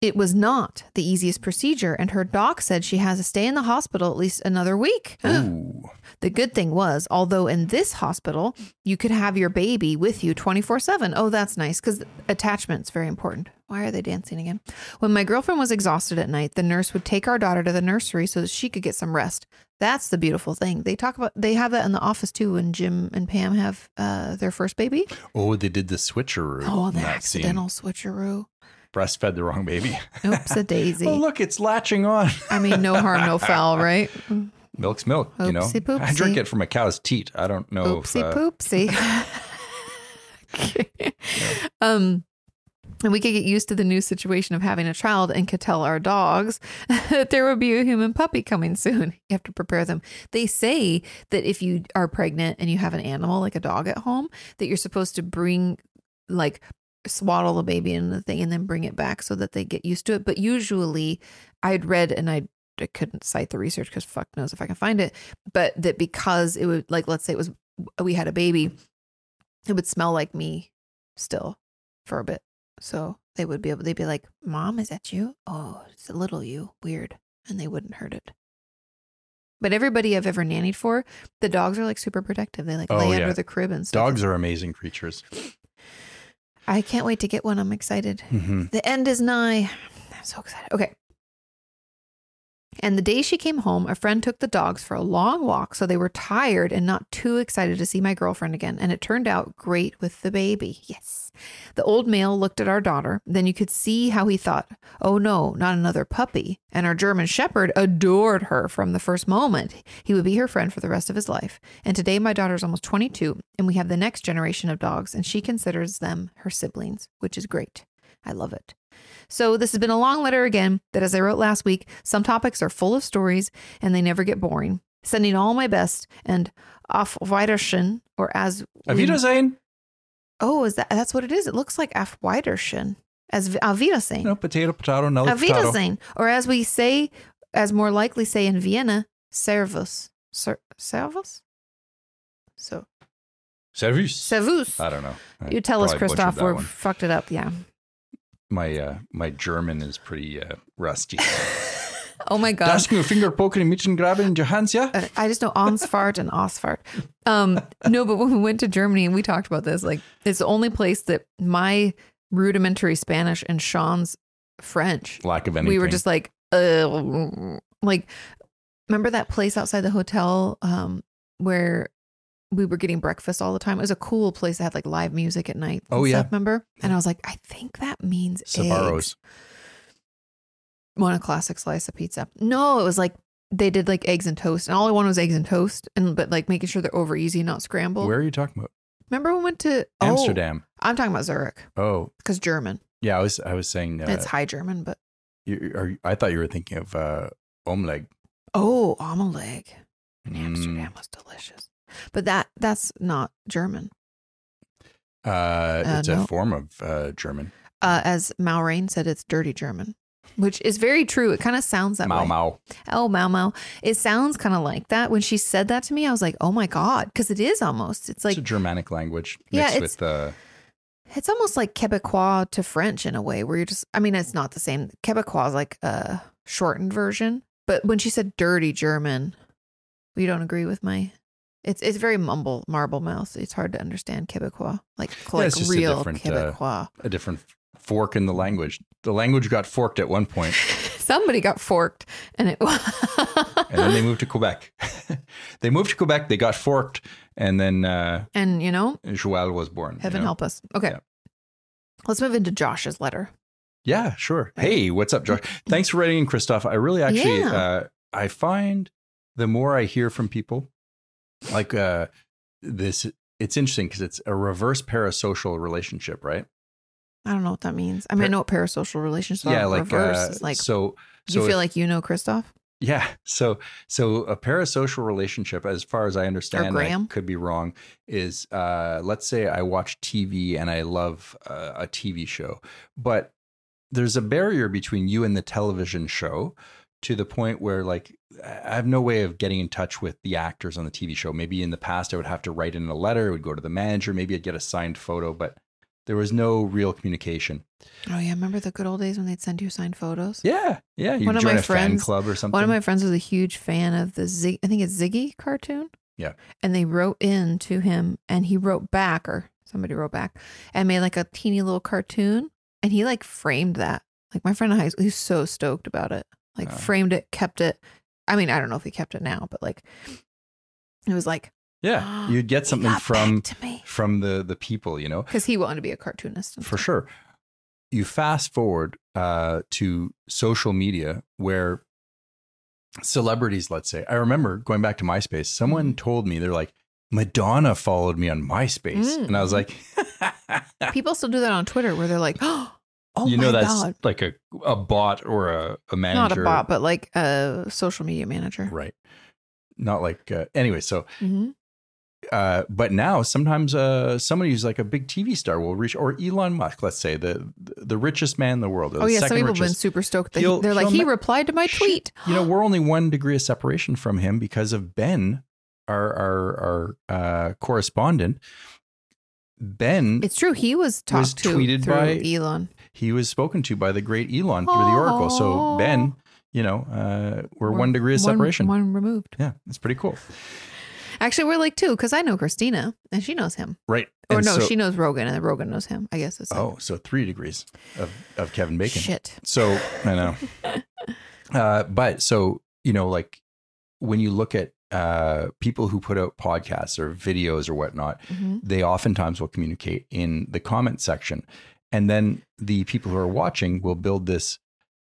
[SPEAKER 2] it was not the easiest procedure, and her doc said she has to stay in the hospital at least another week.
[SPEAKER 1] Ooh.
[SPEAKER 2] the good thing was, although in this hospital, you could have your baby with you 24 7. Oh, that's nice because attachment's very important. Why are they dancing again? When my girlfriend was exhausted at night, the nurse would take our daughter to the nursery so that she could get some rest. That's the beautiful thing. They talk about, they have that in the office too when Jim and Pam have uh, their first baby.
[SPEAKER 1] Oh, they did the switcheroo.
[SPEAKER 2] Oh,
[SPEAKER 1] in
[SPEAKER 2] the
[SPEAKER 1] that scene.
[SPEAKER 2] accidental switcheroo.
[SPEAKER 1] Breastfed the wrong baby.
[SPEAKER 2] Oops, a daisy.
[SPEAKER 1] Oh, look, it's latching on.
[SPEAKER 2] I mean, no harm, no foul, right? Mm,
[SPEAKER 1] Milk's milk, you know.
[SPEAKER 2] Oopsie
[SPEAKER 1] I drink
[SPEAKER 2] poopsie.
[SPEAKER 1] it from a cow's teat. I don't know.
[SPEAKER 2] Oopsie
[SPEAKER 1] if, uh,
[SPEAKER 2] poopsie. Okay. Um, and we could get used to the new situation of having a child and could tell our dogs that there will be a human puppy coming soon. You have to prepare them. They say that if you are pregnant and you have an animal like a dog at home, that you're supposed to bring like swaddle the baby in the thing and then bring it back so that they get used to it. But usually, I'd read and I, I couldn't cite the research because fuck knows if I can find it, but that because it would like let's say it was we had a baby, it would smell like me still for a bit. So they would be able, they'd be like, Mom, is that you? Oh, it's a little you. Weird. And they wouldn't hurt it. But everybody I've ever nannied for, the dogs are like super protective. They like
[SPEAKER 1] Oh,
[SPEAKER 2] lay
[SPEAKER 1] yeah.
[SPEAKER 2] under the crib and stuff.
[SPEAKER 1] Dogs are amazing creatures.
[SPEAKER 2] I can't wait to get one. I'm excited.
[SPEAKER 1] hmm
[SPEAKER 2] The end is nigh. I'm so excited. Okay. And the day she came home, a friend took the dogs for a long walk, so they were tired and not too excited to see my girlfriend again. And it turned out great with the baby. Yes. The old male looked at our daughter. Then you could see how he thought, oh no, not another puppy. And our German shepherd adored her from the first moment. He would be her friend for the rest of his life. And today, my daughter's almost 22, and we have the next generation of dogs, and she considers them her siblings, which is great. I love it. So, this has been a long letter again that, as I wrote last week, some topics are full of stories and they never get boring. Sending all my best and auf Wiedersehen, or as
[SPEAKER 1] Have
[SPEAKER 2] we-
[SPEAKER 1] you done
[SPEAKER 2] oh, is that that's what it is? It looks like auf Wiedersehen, as v- auf Wiedersehen,
[SPEAKER 1] No potato, potato, another
[SPEAKER 2] auf
[SPEAKER 1] potato.
[SPEAKER 2] Wiedersehen, or as we say, as more likely say in Vienna, Servus, Ser- Servus, so
[SPEAKER 1] Servus.
[SPEAKER 2] Servus.
[SPEAKER 1] I don't know. I
[SPEAKER 2] you tell us,
[SPEAKER 1] probably butchered
[SPEAKER 2] Christoph,
[SPEAKER 1] that
[SPEAKER 2] we
[SPEAKER 1] one.
[SPEAKER 2] fucked it up. Yeah.
[SPEAKER 1] my uh, my German is pretty uh, rusty.
[SPEAKER 2] Oh my god.
[SPEAKER 1] Das nur Finger poking, Mädchen graben in Johans, ja?
[SPEAKER 2] uh, I just know Amsfart and Osfart. Um, no, but when we went to Germany and we talked about this, like it's the only place that my rudimentary Spanish and Sean's French,
[SPEAKER 1] Lack of anything.
[SPEAKER 2] we were just like, uh, like, remember that place outside the hotel um, where we were getting breakfast all the time? It was a cool place that had like live music at night. and
[SPEAKER 1] Oh, yeah.
[SPEAKER 2] stuff, remember? And I was like, I think that means eggs
[SPEAKER 1] Sabaros.
[SPEAKER 2] want a classic slice of pizza. No, it was like they did like eggs and toast, and all I wanted was eggs and toast, and but like making sure they're over easy, not scrambled.
[SPEAKER 1] Where are you talking about?
[SPEAKER 2] Remember when we went to oh,
[SPEAKER 1] Amsterdam.
[SPEAKER 2] I'm talking about Zurich
[SPEAKER 1] Oh,
[SPEAKER 2] because German.
[SPEAKER 1] yeah. I was I was saying. Uh,
[SPEAKER 2] It's high German, but
[SPEAKER 1] you, are, you- I thought you were thinking of uh, omeleg.
[SPEAKER 2] oh, omelet in Amsterdam
[SPEAKER 1] Mm.
[SPEAKER 2] was delicious. But that that's not German.
[SPEAKER 1] Uh, it's
[SPEAKER 2] no.
[SPEAKER 1] a form of uh, German.
[SPEAKER 2] Uh, as Maureen said, it's dirty German, which is very true. It kind of sounds that
[SPEAKER 1] Mau
[SPEAKER 2] way.
[SPEAKER 1] mau.
[SPEAKER 2] Oh, Mau Mau. It sounds kind of like that. When she said that to me, I was like, oh my God, because it is almost. It's like
[SPEAKER 1] it's a Germanic language
[SPEAKER 2] Yeah,
[SPEAKER 1] mixed
[SPEAKER 2] it's-
[SPEAKER 1] with uh,
[SPEAKER 2] It's almost like Quebecois to French in a way, where you're just, I mean, it's not the same. Quebecois is like a shortened version. But when she said dirty German, you don't agree with my. It's it's very mumble, marble mouth. It's hard to understand Quebecois, like, like
[SPEAKER 1] it's just a
[SPEAKER 2] real
[SPEAKER 1] different, uh,
[SPEAKER 2] Quebecois.
[SPEAKER 1] a different fork in the language. The language got forked at one point,
[SPEAKER 2] Somebody got forked, and it was.
[SPEAKER 1] and then they moved to Quebec. they moved to Quebec. They got forked, and then uh,
[SPEAKER 2] and you know,
[SPEAKER 1] Joël was born. you
[SPEAKER 2] heaven
[SPEAKER 1] know?
[SPEAKER 2] help us. Okay,
[SPEAKER 1] Yeah.
[SPEAKER 2] let's move into Josh's letter.
[SPEAKER 1] Yeah, sure. Hey, what's up, Josh? Thanks for writing in, Christoph. I really actually,
[SPEAKER 2] Yeah.
[SPEAKER 1] uh, I find the more I hear from people, like uh, this, it's interesting because it's a reverse parasocial relationship, right?
[SPEAKER 2] I don't know what that means. I mean, I
[SPEAKER 1] Par-
[SPEAKER 2] know what parasocial relationships
[SPEAKER 1] yeah,
[SPEAKER 2] are.
[SPEAKER 1] like
[SPEAKER 2] reverse
[SPEAKER 1] uh,
[SPEAKER 2] is like
[SPEAKER 1] so. So
[SPEAKER 2] you
[SPEAKER 1] if-
[SPEAKER 2] feel like you know Christoph.
[SPEAKER 1] yeah, so so a parasocial relationship, as far as I understand, I
[SPEAKER 2] gram?
[SPEAKER 1] could be wrong. Is uh, let's say I watch TV and I love uh, a TV show, but there's a barrier between you and the television show to the point where like I have no way of getting in touch with the actors on the TV show. Maybe in the past I would have to write in a letter, it would go to the manager, maybe I'd get a signed photo, but there was no real communication.
[SPEAKER 2] Oh yeah, remember the good old days when they'd send you signed photos?
[SPEAKER 1] Yeah, yeah, you
[SPEAKER 2] One
[SPEAKER 1] join
[SPEAKER 2] of
[SPEAKER 1] a
[SPEAKER 2] my
[SPEAKER 1] fan
[SPEAKER 2] friends-
[SPEAKER 1] club or something.
[SPEAKER 2] One of my friends was a huge fan of the Zig I think it's Ziggy cartoon.
[SPEAKER 1] Yeah.
[SPEAKER 2] And they wrote in to him and he wrote back or somebody wrote back and made like a teeny little cartoon and he like framed that. Like my friend in high school, he's so stoked about it. Like
[SPEAKER 1] Oh.
[SPEAKER 2] framed it, kept it. I mean, I don't know if he kept it now, but like it was like
[SPEAKER 1] yeah, you'd get
[SPEAKER 2] "He
[SPEAKER 1] something
[SPEAKER 2] got
[SPEAKER 1] from
[SPEAKER 2] back to me
[SPEAKER 1] from the the people you know
[SPEAKER 2] because he wanted to be a cartoonist. and
[SPEAKER 1] for
[SPEAKER 2] stuff.
[SPEAKER 1] sure you fast forward uh to social media where celebrities let's say i remember going back to myspace someone
[SPEAKER 2] Mm.
[SPEAKER 1] told me they're like madonna followed me on myspace
[SPEAKER 2] Mm.
[SPEAKER 1] and i was like
[SPEAKER 2] People still do that on Twitter where they're like, oh,
[SPEAKER 1] you know
[SPEAKER 2] my
[SPEAKER 1] that's
[SPEAKER 2] God.
[SPEAKER 1] like a a bot or a, a manager
[SPEAKER 2] not a bot, but like a social media manager.
[SPEAKER 1] right not like uh, anyway so
[SPEAKER 2] Mm-hmm.
[SPEAKER 1] uh, but now sometimes uh, somebody who's like a big TV star will reach, or Elon Musk, let's say the the richest man in the world. or
[SPEAKER 2] Oh
[SPEAKER 1] the
[SPEAKER 2] yeah, some
[SPEAKER 1] second
[SPEAKER 2] people have been
[SPEAKER 1] richest.
[SPEAKER 2] super stoked. That
[SPEAKER 1] He'll-
[SPEAKER 2] he, they're like,
[SPEAKER 1] he'll
[SPEAKER 2] he
[SPEAKER 1] ma-
[SPEAKER 2] replied to my
[SPEAKER 1] Shit.
[SPEAKER 2] tweet.
[SPEAKER 1] You know, we're only one degree of separation from him because of Ben our our our uh, correspondent, Ben,
[SPEAKER 2] It's true. He was talked
[SPEAKER 1] Was
[SPEAKER 2] to
[SPEAKER 1] tweeted
[SPEAKER 2] through
[SPEAKER 1] by-
[SPEAKER 2] Elon.
[SPEAKER 1] he was spoken to by the great Elon through the Oracle. So
[SPEAKER 2] Aw.
[SPEAKER 1] Ben, you know, uh, we're,
[SPEAKER 2] We're
[SPEAKER 1] one degree of
[SPEAKER 2] one-
[SPEAKER 1] separation.
[SPEAKER 2] One removed.
[SPEAKER 1] Yeah, it's pretty cool,
[SPEAKER 2] Actually, we're like two because I know Christina and she knows him.
[SPEAKER 1] right?
[SPEAKER 2] Or
[SPEAKER 1] And
[SPEAKER 2] no,
[SPEAKER 1] so-
[SPEAKER 2] she knows Rogan and Rogan knows him. I guess it's like,
[SPEAKER 1] Oh, so three degrees of of Kevin Bacon.
[SPEAKER 2] shit.
[SPEAKER 1] So I know. uh, but so you know, like when you look at uh, people who put out podcasts or videos or whatnot,
[SPEAKER 2] Mhm.
[SPEAKER 1] they oftentimes will communicate in the comment section, and then the people who are watching will build this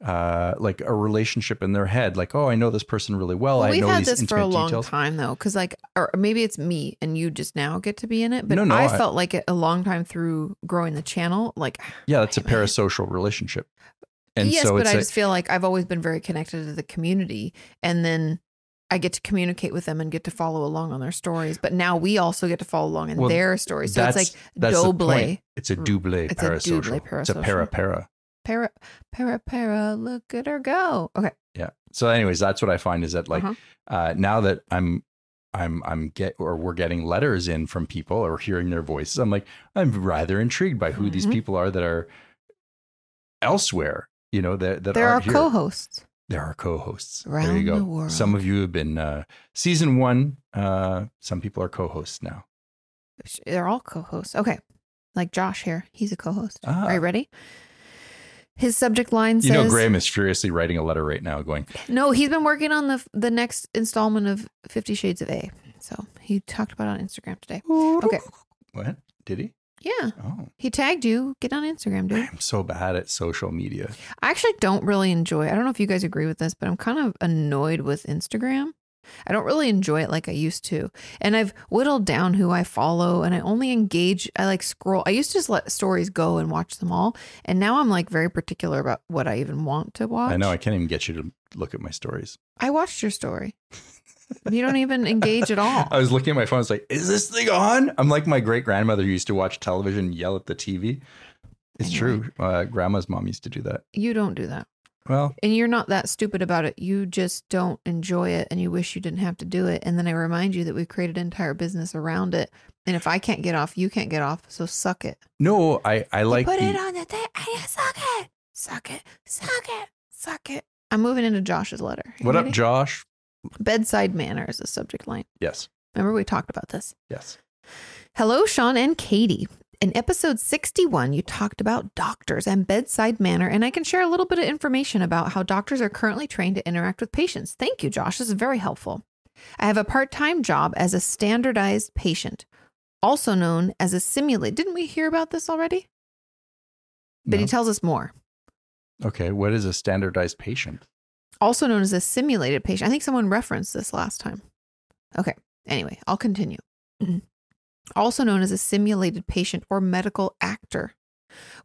[SPEAKER 1] uh like a relationship in their head like oh i know this person really well,
[SPEAKER 2] Well,
[SPEAKER 1] i
[SPEAKER 2] we've
[SPEAKER 1] know
[SPEAKER 2] had
[SPEAKER 1] these
[SPEAKER 2] this for
[SPEAKER 1] intimate
[SPEAKER 2] a long
[SPEAKER 1] details
[SPEAKER 2] time though, because like, or maybe it's me and you just now get to be in it, but
[SPEAKER 1] No, no,
[SPEAKER 2] I,
[SPEAKER 1] I-
[SPEAKER 2] felt like it a long time through growing the channel. Like,
[SPEAKER 1] yeah that's a
[SPEAKER 2] Right, right.
[SPEAKER 1] parasocial relationship and
[SPEAKER 2] yes,
[SPEAKER 1] so
[SPEAKER 2] but
[SPEAKER 1] it's
[SPEAKER 2] I
[SPEAKER 1] like,
[SPEAKER 2] just feel like I've always been very connected to the community, and then I get to communicate with them and get to follow along on their stories. But now we also get to follow along in
[SPEAKER 1] Well,
[SPEAKER 2] their stories, so
[SPEAKER 1] that's-
[SPEAKER 2] it's like
[SPEAKER 1] that's the
[SPEAKER 2] double
[SPEAKER 1] point. it's a double
[SPEAKER 2] It's a
[SPEAKER 1] parasocial.
[SPEAKER 2] double
[SPEAKER 1] it's a
[SPEAKER 2] parasocial.
[SPEAKER 1] para para
[SPEAKER 2] para para para. Look at her go. Okay,
[SPEAKER 1] yeah so anyways that's what i find is that like uh
[SPEAKER 2] Uh-huh.
[SPEAKER 1] now that i'm i'm i'm get or we're getting letters in from people or hearing their voices i'm like i'm rather intrigued by who these
[SPEAKER 2] Mhm.
[SPEAKER 1] people are that are elsewhere you know that, that
[SPEAKER 2] there are
[SPEAKER 1] aren't here.
[SPEAKER 2] co-hosts.
[SPEAKER 1] there are co-hosts there
[SPEAKER 2] Around
[SPEAKER 1] you go
[SPEAKER 2] the world.
[SPEAKER 1] some of you have been uh season one uh some people are co-hosts now
[SPEAKER 2] They're all co-hosts. Okay, like Josh here, he's a co-host.
[SPEAKER 1] Ah.
[SPEAKER 2] Are you ready? His subject line
[SPEAKER 1] you
[SPEAKER 2] says,
[SPEAKER 1] know graham is furiously writing a letter right now going
[SPEAKER 2] "No, he's been working on the the next installment of Fifty Shades of A." So he talked about it on Instagram today. Okay.
[SPEAKER 1] what did he
[SPEAKER 2] Yeah,
[SPEAKER 1] oh
[SPEAKER 2] he tagged you. Get on Instagram, dude.
[SPEAKER 1] i'm so bad at social media
[SPEAKER 2] I actually don't really enjoy. I don't know if you guys agree with this, but I'm kind of annoyed with Instagram. I don't really enjoy it like I used to. And I've whittled down who I follow and I only engage I like scroll. I used to just let stories go and watch them all, and now I'm like very particular about what I even want to watch.
[SPEAKER 1] i know i can't even get you to look at my stories
[SPEAKER 2] I watched your story. you don't even engage at
[SPEAKER 1] I
[SPEAKER 2] all.
[SPEAKER 1] was looking at my phone. I was like, "Is this thing on?" I'm like my great grandmother who used to watch television, yell at the TV. It's
[SPEAKER 2] Anyway.
[SPEAKER 1] true. Uh, grandma's mom used to do that.
[SPEAKER 2] You don't do that.
[SPEAKER 1] Well,
[SPEAKER 2] And you're not that stupid about it. You just don't enjoy it and you wish you didn't have to do it. And then I remind you that we've created an entire business around it. And if I can't get off, you can't get off. So suck it.
[SPEAKER 1] no, I I
[SPEAKER 2] You
[SPEAKER 1] like
[SPEAKER 2] put
[SPEAKER 1] the-
[SPEAKER 2] it on the thing and you suck it. Suck it. Suck it. Suck it. I'm moving into Josh's letter. You
[SPEAKER 1] what up,
[SPEAKER 2] ready?
[SPEAKER 1] Josh?
[SPEAKER 2] Bedside manner is the subject line.
[SPEAKER 1] Yes,
[SPEAKER 2] Remember we talked about this.
[SPEAKER 1] yes.
[SPEAKER 2] Hello, Sean and Katie. In episode 61, you talked about doctors and bedside manner, and I can share a little bit of information about how doctors are currently trained to interact with patients. Thank you, Josh. This is very helpful. I have a part time job as a standardized patient, also known as a simulate. Didn't we hear about this already? But
[SPEAKER 1] No.
[SPEAKER 2] he tells us more.
[SPEAKER 1] okay, what is a standardized patient?
[SPEAKER 2] also known as a simulated patient. I think someone referenced this last time. Okay. Anyway, I'll continue. also known as a simulated patient or medical actor.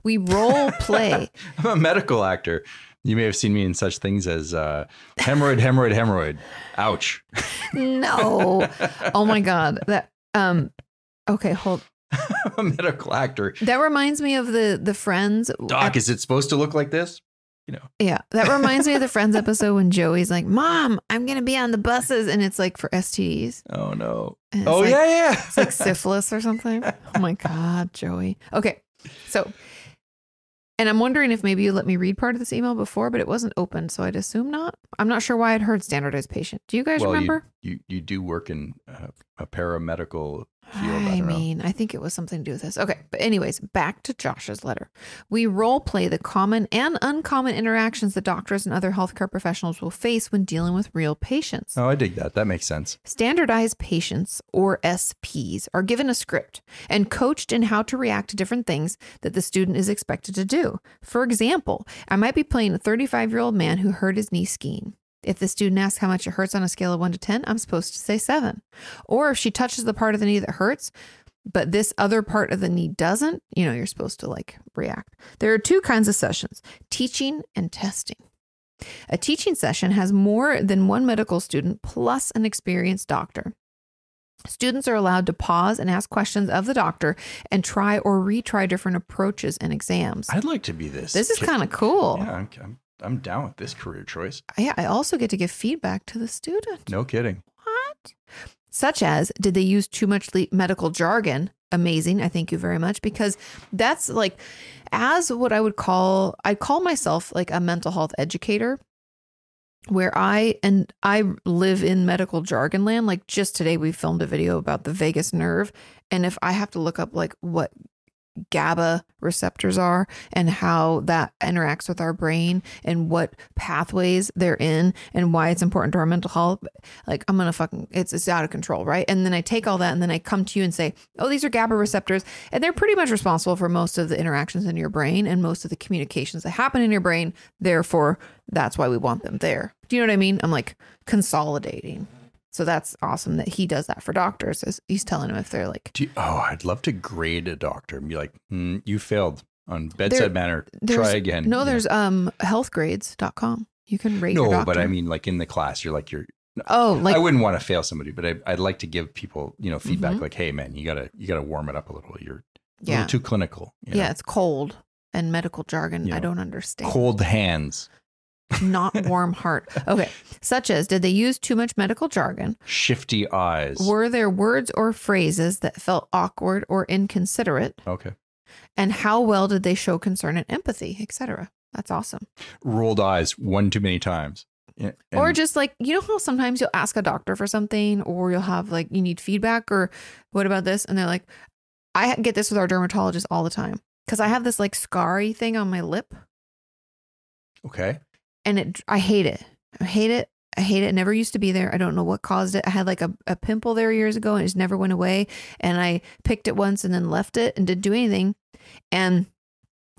[SPEAKER 2] We role play.
[SPEAKER 1] I'm a medical actor. You may have seen me in such things as uh, hemorrhoid, hemorrhoid, hemorrhoid. Ouch.
[SPEAKER 2] no. Oh my god. That um okay, hold.
[SPEAKER 1] I'm a medical actor.
[SPEAKER 2] That reminds me of the the friends
[SPEAKER 1] Doc, is it supposed to look like this?
[SPEAKER 2] Yeah, that reminds me of the friends episode when Joey's like, "Mom, I'm going to be on the buses." And it's like for STDs.
[SPEAKER 1] Oh no.
[SPEAKER 2] And it's
[SPEAKER 1] Oh
[SPEAKER 2] like,
[SPEAKER 1] yeah, yeah.
[SPEAKER 2] It's like syphilis or something. Oh my God, Joey. Okay. So, and I'm wondering if maybe you let me read part of this email before, but it wasn't open. So I'd assume not. I'm not sure why I'd heard standardized patient. Do you guys
[SPEAKER 1] Well, you-
[SPEAKER 2] remember?
[SPEAKER 1] you you do work in uh, a paramedical field. I,
[SPEAKER 2] I
[SPEAKER 1] don't know.
[SPEAKER 2] mean, I think it was something to do with this. Okay. But, anyways, back to Josh's letter. We role play the common and uncommon interactions that doctors and other healthcare professionals will face when dealing with real patients.
[SPEAKER 1] Oh, I dig that. That makes sense.
[SPEAKER 2] Standardized patients, or SPs, are given a script and coached in how to react to different things that the student is expected to do. For example, I might be playing a 35 year old man who hurt his knee skiing. If the student asks how much it hurts on a scale of 1 to 10, I'm supposed to say 7. Or if she touches the part of the knee that hurts, but this other part of the knee doesn't, you know, you're supposed to like react. There are two kinds of sessions teaching and testing. A teaching session has more than one medical student plus an experienced doctor. Students are allowed to pause and ask questions of the doctor and try or retry different approaches and exams.
[SPEAKER 1] I'd like to be this.
[SPEAKER 2] This is
[SPEAKER 1] kid.
[SPEAKER 2] kind of cool.
[SPEAKER 1] Yeah, I'm, I'm I'm down with this career choice.
[SPEAKER 2] Yeah, I also get to give feedback to the student.
[SPEAKER 1] No kidding.
[SPEAKER 2] What? such as did they use too much le- medical jargon? Amazing. I thank you very much because that's like as what I would call I call myself like a mental health educator where I and I live in medical jargon land. Like just today, we filmed a video about the vagus nerve, and if I have to look up like what GABA receptors are and how that interacts with our brain and what pathways they're in and why it's important to our mental health, like I'm gonna fucking it's it's out of control, right? And then I take all that and then I come to you and say, oh, these are GABA receptors, and they're pretty much responsible for most of the interactions in your brain and most of the communications that happen in your brain. Therefore, that's why we want them there. Do you know what I mean? I'm like consolidating. So that's awesome that he does that for doctors. Is he's telling them if they're like
[SPEAKER 1] Do you- oh, I'd love to grade a doctor and be like, "Hmm, you failed on bedside
[SPEAKER 2] There-
[SPEAKER 1] manner.
[SPEAKER 2] there's-
[SPEAKER 1] Try again.
[SPEAKER 2] No,
[SPEAKER 1] Yeah.
[SPEAKER 2] there's um healthgrades.com. You can rate your
[SPEAKER 1] no,
[SPEAKER 2] doctor.
[SPEAKER 1] but I mean, like in the class, you're like you're.
[SPEAKER 2] oh, like
[SPEAKER 1] I wouldn't want to fail somebody, but I, I'd like to give people, you know, feedback
[SPEAKER 2] Mhm.
[SPEAKER 1] like, "Hey, man, you gotta you gotta warm it up a little. You're a
[SPEAKER 2] yeah,
[SPEAKER 1] little too clinical. you know?
[SPEAKER 2] yeah, it's cold and medical jargon.
[SPEAKER 1] You
[SPEAKER 2] I
[SPEAKER 1] know,
[SPEAKER 2] don't understand.
[SPEAKER 1] cold hands,
[SPEAKER 2] Not warm heart. Okay, such as did they use too much medical jargon?
[SPEAKER 1] shifty eyes.
[SPEAKER 2] Were there words or phrases that felt awkward or inconsiderate?
[SPEAKER 1] okay,
[SPEAKER 2] And how well did they show concern and empathy, etc. That's awesome.
[SPEAKER 1] rolled eyes one too many times. Yeah,
[SPEAKER 2] or
[SPEAKER 1] and-
[SPEAKER 2] just like you know how sometimes you'll ask a doctor for something or you'll have like you need feedback or what about this and they're like i get this with our dermatologist all the time because i have this like scarry thing on my lip
[SPEAKER 1] okay,
[SPEAKER 2] and it i hate it i hate it i hate it It never used to be there i don't know what caused it i had like a, a pimple there years ago and it just never went away and i picked it once and then left it and didn't do anything and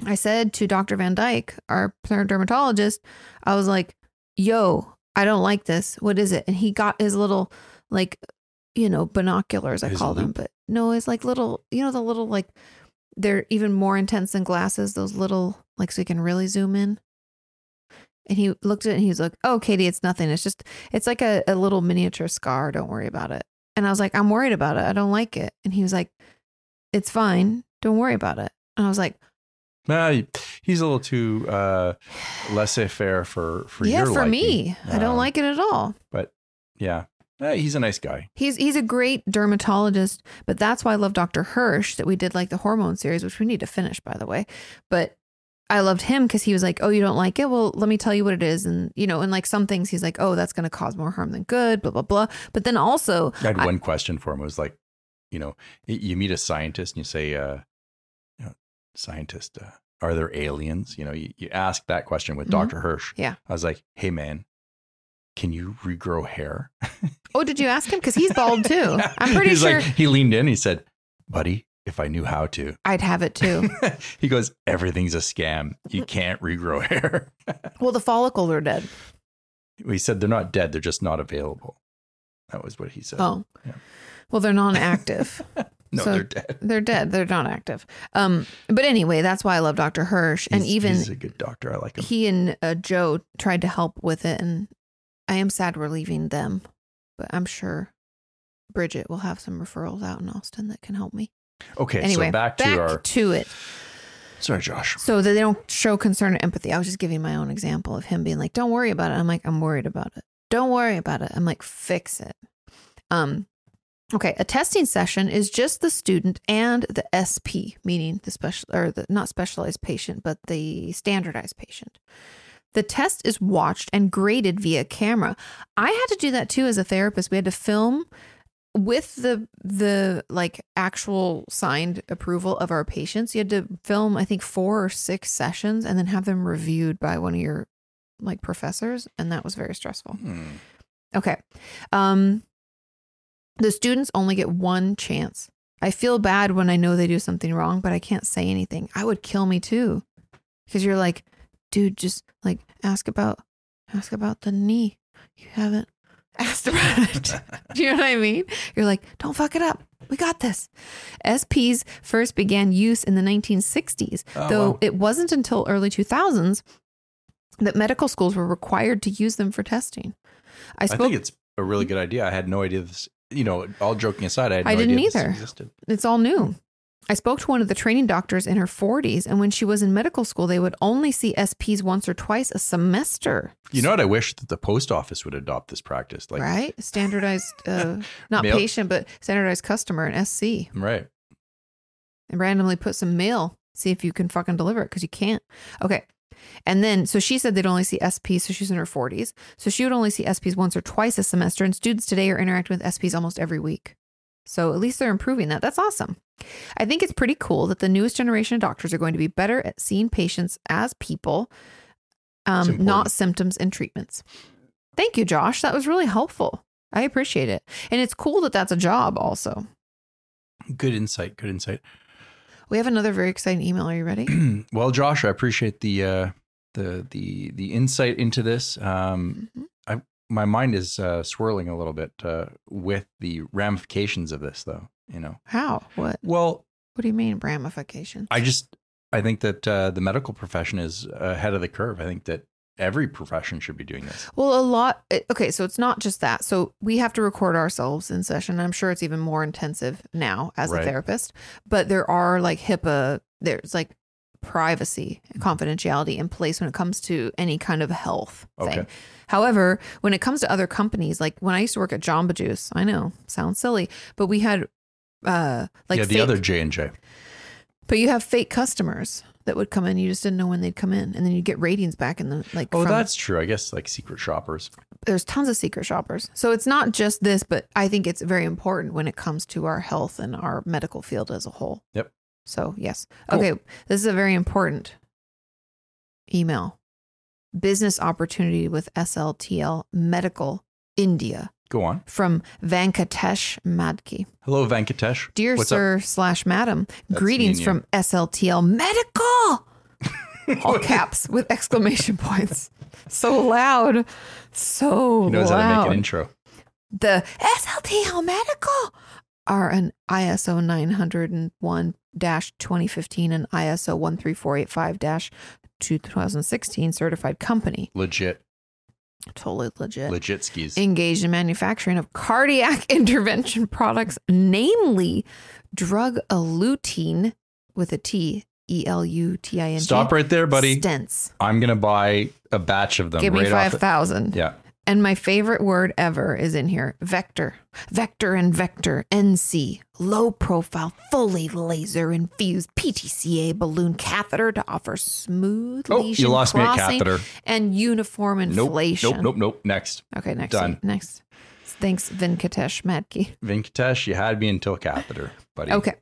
[SPEAKER 2] i said to dr van dyke our dermatologist i was like yo i don't like this what is it and he got his little like you know binoculars i
[SPEAKER 1] His
[SPEAKER 2] call them
[SPEAKER 1] loop?
[SPEAKER 2] but no it's like little you know the little like they're even more intense than glasses those little like so you can really zoom in and he looked at it and he was like, Oh, Katie, it's nothing. It's just, it's like a, a little miniature scar. Don't worry about it. And I was like, I'm worried about it. I don't like it. And he was like, It's fine. Don't worry about it. And I was like,
[SPEAKER 1] Nah, he's a little too uh, laissez faire for for
[SPEAKER 2] Yeah,
[SPEAKER 1] your
[SPEAKER 2] for
[SPEAKER 1] liking.
[SPEAKER 2] me. I don't
[SPEAKER 1] Um,
[SPEAKER 2] like it at all.
[SPEAKER 1] Yeah, Eh, he's a nice guy.
[SPEAKER 2] He's he's a great dermatologist, but that's why I love Dr. Hirsch that we did like the hormone series, which we need to finish, by the way. But I loved him because he was like, "Oh, you don't like it? Well, let me tell you what it is." And you know, and like some things, he's like, "Oh, that's going to cause more harm than good." Blah blah blah. But then also,
[SPEAKER 1] I had
[SPEAKER 2] I-
[SPEAKER 1] one question for him. It was like, you know, y- you meet a scientist and you say, uh, you know, scientist, uh, are there aliens? You know, you, you ask that question with
[SPEAKER 2] Mhm.
[SPEAKER 1] Dr. Hirsch.
[SPEAKER 2] Yeah.
[SPEAKER 1] I was like, hey, man, can you regrow hair?
[SPEAKER 2] Oh, did you ask him? Because he's bald too. I'm pretty
[SPEAKER 1] He's
[SPEAKER 2] sure
[SPEAKER 1] Like, he leaned in. He said, buddy, if I knew how to.
[SPEAKER 2] I'd have it too.
[SPEAKER 1] he goes, everything's a scam.
[SPEAKER 2] Mm.
[SPEAKER 1] You can't regrow hair.
[SPEAKER 2] well, the follicles are dead.
[SPEAKER 1] he said, they're not dead. They're just not available. That was what he said.
[SPEAKER 2] Oh,
[SPEAKER 1] Yeah.
[SPEAKER 2] well, they're non-active.
[SPEAKER 1] no,
[SPEAKER 2] so-
[SPEAKER 1] they're dead.
[SPEAKER 2] they're dead. They're not active. Um, but anyway, that's why I love Dr. Hirsch, and
[SPEAKER 1] He's-
[SPEAKER 2] even
[SPEAKER 1] he's a good doctor. I like him.
[SPEAKER 2] he and uh, Joe tried to help with it, and I am sad we're leaving them, but I'm sure Bridget will have some referrals out in Austin that can help me.
[SPEAKER 1] Okay,
[SPEAKER 2] anyway,
[SPEAKER 1] so back, to our
[SPEAKER 2] to it.
[SPEAKER 1] sorry, Josh.
[SPEAKER 2] so that they don't show concern and empathy. I was just giving my own example of him being like, "Don't worry about it." I'm like, "I'm worried about it." Don't worry about it. I'm like, "Fix it." Um, okay. A testing session is just the student and the SP, meaning the special or the not specialized patient, but the standardized patient. The test is watched and graded via camera. I had to do that too as a therapist. We had to film with the the like actual signed approval of our patients you had to film i think four or six sessions and then have them reviewed by one of your like professors and that was very stressful
[SPEAKER 1] Hmm.
[SPEAKER 2] okay um the students only get one chance i feel bad when i know they do something wrong but i can't say anything i would kill me too because you're like dude just like ask about ask about the knee you haven't asked about it do you know what I mean? You're like, don't fuck it up. We got this. SPs first began use in the 1960s,
[SPEAKER 1] Oh,
[SPEAKER 2] though
[SPEAKER 1] wow.
[SPEAKER 2] it wasn't until early 2000s that medical schools were required to use them for testing.
[SPEAKER 1] I
[SPEAKER 2] I spoke. Hmm?
[SPEAKER 1] think it's a really good idea. I had no idea this. You know, all joking aside, I, had
[SPEAKER 2] I
[SPEAKER 1] no
[SPEAKER 2] didn't
[SPEAKER 1] idea this
[SPEAKER 2] either.
[SPEAKER 1] existed.
[SPEAKER 2] it's all new. I spoke to one of the training doctors in her 40s, and when she was in medical school, they would only see SPs once or twice a semester.
[SPEAKER 1] You know what? I wish that the post office would adopt this practice. Like,
[SPEAKER 2] right? Standardized, uh, not
[SPEAKER 1] Mail-
[SPEAKER 2] patient, but standardized customer and SC,
[SPEAKER 1] right.
[SPEAKER 2] and randomly put some mail. See if you can fucking deliver it because you can't. Okay. And then, so she said they'd only see SPs, so she's in her 40s. So she would only see SPs once or twice a semester, and students today are interacting with SPs almost every week. So at least they're improving that. That's awesome. I think it's pretty cool that the newest generation of doctors are going to be better at seeing patients as people, um,
[SPEAKER 1] important.
[SPEAKER 2] not symptoms and treatments. Thank you, Josh. That was really helpful. I appreciate it. And it's cool that that's a job also.
[SPEAKER 1] Good insight. Good insight.
[SPEAKER 2] We have another very exciting email. Are you ready?
[SPEAKER 1] well, Josh, I appreciate the uh, the the the insight into this. Um,
[SPEAKER 2] Mhm.
[SPEAKER 1] my mind is uh, swirling a little bit uh, with the ramifications of this, though. You know.
[SPEAKER 2] How? What?
[SPEAKER 1] Well,
[SPEAKER 2] What do you mean ramification?
[SPEAKER 1] I just I think that uh, the medical profession is ahead of the curve. I think that every profession should be doing this.
[SPEAKER 2] Well, a lot. it- Okay, so it's not just that. So we have to record ourselves in session. I'm sure it's even more intensive now as
[SPEAKER 1] Right.
[SPEAKER 2] a therapist, but there are like HIPAA, there's like privacy and confidentiality in place when it comes to any kind of health thing.
[SPEAKER 1] Okay.
[SPEAKER 2] However, when it comes to other companies, like when I used to work at Jamba Juice, I know sounds silly, but we had uh like
[SPEAKER 1] yeah, the
[SPEAKER 2] fake-
[SPEAKER 1] other J and J.
[SPEAKER 2] but you have fake customers that would come in. You just didn't know when they'd come in, and then you get ratings back in the like.
[SPEAKER 1] Oh,
[SPEAKER 2] from-
[SPEAKER 1] that's true. I guess like secret shoppers.
[SPEAKER 2] there's tons of secret shoppers. So it's not just this, but I think it's very important when it comes to our health and our medical field as a whole.
[SPEAKER 1] Yep.
[SPEAKER 2] So, yes.
[SPEAKER 1] Cool.
[SPEAKER 2] Okay. This is a very important email. Business opportunity with SLTL Medical India
[SPEAKER 1] Go on.
[SPEAKER 2] from Vankatesh Madki.
[SPEAKER 1] Hello, Venkatesh.
[SPEAKER 2] Dear
[SPEAKER 1] What's
[SPEAKER 2] sir slash madam,
[SPEAKER 1] That's
[SPEAKER 2] greetings
[SPEAKER 1] me
[SPEAKER 2] from
[SPEAKER 1] and
[SPEAKER 2] SLTL Medical all
[SPEAKER 1] up?
[SPEAKER 2] caps with exclamation points. So loud. So
[SPEAKER 1] He knows
[SPEAKER 2] loud.
[SPEAKER 1] how to make an intro.
[SPEAKER 2] the SLTL Medical are an ISO 901 2015 and ISO 13485 2016 certified company.
[SPEAKER 1] Legit,
[SPEAKER 2] Totally legit.
[SPEAKER 1] legit skis.
[SPEAKER 2] Engaged in manufacturing of cardiac intervention products, namely drug eluting with a T, E L U T I N. T,
[SPEAKER 1] Stop right there, buddy.
[SPEAKER 2] Stents.
[SPEAKER 1] I'm gonna buy a batch of them.
[SPEAKER 2] Give
[SPEAKER 1] right
[SPEAKER 2] me
[SPEAKER 1] off
[SPEAKER 2] 5,000.
[SPEAKER 1] the- yeah,
[SPEAKER 2] And my favorite word ever is in here vector. Vector and vector, NC, low profile, fully laser infused PTCA balloon catheter to offer smooth
[SPEAKER 1] Oh,
[SPEAKER 2] lesion
[SPEAKER 1] you lost me at
[SPEAKER 2] crossing
[SPEAKER 1] catheter.
[SPEAKER 2] and uniform
[SPEAKER 1] Nope,
[SPEAKER 2] inflation.
[SPEAKER 1] nope, nope, nope. Next,
[SPEAKER 2] Okay, next.
[SPEAKER 1] Done.
[SPEAKER 2] Next. Thanks, Venkatesh Madki.
[SPEAKER 1] Venkatesh, you had me until catheter, buddy.
[SPEAKER 2] Okay.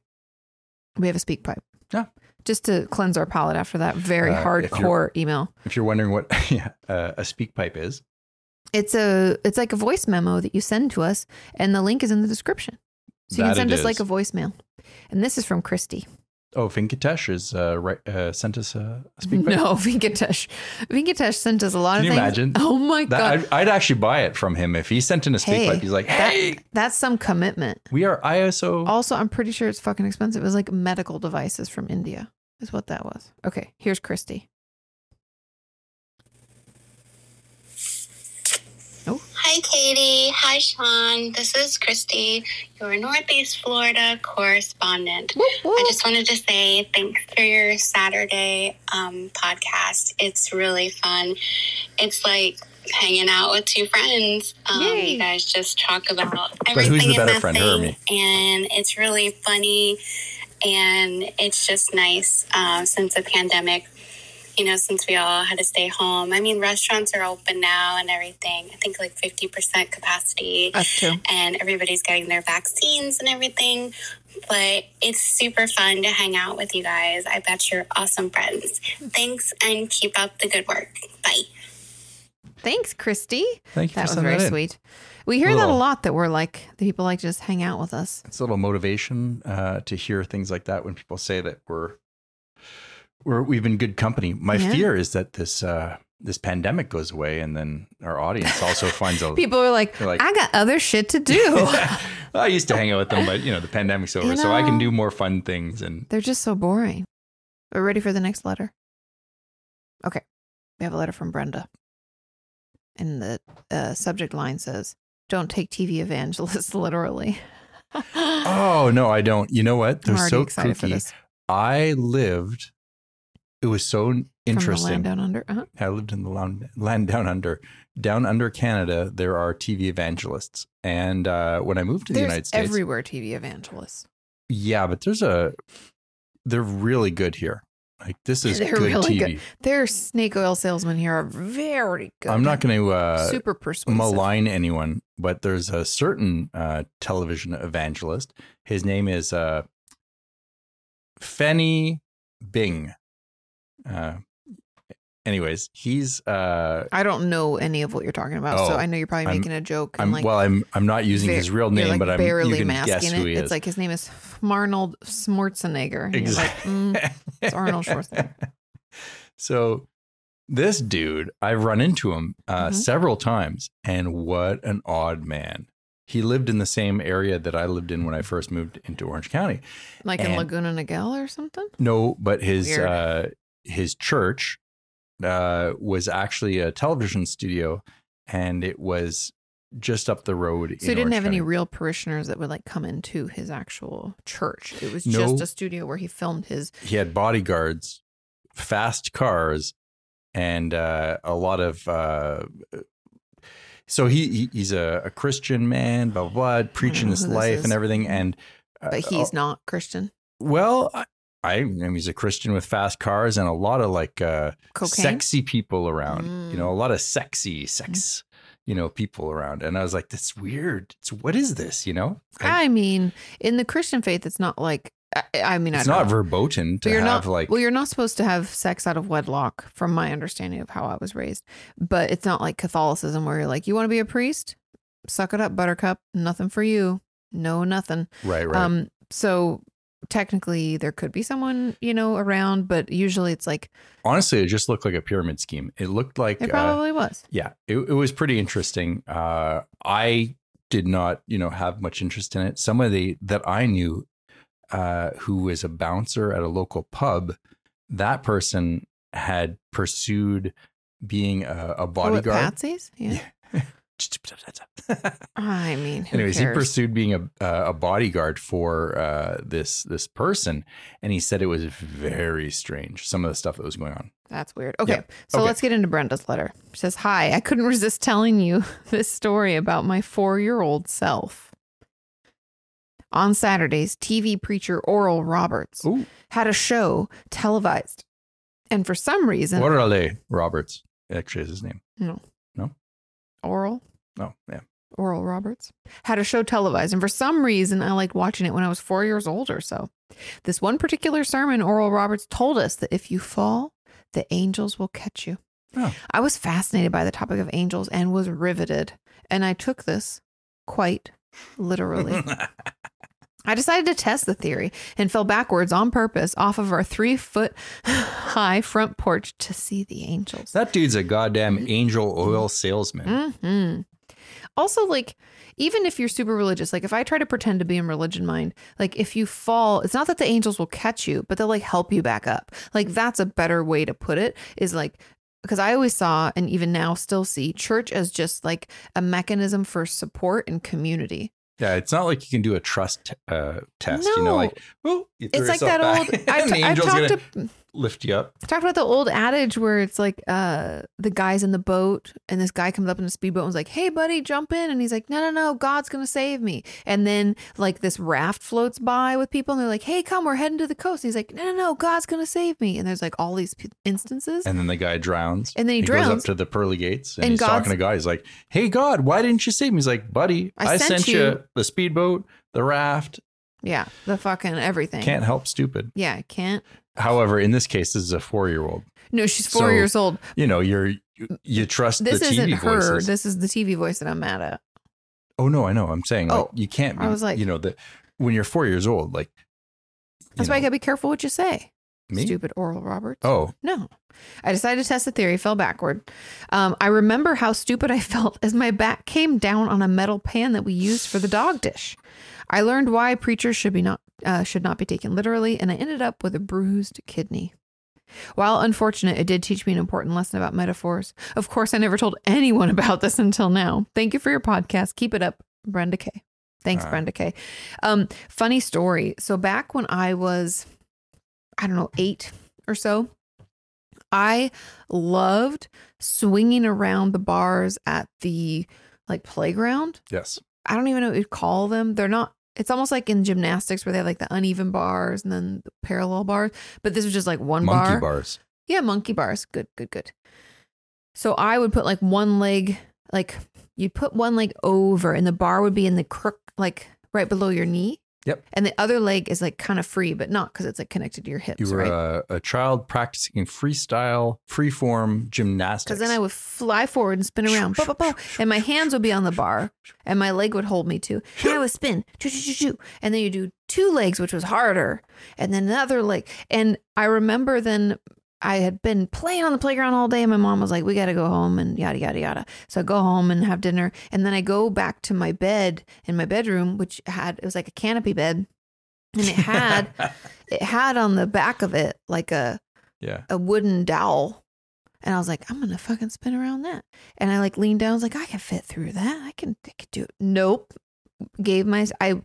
[SPEAKER 2] We have a speak pipe.
[SPEAKER 1] Yeah.
[SPEAKER 2] Just to cleanse our palate after that very
[SPEAKER 1] Uh, if
[SPEAKER 2] hardcore email.
[SPEAKER 1] If you're wondering what yeah, uh, a speak pipe is,
[SPEAKER 2] It's a it's like a voice memo that you send to us, and the link is in the description. So you
[SPEAKER 1] That
[SPEAKER 2] can send
[SPEAKER 1] it
[SPEAKER 2] us like a
[SPEAKER 1] is.
[SPEAKER 2] voicemail. And this is from Christy.
[SPEAKER 1] oh, Venkatesh is uh, right, uh, sent us a, a speak pipe.
[SPEAKER 2] No, Vinkatesh. Vinkatesh sent us a lot
[SPEAKER 1] Can
[SPEAKER 2] of
[SPEAKER 1] you
[SPEAKER 2] things.
[SPEAKER 1] imagine?
[SPEAKER 2] Oh my
[SPEAKER 1] That,
[SPEAKER 2] god.
[SPEAKER 1] I'd, I'd actually buy it from him if he sent in a speak
[SPEAKER 2] Hey,
[SPEAKER 1] pipe. He's like,
[SPEAKER 2] that- Oh,
[SPEAKER 1] hey,
[SPEAKER 2] that's some commitment.
[SPEAKER 1] we are ISO.
[SPEAKER 2] Also, I'm pretty sure it's fucking expensive. It was like medical devices from India, is what that was. Okay, here's Christy.
[SPEAKER 4] Hi, Katie. Hi, Sean. This is Christy, your Northeast Florida correspondent.
[SPEAKER 2] Whoop, whoop.
[SPEAKER 4] I just wanted to say thanks for your Saturday um, podcast. It's really fun. It's like hanging out with two friends. Um,
[SPEAKER 2] Yay.
[SPEAKER 4] you guys just talk about
[SPEAKER 1] who's the
[SPEAKER 4] everything and
[SPEAKER 1] better
[SPEAKER 4] nothing,
[SPEAKER 1] friend, her or me?
[SPEAKER 4] and it's really funny. And it's just nice uh, since the pandemic you know, since we all had to stay home. I mean, restaurants are open now and everything. I think like 50% capacity,
[SPEAKER 2] Us too.
[SPEAKER 4] and everybody's getting their vaccines and everything. But it's super fun to hang out with you guys. I bet you're awesome friends. Thanks and keep up the good work. Bye.
[SPEAKER 2] Thanks, Christy.
[SPEAKER 1] Thank you for
[SPEAKER 2] That was
[SPEAKER 1] sending
[SPEAKER 2] very
[SPEAKER 1] that in.
[SPEAKER 2] sweet. We hear that a
[SPEAKER 1] Little.
[SPEAKER 2] lot that we're like the people like to just hang out with us.
[SPEAKER 1] It's a little motivation uh, to hear things like that when people say that we're, we're we've been good company. My
[SPEAKER 2] Yeah.
[SPEAKER 1] fear is that this uh, this pandemic goes away and then our audience also finds a
[SPEAKER 2] People are like,
[SPEAKER 1] They're like-
[SPEAKER 2] I got other shit to do.
[SPEAKER 1] I used to hang out with them, but you know the pandemic's over,
[SPEAKER 2] You
[SPEAKER 1] so I can
[SPEAKER 2] know-
[SPEAKER 1] do more fun things. And
[SPEAKER 2] They're just so boring. We're ready for the next letter. Okay. We have a letter from Brenda. And the uh, subject line says, Don't take TV evangelists literally.
[SPEAKER 1] Oh no, I don't. You know what? They're
[SPEAKER 2] I'm already
[SPEAKER 1] so
[SPEAKER 2] excited for
[SPEAKER 1] kooky.
[SPEAKER 2] this.
[SPEAKER 1] I lived. It was so
[SPEAKER 2] From the land
[SPEAKER 1] interesting.
[SPEAKER 2] down under. Uh-huh.
[SPEAKER 1] I lived in the land, land down under. Down under Canada, there are TV evangelists, and uh, when I moved to the
[SPEAKER 2] There's
[SPEAKER 1] United States,
[SPEAKER 2] everywhere TV evangelists.
[SPEAKER 1] yeah, but there's a. They're really good here. Like this is
[SPEAKER 2] They're
[SPEAKER 1] good
[SPEAKER 2] really
[SPEAKER 1] TV.
[SPEAKER 2] good. Their snake oil salesmen here are very good.
[SPEAKER 1] I'm not going to uh,
[SPEAKER 2] super persuasive.
[SPEAKER 1] malign anyone, but there's a certain uh, television evangelist. His name is uh, Fenny Bing. Uh, anyways, he's uh,
[SPEAKER 2] I don't know any of what you're talking about, so
[SPEAKER 1] Oh,
[SPEAKER 2] I know you're probably
[SPEAKER 1] I'm-
[SPEAKER 2] making a joke. and,
[SPEAKER 1] I'm
[SPEAKER 2] like,
[SPEAKER 1] well, I'm I'm not using
[SPEAKER 2] ver-
[SPEAKER 1] his real
[SPEAKER 2] you're,
[SPEAKER 1] name,
[SPEAKER 2] like,
[SPEAKER 1] but I'm
[SPEAKER 2] barely
[SPEAKER 1] you can
[SPEAKER 2] masking
[SPEAKER 1] guess who
[SPEAKER 2] it.
[SPEAKER 1] he
[SPEAKER 2] it's
[SPEAKER 1] is.
[SPEAKER 2] like his name is Marnold Schwarzenegger. And you're like,
[SPEAKER 1] Exact-
[SPEAKER 2] mm, it's Arnold Schwarzenegger.
[SPEAKER 1] so this dude, I've run into him uh,
[SPEAKER 2] Mhm.
[SPEAKER 1] several times, and what an odd man. He lived in the same area that I lived in when I first moved into Orange County.
[SPEAKER 2] like in
[SPEAKER 1] And-
[SPEAKER 2] Laguna Niguel or something.
[SPEAKER 1] No, but his
[SPEAKER 2] Weird.
[SPEAKER 1] uh, his church uh, was actually a television studio, and it was just up the road.
[SPEAKER 2] So he
[SPEAKER 1] in
[SPEAKER 2] didn't
[SPEAKER 1] Orange
[SPEAKER 2] have any
[SPEAKER 1] County.
[SPEAKER 2] real parishioners that would like come into his actual church. It was
[SPEAKER 1] No.
[SPEAKER 2] just a studio where he filmed his.
[SPEAKER 1] He had bodyguards, fast cars, and uh, a lot of. Uh, so he, he he's a, a Christian man, blah blah, blah preaching
[SPEAKER 2] know
[SPEAKER 1] his
[SPEAKER 2] who Mm-hmm. this
[SPEAKER 1] life
[SPEAKER 2] is.
[SPEAKER 1] and everything, and uh,
[SPEAKER 2] But he's not Christian.
[SPEAKER 1] well. I, I mean, he's a Christian with fast cars and a lot of like uh,
[SPEAKER 2] Cocaine.
[SPEAKER 1] sexy people around.
[SPEAKER 2] Mm.
[SPEAKER 1] You know, a lot of sexy sex, you know, people around. And I was like, that's weird. It's what is this? You know, Like,
[SPEAKER 2] I mean, in the Christian faith, it's not like. I, I mean,
[SPEAKER 1] it's
[SPEAKER 2] I don't
[SPEAKER 1] not
[SPEAKER 2] know.
[SPEAKER 1] verboten to
[SPEAKER 2] But you're
[SPEAKER 1] have
[SPEAKER 2] not
[SPEAKER 1] like.
[SPEAKER 2] well you're not supposed to have sex out of wedlock from my understanding of how i was raised but it's not like catholicism where you're like you want to be a priest suck it up buttercup nothing for you no nothing
[SPEAKER 1] right, right.
[SPEAKER 2] um so technically there could be someone you know around but usually it's like
[SPEAKER 1] Honestly, it just looked like a pyramid scheme. It looked like.
[SPEAKER 2] it
[SPEAKER 1] uh,
[SPEAKER 2] probably was
[SPEAKER 1] yeah it, it was pretty interesting uh i did not you know have much interest in it somebody that i knew uh who was a bouncer at a local pub that person had pursued being a, a
[SPEAKER 2] Oh, at
[SPEAKER 1] bodyguard
[SPEAKER 2] patsy's yeah,
[SPEAKER 1] Yeah.
[SPEAKER 2] i mean who
[SPEAKER 1] anyways he
[SPEAKER 2] cares?
[SPEAKER 1] pursued being a uh, a bodyguard for uh this this person and he said it was very strange some of the stuff that was going on
[SPEAKER 2] That's weird. Okay.
[SPEAKER 1] Yeah.
[SPEAKER 2] So
[SPEAKER 1] Okay.
[SPEAKER 2] let's get into Brenda's letter. She says, Hi, I couldn't resist telling you this story about my four year old self. On Saturdays, TV preacher Oral Roberts
[SPEAKER 1] Ooh.
[SPEAKER 2] had a show televised. And for some reason,
[SPEAKER 1] Orale roberts actually is his name
[SPEAKER 2] Oral,
[SPEAKER 1] oh yeah
[SPEAKER 2] Oral Roberts had a show televised. And for some reason, I liked watching it when I was four years old or so. This one particular sermon, Oral Roberts told us that if you fall, the angels will catch you.
[SPEAKER 1] Oh.
[SPEAKER 2] I was fascinated by the topic of angels and was riveted, and I took this quite literally. I decided to test the theory and fell backwards on purpose off of our three foot high front porch to see the angels.
[SPEAKER 1] That dude's a goddamn angel oil salesman.
[SPEAKER 2] hmm Also, like, even if you're super religious, like if I try to pretend to be in religion mind, like if you fall, it's not that the angels will catch you, but they'll like help you back up. Like
[SPEAKER 1] Mm.
[SPEAKER 2] that's a better way to put it is like, because I always saw and even now still see church as just like a mechanism for support and community.
[SPEAKER 1] Yeah, it's not like you can do a trust uh, test. You know,
[SPEAKER 2] No.
[SPEAKER 1] like, well, you threw
[SPEAKER 2] it's like
[SPEAKER 1] yourself
[SPEAKER 2] that
[SPEAKER 1] back,
[SPEAKER 2] old.
[SPEAKER 1] and
[SPEAKER 2] I've,
[SPEAKER 1] the
[SPEAKER 2] t- I've
[SPEAKER 1] angel's
[SPEAKER 2] talked
[SPEAKER 1] gonna
[SPEAKER 2] to,
[SPEAKER 1] lift you up.
[SPEAKER 2] talked about the old adage where it's like uh the guy's in the boat and this guy comes up in a speedboat and was like hey buddy jump in and he's like no no no god's gonna save me and then like this raft floats by with people and they're like hey come we're heading to the coast and he's like no no no god's gonna save me and there's like all these p- instances and,
[SPEAKER 1] And then the guy drowns.
[SPEAKER 2] then he,
[SPEAKER 1] he
[SPEAKER 2] drowns
[SPEAKER 1] goes up to the pearly gates and,
[SPEAKER 2] And
[SPEAKER 1] he's
[SPEAKER 2] God's-
[SPEAKER 1] talking to God. He's like, "Hey God, why didn't you save me?" He's like, "Buddy,
[SPEAKER 2] I
[SPEAKER 1] I,
[SPEAKER 2] sent
[SPEAKER 1] sent,
[SPEAKER 2] you-
[SPEAKER 1] you. the speedboat, the raft.
[SPEAKER 2] yeah the fucking everything
[SPEAKER 1] Can't help stupid."
[SPEAKER 2] yeah can't
[SPEAKER 1] However, in this case, this is a four-year-old.
[SPEAKER 2] no she's four
[SPEAKER 1] So,
[SPEAKER 2] years old
[SPEAKER 1] You know, you're you, you trust
[SPEAKER 2] this
[SPEAKER 1] the TV
[SPEAKER 2] isn't her
[SPEAKER 1] voices.
[SPEAKER 2] this is the tv voice that i'm mad at
[SPEAKER 1] Oh no, I know. I'm saying like
[SPEAKER 2] Oh,
[SPEAKER 1] you can't. Be,
[SPEAKER 2] I was like-
[SPEAKER 1] you know, that when you're four years old, like you
[SPEAKER 2] that's why you
[SPEAKER 1] know,
[SPEAKER 2] gotta be careful what you say
[SPEAKER 1] me.
[SPEAKER 2] stupid oral roberts
[SPEAKER 1] Oh,
[SPEAKER 2] No. I decided to test the theory, fell backward. Um, I remember how stupid I felt as my back came down on a metal pan that we used for the dog dish. I learned why preachers should be not uh, should not be taken literally, and I ended up with a bruised kidney. While unfortunate, it did teach me an important lesson about metaphors. Of course, I never told anyone about this until now. Thank you for your podcast. Keep it up, Brenda K. Thanks,
[SPEAKER 1] All right.
[SPEAKER 2] Brenda K. Um, funny story. So back when I was, I don't know, eight or so, I loved swinging around the bars at the like playground.
[SPEAKER 1] Yes.
[SPEAKER 2] I don't even know what you'd call them. They're not. It's almost like in gymnastics where they have like the uneven bars and then the parallel bars. But this was just like one
[SPEAKER 1] Monkey
[SPEAKER 2] bar.
[SPEAKER 1] bars.
[SPEAKER 2] Yeah, monkey bars. Good, good, good. So I would put like one leg, like you'd put one leg over, and the bar would be in the crook, like right below your knee.
[SPEAKER 1] Yep.
[SPEAKER 2] And the other leg is like kind of free, but not because it's like connected to your hips,
[SPEAKER 1] You were
[SPEAKER 2] right?
[SPEAKER 1] uh a, child practicing freestyle, freeform gymnastics.
[SPEAKER 2] Because then I would fly forward and spin around, bow, bow, bow, and my hands would be on the bar, and my leg would hold me too. And I would spin, choo, choo, choo, choo. and then you do two legs, which was harder, and then another leg. And I remember then I had been playing on the playground all day, and my mom was like, "We got to go home," and yada yada yada. So I go home and have dinner, and then I go back to my bed in my bedroom, which had it was like a canopy bed, and it had it had on the back of it like a
[SPEAKER 1] yeah.
[SPEAKER 2] a wooden dowel. And I was like, I'm gonna fucking spin around that. And I like leaned down, I was like, I can fit through that. I can, I can do it. Nope. Gave my I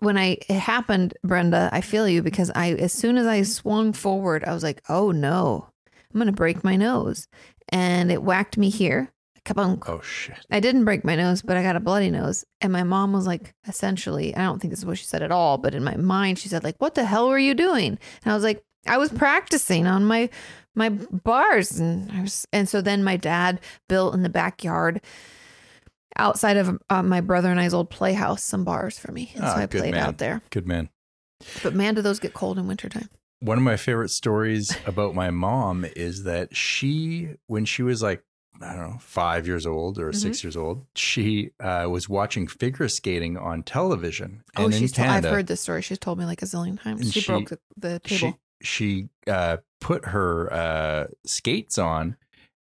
[SPEAKER 2] when I it happened, Brenda, I feel you because I as soon as I swung forward, I was like, oh no, I'm gonna break my nose. And it whacked me here. Kabunk.
[SPEAKER 1] Oh shit.
[SPEAKER 2] I didn't break my nose, but I got a bloody nose. And my mom was like, essentially, I don't think this is what she said at all, but in my mind, she said, like, what the hell were you doing? And I was like, I was practicing on my my bars. And I was and so then my dad built in the backyard outside of uh, my brother and I's old playhouse some bars for me. And so
[SPEAKER 1] Ah,
[SPEAKER 2] I
[SPEAKER 1] good
[SPEAKER 2] played
[SPEAKER 1] man.
[SPEAKER 2] out there.
[SPEAKER 1] Good man.
[SPEAKER 2] But man, do those get cold in wintertime.
[SPEAKER 1] One of my favorite stories about my mom is that she, when she was like, I don't know, five years old or
[SPEAKER 2] Mm-hmm.
[SPEAKER 1] six years old, she uh, was watching figure skating on television.
[SPEAKER 2] Oh,
[SPEAKER 1] and in
[SPEAKER 2] she's told, I've
[SPEAKER 1] Canada,
[SPEAKER 2] heard this story. She's told me like a zillion times.
[SPEAKER 1] And
[SPEAKER 2] She,
[SPEAKER 1] she-
[SPEAKER 2] broke the, the table.
[SPEAKER 1] she she uh, put her uh, skates on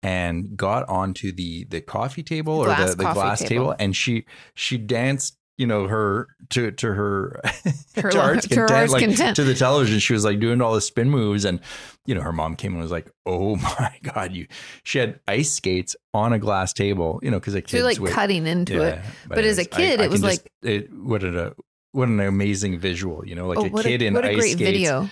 [SPEAKER 1] and got onto the the coffee table or
[SPEAKER 2] Glass
[SPEAKER 1] the, the
[SPEAKER 2] coffee
[SPEAKER 1] glass table.
[SPEAKER 2] table.
[SPEAKER 1] and she she danced you know her to to her,
[SPEAKER 2] Her
[SPEAKER 1] to
[SPEAKER 2] lo-
[SPEAKER 1] heart's
[SPEAKER 2] to her
[SPEAKER 1] content,
[SPEAKER 2] heart's
[SPEAKER 1] like,
[SPEAKER 2] content.
[SPEAKER 1] to the television she was like doing all the spin moves and you know her mom came and was like oh my god you she had ice skates on a glass table you know because the
[SPEAKER 2] She,
[SPEAKER 1] kids
[SPEAKER 2] like
[SPEAKER 1] would,
[SPEAKER 2] cutting into it.
[SPEAKER 1] yeah,
[SPEAKER 2] But as a
[SPEAKER 1] anyways,
[SPEAKER 2] kid, it
[SPEAKER 1] can
[SPEAKER 2] was
[SPEAKER 1] just-
[SPEAKER 2] like-
[SPEAKER 1] it, what an a what an amazing visual you know like
[SPEAKER 2] oh,
[SPEAKER 1] a
[SPEAKER 2] what
[SPEAKER 1] kid
[SPEAKER 2] a,
[SPEAKER 1] in
[SPEAKER 2] what a
[SPEAKER 1] ice
[SPEAKER 2] great
[SPEAKER 1] skates
[SPEAKER 2] video.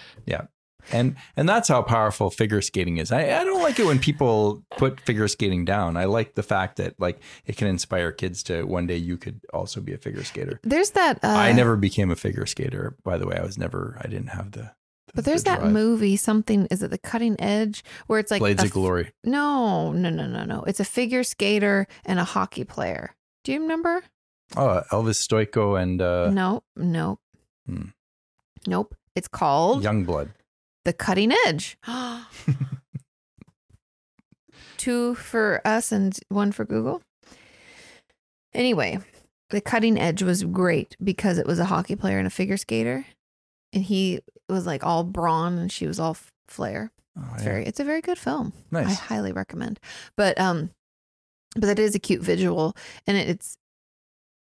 [SPEAKER 1] and and that's how powerful figure skating is. I, I don't like it when people put figure skating down. I like the fact that like it can inspire kids to one day you could also be a figure skater.
[SPEAKER 2] There's that. Uh,
[SPEAKER 1] I never became a figure skater, by the way. I was never. I didn't have the. the-
[SPEAKER 2] But there's
[SPEAKER 1] the
[SPEAKER 2] that
[SPEAKER 1] drive.
[SPEAKER 2] movie, something is it the Cutting Edge, where it's like
[SPEAKER 1] Blades
[SPEAKER 2] a
[SPEAKER 1] of Glory.
[SPEAKER 2] f- No, no, no, no, no. It's a figure skater and a hockey player. Do you remember?
[SPEAKER 1] Oh, Elvis Stoiko and uh,
[SPEAKER 2] no, no,
[SPEAKER 1] Hmm.
[SPEAKER 2] nope. It's called
[SPEAKER 1] Youngblood.
[SPEAKER 2] The Cutting Edge. Two for us and one for Google. Anyway, The Cutting Edge was great because it was a hockey player and a figure skater, and he was like all brawn and she was all f- flair.
[SPEAKER 1] Oh,
[SPEAKER 2] It's
[SPEAKER 1] yeah.
[SPEAKER 2] very it's a very good film. I
[SPEAKER 1] nice.
[SPEAKER 2] highly recommend. But um but that is a cute visual and it, it's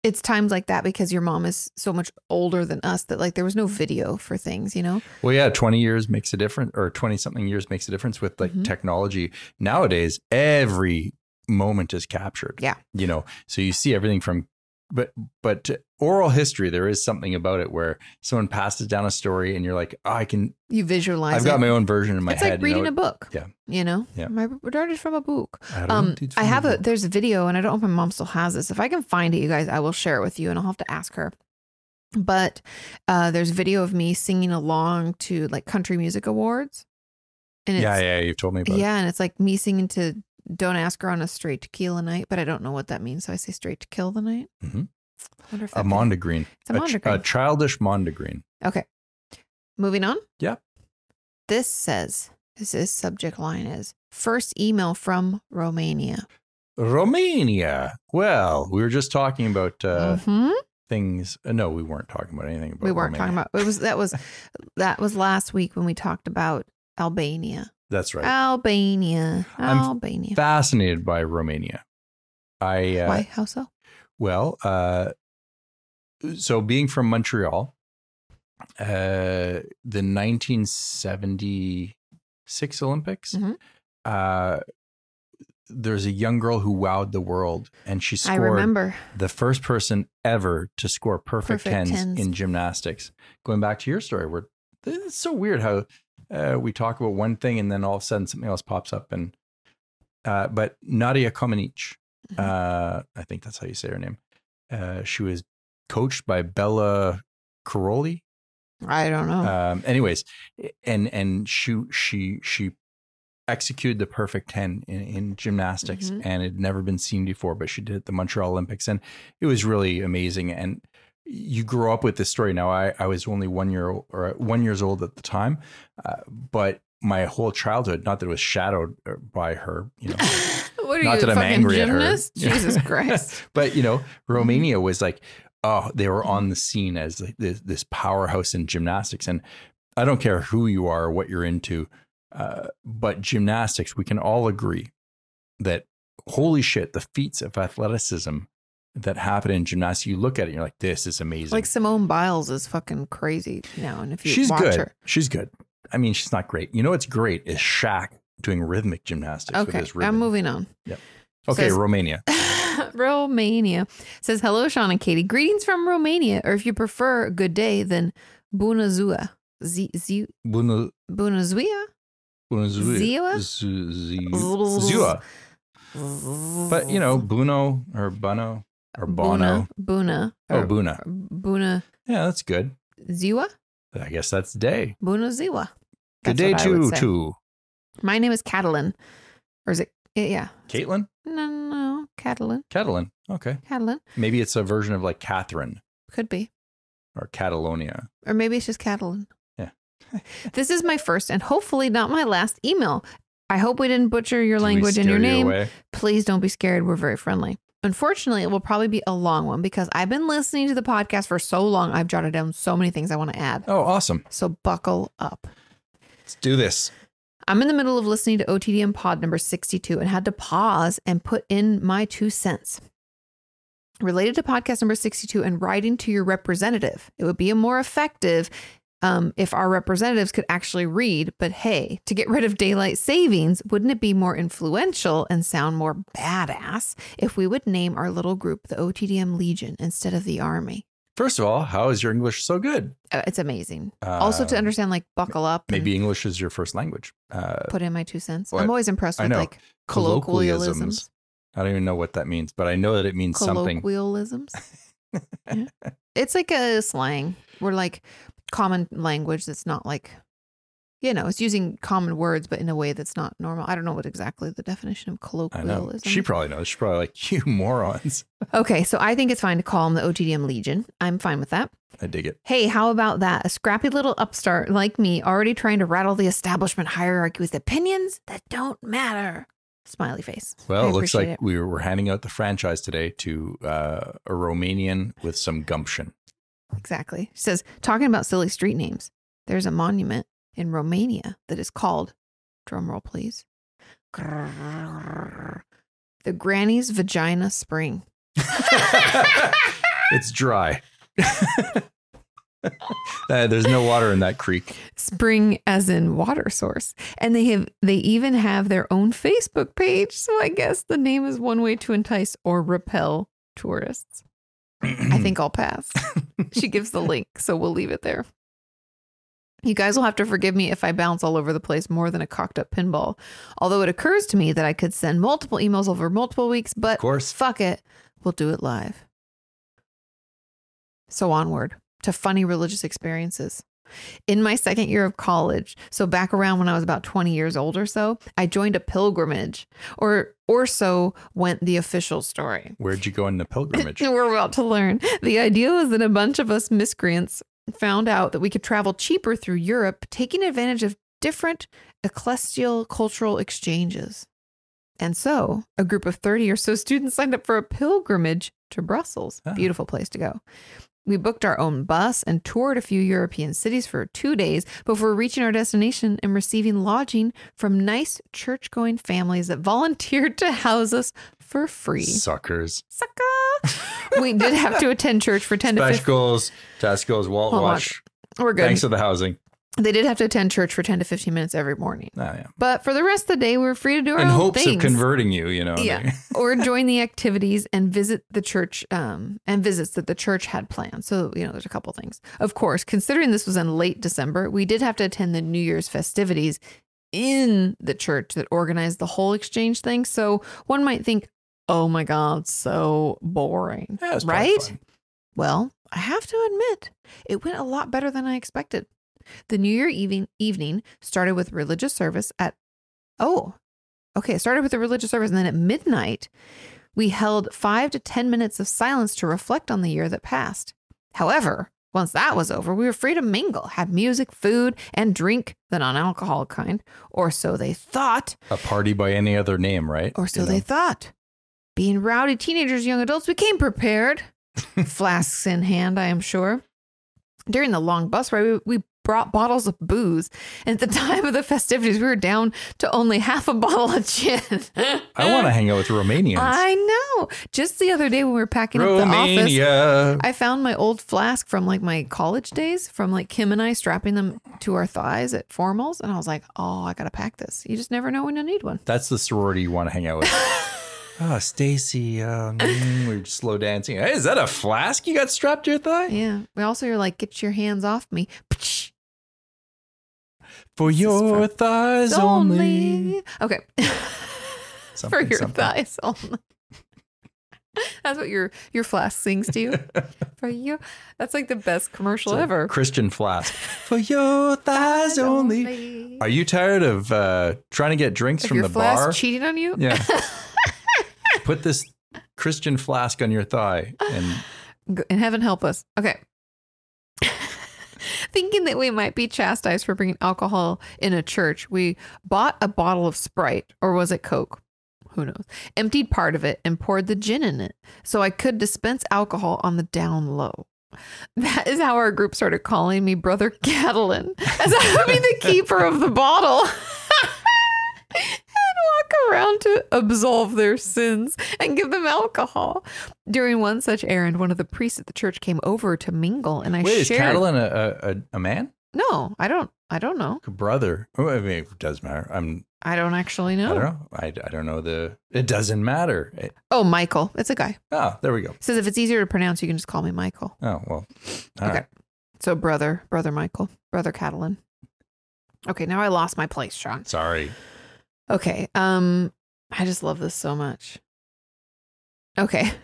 [SPEAKER 2] it's times like that because your mom is so much older than us that like there was no video for things, you know?
[SPEAKER 1] Well, yeah, 20 years makes a difference, or 20 something years makes a difference with like
[SPEAKER 2] Mhm.
[SPEAKER 1] technology. Nowadays, every moment is captured.
[SPEAKER 2] Yeah.
[SPEAKER 1] You know, so you see everything from, but, but to oral history, there is something about it where someone passes down a story and you're like, oh, I can,
[SPEAKER 2] You visualize
[SPEAKER 1] I've got
[SPEAKER 2] it.
[SPEAKER 1] my own version in my
[SPEAKER 2] it's
[SPEAKER 1] head.
[SPEAKER 2] like reading a book.
[SPEAKER 1] Yeah.
[SPEAKER 2] You know?
[SPEAKER 1] Yeah.
[SPEAKER 2] My daughter's from a book.
[SPEAKER 1] a,
[SPEAKER 2] Um I have a there's a video and I don't know if my mom still has this. If I can find it, you guys, I will share it with you and I'll have to ask her. But uh there's video of me singing along to like country music awards. And it's
[SPEAKER 1] yeah, yeah, you've told me about
[SPEAKER 2] yeah, and it's like me singing to "Don't Ask Her" on a straight tequila night, but I don't know what that means, so I say "Straight to Kill the Night."
[SPEAKER 1] Mhm.
[SPEAKER 2] I wonder if
[SPEAKER 1] a
[SPEAKER 2] that-
[SPEAKER 1] mondegreen,
[SPEAKER 2] It's a
[SPEAKER 1] ch-
[SPEAKER 2] mondegreen.
[SPEAKER 1] childish mondegreen.
[SPEAKER 2] okay, moving on.
[SPEAKER 1] Yeah.
[SPEAKER 2] This says this is subject line is first email from Romania.
[SPEAKER 1] Romania. Well, we were just talking about uh,
[SPEAKER 2] hmm
[SPEAKER 1] things. uh, No, we weren't talking about anything. About
[SPEAKER 2] We weren't
[SPEAKER 1] Romania.
[SPEAKER 2] talking about it was that was that was last week when we talked about Albania,
[SPEAKER 1] That's right.
[SPEAKER 2] Albania,
[SPEAKER 1] I'm
[SPEAKER 2] Albania.
[SPEAKER 1] fascinated by Romania. I uh,
[SPEAKER 2] Why? How so?
[SPEAKER 1] well, uh, so being from Montreal, uh, the
[SPEAKER 2] Mm-hmm.
[SPEAKER 1] 1976 Olympics,
[SPEAKER 2] Mhm.
[SPEAKER 1] uh, there's a young girl who wowed the world, and she
[SPEAKER 2] I
[SPEAKER 1] scored
[SPEAKER 2] remember.
[SPEAKER 1] the first person ever to score perfect,
[SPEAKER 2] Perfect
[SPEAKER 1] tens,
[SPEAKER 2] tens.
[SPEAKER 1] in gymnastics. Going back to your story, where it's so weird how uh, we talk about one thing and then all of a sudden something else pops up. And uh, but Nadia Comaneci,
[SPEAKER 2] Mm-hmm.
[SPEAKER 1] uh, I think that's how you say her name. Uh, she was coached by Bella Caroli.
[SPEAKER 2] I don't know.
[SPEAKER 1] Um, anyways, and and she she she executed the perfect ten in, in gymnastics,
[SPEAKER 2] Mhm.
[SPEAKER 1] and it had never been seen before. But she did it at the Montreal Olympics, and it was really amazing. And you grow up with this story. Now I I was only one year old, or one years old at the time, uh, but my whole childhood, not that it was shadowed uh, by her, you know.
[SPEAKER 2] what are
[SPEAKER 1] not
[SPEAKER 2] you,
[SPEAKER 1] that
[SPEAKER 2] a
[SPEAKER 1] I'm
[SPEAKER 2] fucking
[SPEAKER 1] angry at her.
[SPEAKER 2] gymnast? Jesus Christ.
[SPEAKER 1] but you know, Romania was like, oh, they were on the scene as like this, this powerhouse in gymnastics. And I don't care who you are, or what you're into, uh, but gymnastics, we can all agree that holy shit, the feats of athleticism that happen in gymnastics, you look at it, and you're like, this is amazing.
[SPEAKER 2] Like Simone Biles is fucking crazy now, and if you
[SPEAKER 1] she's
[SPEAKER 2] watch
[SPEAKER 1] good.
[SPEAKER 2] her,
[SPEAKER 1] She's good. I mean, she's not great. You know what's great is Shaq doing rhythmic gymnastics with
[SPEAKER 2] okay,
[SPEAKER 1] his
[SPEAKER 2] I'm
[SPEAKER 1] rhythm.
[SPEAKER 2] moving on.
[SPEAKER 1] okay,
[SPEAKER 2] says-
[SPEAKER 1] Romania.
[SPEAKER 2] Romania says hello, Sean and Katie. Greetings from Romania, or if you prefer, good day. Then Bună ziua, Z- Z-
[SPEAKER 1] Bună-
[SPEAKER 2] Bună ziua.
[SPEAKER 1] bună ziua.
[SPEAKER 2] Ziua?
[SPEAKER 1] Zu- zi-
[SPEAKER 2] Zzzz.
[SPEAKER 1] Ziua. But you know, Buno or Bono or Bono.
[SPEAKER 2] Buna,
[SPEAKER 1] Oh,
[SPEAKER 2] or
[SPEAKER 1] Buna.
[SPEAKER 2] Bună
[SPEAKER 1] Yeah, that's good.
[SPEAKER 2] ziua,
[SPEAKER 1] I guess that's day.
[SPEAKER 2] Bună ziua.
[SPEAKER 1] Good
[SPEAKER 2] That's
[SPEAKER 1] day
[SPEAKER 2] what I would
[SPEAKER 1] to
[SPEAKER 2] say.
[SPEAKER 1] to
[SPEAKER 2] My name is Catalan, or is it? Yeah,
[SPEAKER 1] Caitlin.
[SPEAKER 2] no, no, no, Catalan,
[SPEAKER 1] Catalan. Okay,
[SPEAKER 2] Catalan
[SPEAKER 1] maybe it's a version of like Catherine
[SPEAKER 2] could be.
[SPEAKER 1] or Catalonia.
[SPEAKER 2] Or maybe it's just Catalan.
[SPEAKER 1] Yeah.
[SPEAKER 2] this is my first and hopefully not my last email. I hope we didn't butcher your
[SPEAKER 1] Did we
[SPEAKER 2] language and your
[SPEAKER 1] scare you
[SPEAKER 2] name.
[SPEAKER 1] away?
[SPEAKER 2] Please don't be scared. We're very friendly. Unfortunately, it will probably be a long one because I've been listening to the podcast for so long. I've jotted down so many things I want to add.
[SPEAKER 1] Oh, awesome!
[SPEAKER 2] So buckle up.
[SPEAKER 1] Let's do this.
[SPEAKER 2] I'm in the middle of listening to OTDM pod number 62 and had to pause and put in my two cents. Related to podcast number 62 and writing to your representative, it would be a more effective um, if our representatives could actually read. But hey, to get rid of daylight savings, wouldn't it be more influential and sound more badass if we would name our little group the OTDM Legion instead of the Army?
[SPEAKER 1] First of all, how is your English so good?
[SPEAKER 2] Uh, It's amazing. also, to
[SPEAKER 1] Um,
[SPEAKER 2] understand, like, buckle up. and
[SPEAKER 1] maybe English is your first language. Uh,
[SPEAKER 2] put in my two cents.
[SPEAKER 1] What?
[SPEAKER 2] I'm always impressed
[SPEAKER 1] I
[SPEAKER 2] with
[SPEAKER 1] know.
[SPEAKER 2] like colloquialisms.
[SPEAKER 1] I don't even know what that means, but I know that it means something.
[SPEAKER 2] colloquialisms. Yeah. It's like a slang. We're like common language that's not like, you know, it's using common words, but in a way that's not normal. I don't know what exactly the definition
[SPEAKER 1] I
[SPEAKER 2] of
[SPEAKER 1] know.
[SPEAKER 2] colloquialism.
[SPEAKER 1] She
[SPEAKER 2] is.
[SPEAKER 1] probably knows. She's probably like you morons.
[SPEAKER 2] okay, so I think it's fine to call them the OTDM Legion. I'm fine with that.
[SPEAKER 1] I dig it.
[SPEAKER 2] Hey, how about that? A scrappy little upstart like me already trying to rattle the establishment hierarchy with opinions that don't matter. Smiley face.
[SPEAKER 1] Well,
[SPEAKER 2] I
[SPEAKER 1] it looks
[SPEAKER 2] appreciate
[SPEAKER 1] like we were handing out the franchise today to uh, a Romanian with some gumption.
[SPEAKER 2] Exactly. She says, talking about silly street names, there's a monument in Romania that is called, drumroll please, the Granny's Vagina Spring.
[SPEAKER 1] it's dry. Uh, there's no water in that creek.
[SPEAKER 2] Spring as in water source. And they have they even have their own Facebook page. So I guess the name is one way to entice or repel tourists. I think I'll pass. she gives the link, so we'll leave it there. You guys will have to forgive me if I bounce all over the place more than a cocked up pinball. Although it occurs to me that I could send multiple emails over multiple weeks,
[SPEAKER 1] of
[SPEAKER 2] but
[SPEAKER 1] course.
[SPEAKER 2] fuck it, we'll do it live. So onward to funny religious experiences. In my second year of college, so back around when I was about 20 years old or so, I joined a pilgrimage or or so went the official story.
[SPEAKER 1] Where'd you go on the pilgrimage?
[SPEAKER 2] We're about to learn. The idea was that a bunch of us miscreants found out that we could travel cheaper through Europe, taking advantage of different ecclesial cultural exchanges. And so, a group of 30 or so students signed up for a pilgrimage to Brussels.
[SPEAKER 1] Ah.
[SPEAKER 2] Beautiful place to go. We booked our own bus and toured a few European cities for two days before reaching our destination and receiving lodging from nice church going families that volunteered to house us for free
[SPEAKER 1] Suckers.
[SPEAKER 2] sucker. we did have to attend church for 10 to 15.
[SPEAKER 1] Spectacles, testicles, wall
[SPEAKER 2] Hold on.
[SPEAKER 1] watch.
[SPEAKER 2] We're good.
[SPEAKER 1] Thanks for the housing.
[SPEAKER 2] They did have to attend church for 10 to 15 minutes every morning.
[SPEAKER 1] Oh, yeah.
[SPEAKER 2] But for the rest of the day, we were free to do our
[SPEAKER 1] In
[SPEAKER 2] own
[SPEAKER 1] hopes
[SPEAKER 2] things.
[SPEAKER 1] of converting you, you know.
[SPEAKER 2] Yeah. or join the activities and visit the church um, and visits that the church had planned. So, you know, there's a couple things. Of course, considering this was in late December, we did have to attend the New Year's festivities in the church that organized the whole exchange thing. So one might think, oh my God, so boring.
[SPEAKER 1] Yeah, it's probably
[SPEAKER 2] right?
[SPEAKER 1] fine.
[SPEAKER 2] Well, I have to admit, it went a lot better than I expected. The New Year evening evening started with religious service at oh, okay, it started with the religious service and then at midnight we held 5 to 10 minutes of silence to reflect on the year that passed. However, once that was over, we were free to mingle, have music, food, and drink, the non-alcoholic kind, or so they thought.
[SPEAKER 1] A party by any other name, right?
[SPEAKER 2] Or so
[SPEAKER 1] You know?
[SPEAKER 2] they thought. Being rowdy teenagers, young adults, we came prepared. Flasks in hand, I am sure. During the long bus ride, we, we brought bottles of booze. And at the time of the festivities, we were down to only half a bottle of gin.
[SPEAKER 1] I want to hang out with Romanians.
[SPEAKER 2] I know. Just the other day when we were packing up the office,
[SPEAKER 1] Romania.
[SPEAKER 2] I found my old flask from like my college days, from like Kim and I strapping them to our thighs at formals. And I was like, oh, I got to pack this. You just never know when you'll need one.
[SPEAKER 1] That's the sorority you want to hang out with. oh, Stacy, uh, mm, we're slow dancing. Hey, is that a flask you got strapped to your thigh?
[SPEAKER 2] Yeah. We also are like, get your hands off me. Psh,
[SPEAKER 1] For
[SPEAKER 2] is
[SPEAKER 1] your
[SPEAKER 2] for-
[SPEAKER 1] thighs
[SPEAKER 2] it's
[SPEAKER 1] only.
[SPEAKER 2] Okay. For
[SPEAKER 1] Something,
[SPEAKER 2] your
[SPEAKER 1] something.
[SPEAKER 2] thighs only. that's what your your flask sings to you. For you. That's like the best commercial
[SPEAKER 1] It's a
[SPEAKER 2] ever.
[SPEAKER 1] Christian flask. For your thighs only. Are you tired of uh, trying to get drinks
[SPEAKER 2] If
[SPEAKER 1] from
[SPEAKER 2] your
[SPEAKER 1] the
[SPEAKER 2] flask
[SPEAKER 1] bar?
[SPEAKER 2] cheating on you,
[SPEAKER 1] Yeah. Put this Christian flask on your thigh and
[SPEAKER 2] G- and heaven help us. Okay. Thinking that we might be chastised for bringing alcohol in a church, we bought a bottle of Sprite, or was it Coke? Who knows? Emptied part of it and poured the gin in it so I could dispense alcohol on the down low. That is how our group started calling me Brother Catalan, as I would be the keeper of the bottle and walk around to absolve their sins and give them alcohol. During one such errand, one of the priests at the church came over to mingle, and I
[SPEAKER 1] Wait, is
[SPEAKER 2] shared.
[SPEAKER 1] Catalan a, a, a, a man?
[SPEAKER 2] No, I don't. I don't know.
[SPEAKER 1] Brother. Oh, I mean, it does matter. I'm,
[SPEAKER 2] I don't actually
[SPEAKER 1] I
[SPEAKER 2] know.
[SPEAKER 1] don't know. I, I don't know the, it doesn't matter. It-
[SPEAKER 2] Oh, Michael. It's a guy.
[SPEAKER 1] ah, there we go.
[SPEAKER 2] Says if it's easier to pronounce, you can just call me Michael.
[SPEAKER 1] Oh, well. all
[SPEAKER 2] okay.
[SPEAKER 1] right.
[SPEAKER 2] So brother, brother Michael, brother Catalan. Okay, now I lost my place, Sean.
[SPEAKER 1] Sorry.
[SPEAKER 2] Okay. Um, I just love this so much. Okay.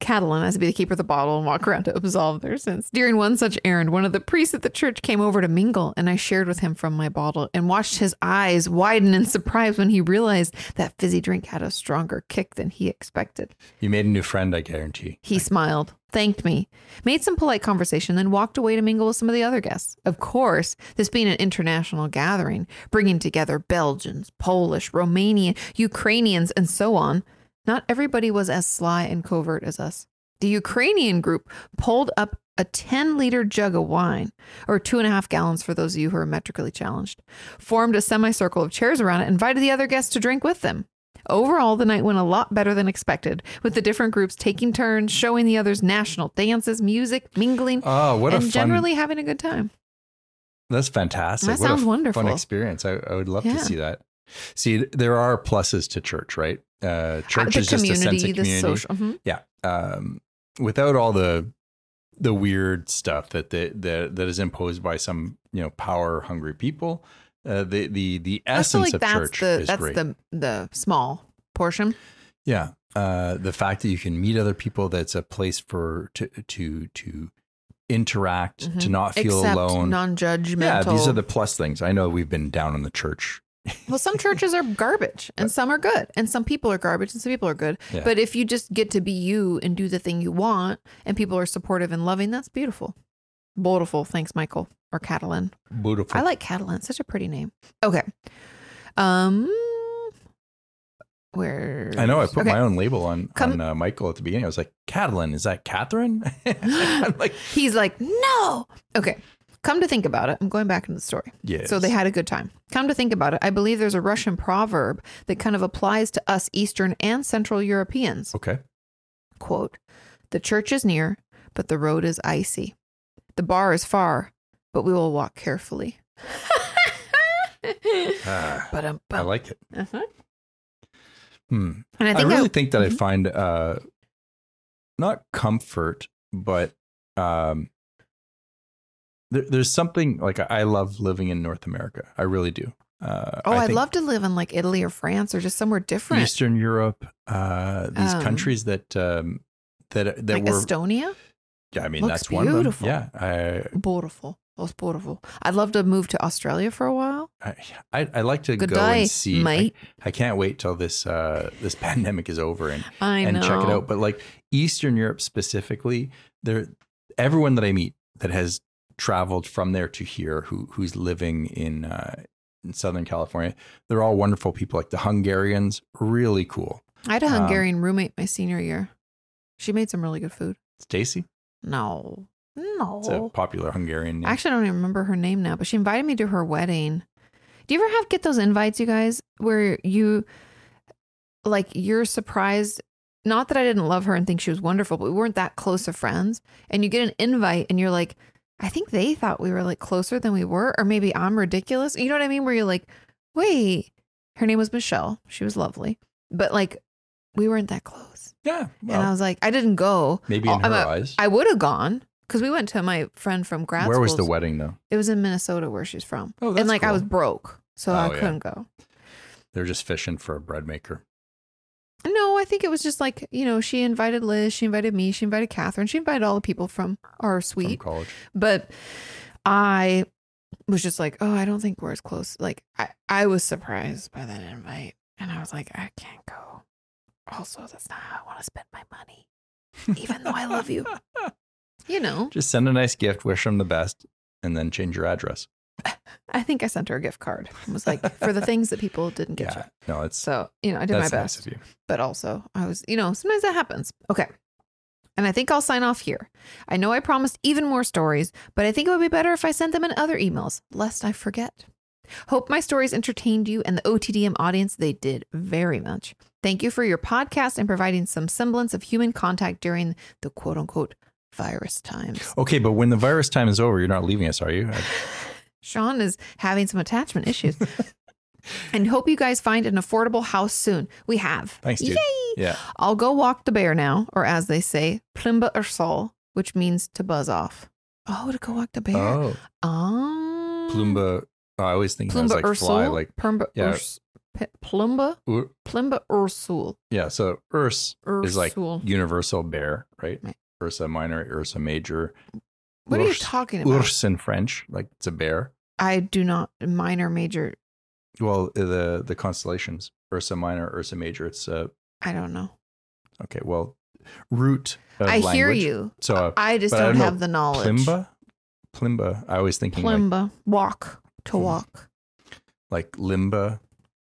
[SPEAKER 2] Catalan has to be the keeper of the bottle and walk around to absolve their sins. During one such errand, one of the priests at the church came over to mingle, and I shared with him from my bottle and watched his eyes widen in surprise when he realized that fizzy drink had a stronger kick than he expected.
[SPEAKER 1] You made a new friend, I guarantee.
[SPEAKER 2] He smiled, thanked me, made some polite conversation, then walked away to mingle with some of the other guests. Of course, this being an international gathering, bringing together Belgians, Polish, Romanian, Ukrainians, and so on, not everybody was as sly and covert as us. The Ukrainian group pulled up a 10 liter jug of wine, or two and a half gallons for those of you who are metrically challenged, formed a semicircle of chairs around it, and invited the other guests to drink with them. Overall, the night went a lot better than expected, with the different groups taking turns, showing the others national dances, music, mingling,
[SPEAKER 1] Oh, what a
[SPEAKER 2] and
[SPEAKER 1] fun.
[SPEAKER 2] generally having a good time.
[SPEAKER 1] that's fantastic.
[SPEAKER 2] That
[SPEAKER 1] what a
[SPEAKER 2] sounds wonderful.
[SPEAKER 1] fun experience. I, I would love
[SPEAKER 2] Yeah.
[SPEAKER 1] to see that. See, there are pluses to church, right? Uh,
[SPEAKER 2] Uh,
[SPEAKER 1] church is just a sense of community.
[SPEAKER 2] the social. mhm.
[SPEAKER 1] yeah um without all the the weird stuff that the, the that is imposed by some you know power hungry people uh, the the the
[SPEAKER 2] I feel
[SPEAKER 1] essence
[SPEAKER 2] like
[SPEAKER 1] of
[SPEAKER 2] that's
[SPEAKER 1] church
[SPEAKER 2] the
[SPEAKER 1] is
[SPEAKER 2] that's
[SPEAKER 1] great
[SPEAKER 2] the the small portion.
[SPEAKER 1] yeah uh the fact that you can meet other people that's a place for to to to interact to
[SPEAKER 2] Mhm.
[SPEAKER 1] not feel
[SPEAKER 2] Except
[SPEAKER 1] alone
[SPEAKER 2] non-judgmental.
[SPEAKER 1] yeah these are the plus things i know we've been down on the church
[SPEAKER 2] well, some churches are garbage, and some are good, and some people are garbage, and some people are good.
[SPEAKER 1] Yeah.
[SPEAKER 2] But if you just get to be you and do the thing you want, and people are supportive and loving, that's beautiful. Beautiful. Thanks, Michael or Catalan.
[SPEAKER 1] beautiful
[SPEAKER 2] I like Catalan. It's Such a pretty name. Okay. Um, where
[SPEAKER 1] I know I put
[SPEAKER 2] okay.
[SPEAKER 1] my own label on,
[SPEAKER 2] Come-
[SPEAKER 1] on uh, Michael at the beginning. I was like, Catalan, is that Catherine? I'm like,
[SPEAKER 2] He's like, no. Okay. Come to think about it, I'm going back into the story.
[SPEAKER 1] yes.
[SPEAKER 2] So they had a good time. Come to think about it, I believe there's a Russian proverb that kind of applies to us Eastern and Central Europeans.
[SPEAKER 1] Okay.
[SPEAKER 2] Quote, the church is near, but the road is icy. The bar is far, but we will walk carefully.
[SPEAKER 1] Ah,
[SPEAKER 2] But um,
[SPEAKER 1] I like it.
[SPEAKER 2] uh-huh.
[SPEAKER 1] Hmm.
[SPEAKER 2] and I
[SPEAKER 1] I,
[SPEAKER 2] think
[SPEAKER 1] really
[SPEAKER 2] I,
[SPEAKER 1] think that I
[SPEAKER 2] Mhm.
[SPEAKER 1] find uh, not comfort, but um, there, there's something like I, I love living in North America. I really do. Uh,
[SPEAKER 2] oh, I'd
[SPEAKER 1] think
[SPEAKER 2] love to live in like Italy or France or just somewhere different,
[SPEAKER 1] Eastern Europe. Uh, these
[SPEAKER 2] Um,
[SPEAKER 1] countries that um, that that
[SPEAKER 2] like
[SPEAKER 1] were.
[SPEAKER 2] Estonia.
[SPEAKER 1] yeah, I mean
[SPEAKER 2] looks
[SPEAKER 1] that's one. Of them.
[SPEAKER 2] beautiful.
[SPEAKER 1] Yeah, I,
[SPEAKER 2] Beautiful, most beautiful. I'd love to move to Australia for a while.
[SPEAKER 1] I I I like to
[SPEAKER 2] Good
[SPEAKER 1] go
[SPEAKER 2] day,
[SPEAKER 1] and see. I-
[SPEAKER 2] mate.
[SPEAKER 1] I, can't wait till this uh, this pandemic is over and
[SPEAKER 2] I
[SPEAKER 1] and
[SPEAKER 2] know.
[SPEAKER 1] check it out. But like Eastern Europe specifically, there everyone that I meet that has traveled from there to here who who's living in uh, in Southern California, they're all wonderful people. Like the Hungarians, really cool.
[SPEAKER 2] I had a
[SPEAKER 1] Um,
[SPEAKER 2] Hungarian roommate my senior year. She made some really good food.
[SPEAKER 1] Stacy,
[SPEAKER 2] No,
[SPEAKER 1] it's a
[SPEAKER 2] no.
[SPEAKER 1] popular Hungarian. name.
[SPEAKER 2] Actually, I don't even remember her name now, but she invited me to her wedding. Do you ever have get those invites, you guys, where you like you're surprised? Not that I didn't love her and think she was wonderful, but we weren't that close of friends. And you get an invite, and you're like, I think they thought we were like closer than we were, or maybe I'm ridiculous. You know what I mean? Where you're like, wait, her name was Michelle. She was lovely, but like we weren't that close.
[SPEAKER 1] yeah,
[SPEAKER 2] and I
[SPEAKER 1] well,
[SPEAKER 2] was like, I didn't go.
[SPEAKER 1] maybe in
[SPEAKER 2] Oh, I'm
[SPEAKER 1] her
[SPEAKER 2] a-
[SPEAKER 1] eyes.
[SPEAKER 2] I would have gone because we went to my friend from grad
[SPEAKER 1] Where
[SPEAKER 2] school.
[SPEAKER 1] was the wedding though?
[SPEAKER 2] It was in Minnesota where she's from.
[SPEAKER 1] Oh, that's
[SPEAKER 2] and like
[SPEAKER 1] cool.
[SPEAKER 2] I was broke, so I
[SPEAKER 1] Oh, yeah.
[SPEAKER 2] couldn't go.
[SPEAKER 1] They're just fishing for a bread maker.
[SPEAKER 2] No, I think it was just like, you know, she invited Liz, she invited me, she invited Catherine, she invited all the people from our
[SPEAKER 1] From
[SPEAKER 2] suite.
[SPEAKER 1] college,
[SPEAKER 2] but I was just like, oh, I don't think we're as close. Like I, I was surprised by that invite. And I was like, I can't go. Also, that's not how I want to spend my money. Even though I love you. You know.
[SPEAKER 1] just send a nice gift, wish them the best, and then change your address.
[SPEAKER 2] I think I sent her a gift card. It was like for the things that people didn't get you.
[SPEAKER 1] Yeah, no, it's
[SPEAKER 2] So, you know, I did my
[SPEAKER 1] that's
[SPEAKER 2] best.
[SPEAKER 1] nice of you.
[SPEAKER 2] but also I was, you know, sometimes that happens. Okay. And I think I'll sign off here. I know I promised even more stories, but I think it would be better if I sent them in other emails, lest I forget. Hope my stories entertained you and the OTDM audience. They did very much. Thank you for your podcast and providing some semblance of human contact during the quote unquote virus times.
[SPEAKER 1] Okay, but when the virus time is over, you're not leaving us, are you? I-
[SPEAKER 2] Sean is having some attachment issues. and hope you guys find an affordable house soon. We have.
[SPEAKER 1] Thanks, dude.
[SPEAKER 2] Yay!
[SPEAKER 1] Yeah.
[SPEAKER 2] I'll go walk the bear now, or as they say, plimba or sol, which means to buzz off. Oh, to go walk the bear. Oh.
[SPEAKER 1] Oh, Plumba. Oh, I always think that was
[SPEAKER 2] Plumba
[SPEAKER 1] like
[SPEAKER 2] Ursul.
[SPEAKER 1] fly, like
[SPEAKER 2] Plumba
[SPEAKER 1] yeah.
[SPEAKER 2] Urs- P- Plumba
[SPEAKER 1] Ur-
[SPEAKER 2] Plumba er Ursul.
[SPEAKER 1] yeah. So Urs is like
[SPEAKER 2] Ursul.
[SPEAKER 1] universal bear, right?
[SPEAKER 2] Right.
[SPEAKER 1] Ursa minor, Ursa major,
[SPEAKER 2] what are you
[SPEAKER 1] Urs-
[SPEAKER 2] talking about?
[SPEAKER 1] Urs in French, like it's a bear.
[SPEAKER 2] I do not minor major.
[SPEAKER 1] Well, uh, the the constellations, Ursa minor, Ursa major. It's uh,
[SPEAKER 2] I don't know.
[SPEAKER 1] okay. Well, root. Of
[SPEAKER 2] I hear
[SPEAKER 1] language.
[SPEAKER 2] you.
[SPEAKER 1] So uh,
[SPEAKER 2] I just
[SPEAKER 1] but I
[SPEAKER 2] don't,
[SPEAKER 1] don't know.
[SPEAKER 2] have the knowledge.
[SPEAKER 1] Plimba, Plimba. I was thinking like
[SPEAKER 2] Plimba walk to
[SPEAKER 1] Hmm.
[SPEAKER 2] walk.
[SPEAKER 1] like limba,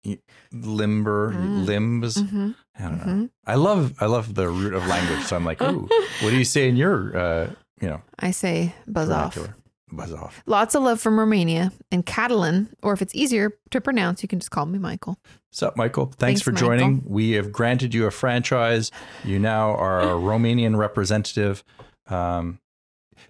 [SPEAKER 1] y- limber,
[SPEAKER 2] Mm.
[SPEAKER 1] limbs.
[SPEAKER 2] Mhm,
[SPEAKER 1] I don't know.
[SPEAKER 2] mhm.
[SPEAKER 1] I love I love the root of language. So I'm like, ooh, what do you say in your uh, you know
[SPEAKER 2] Mm-hmm. I say buzz off.
[SPEAKER 1] vernacular? Buzz off.
[SPEAKER 2] Lots of love from Romania and Catalan, or if it's easier to pronounce, you can just call me Michael.
[SPEAKER 1] Sup, Michael? Thanks,
[SPEAKER 2] Thanks,
[SPEAKER 1] for
[SPEAKER 2] Michael.
[SPEAKER 1] joining. We have granted you a franchise. You now are a Romanian representative. Um,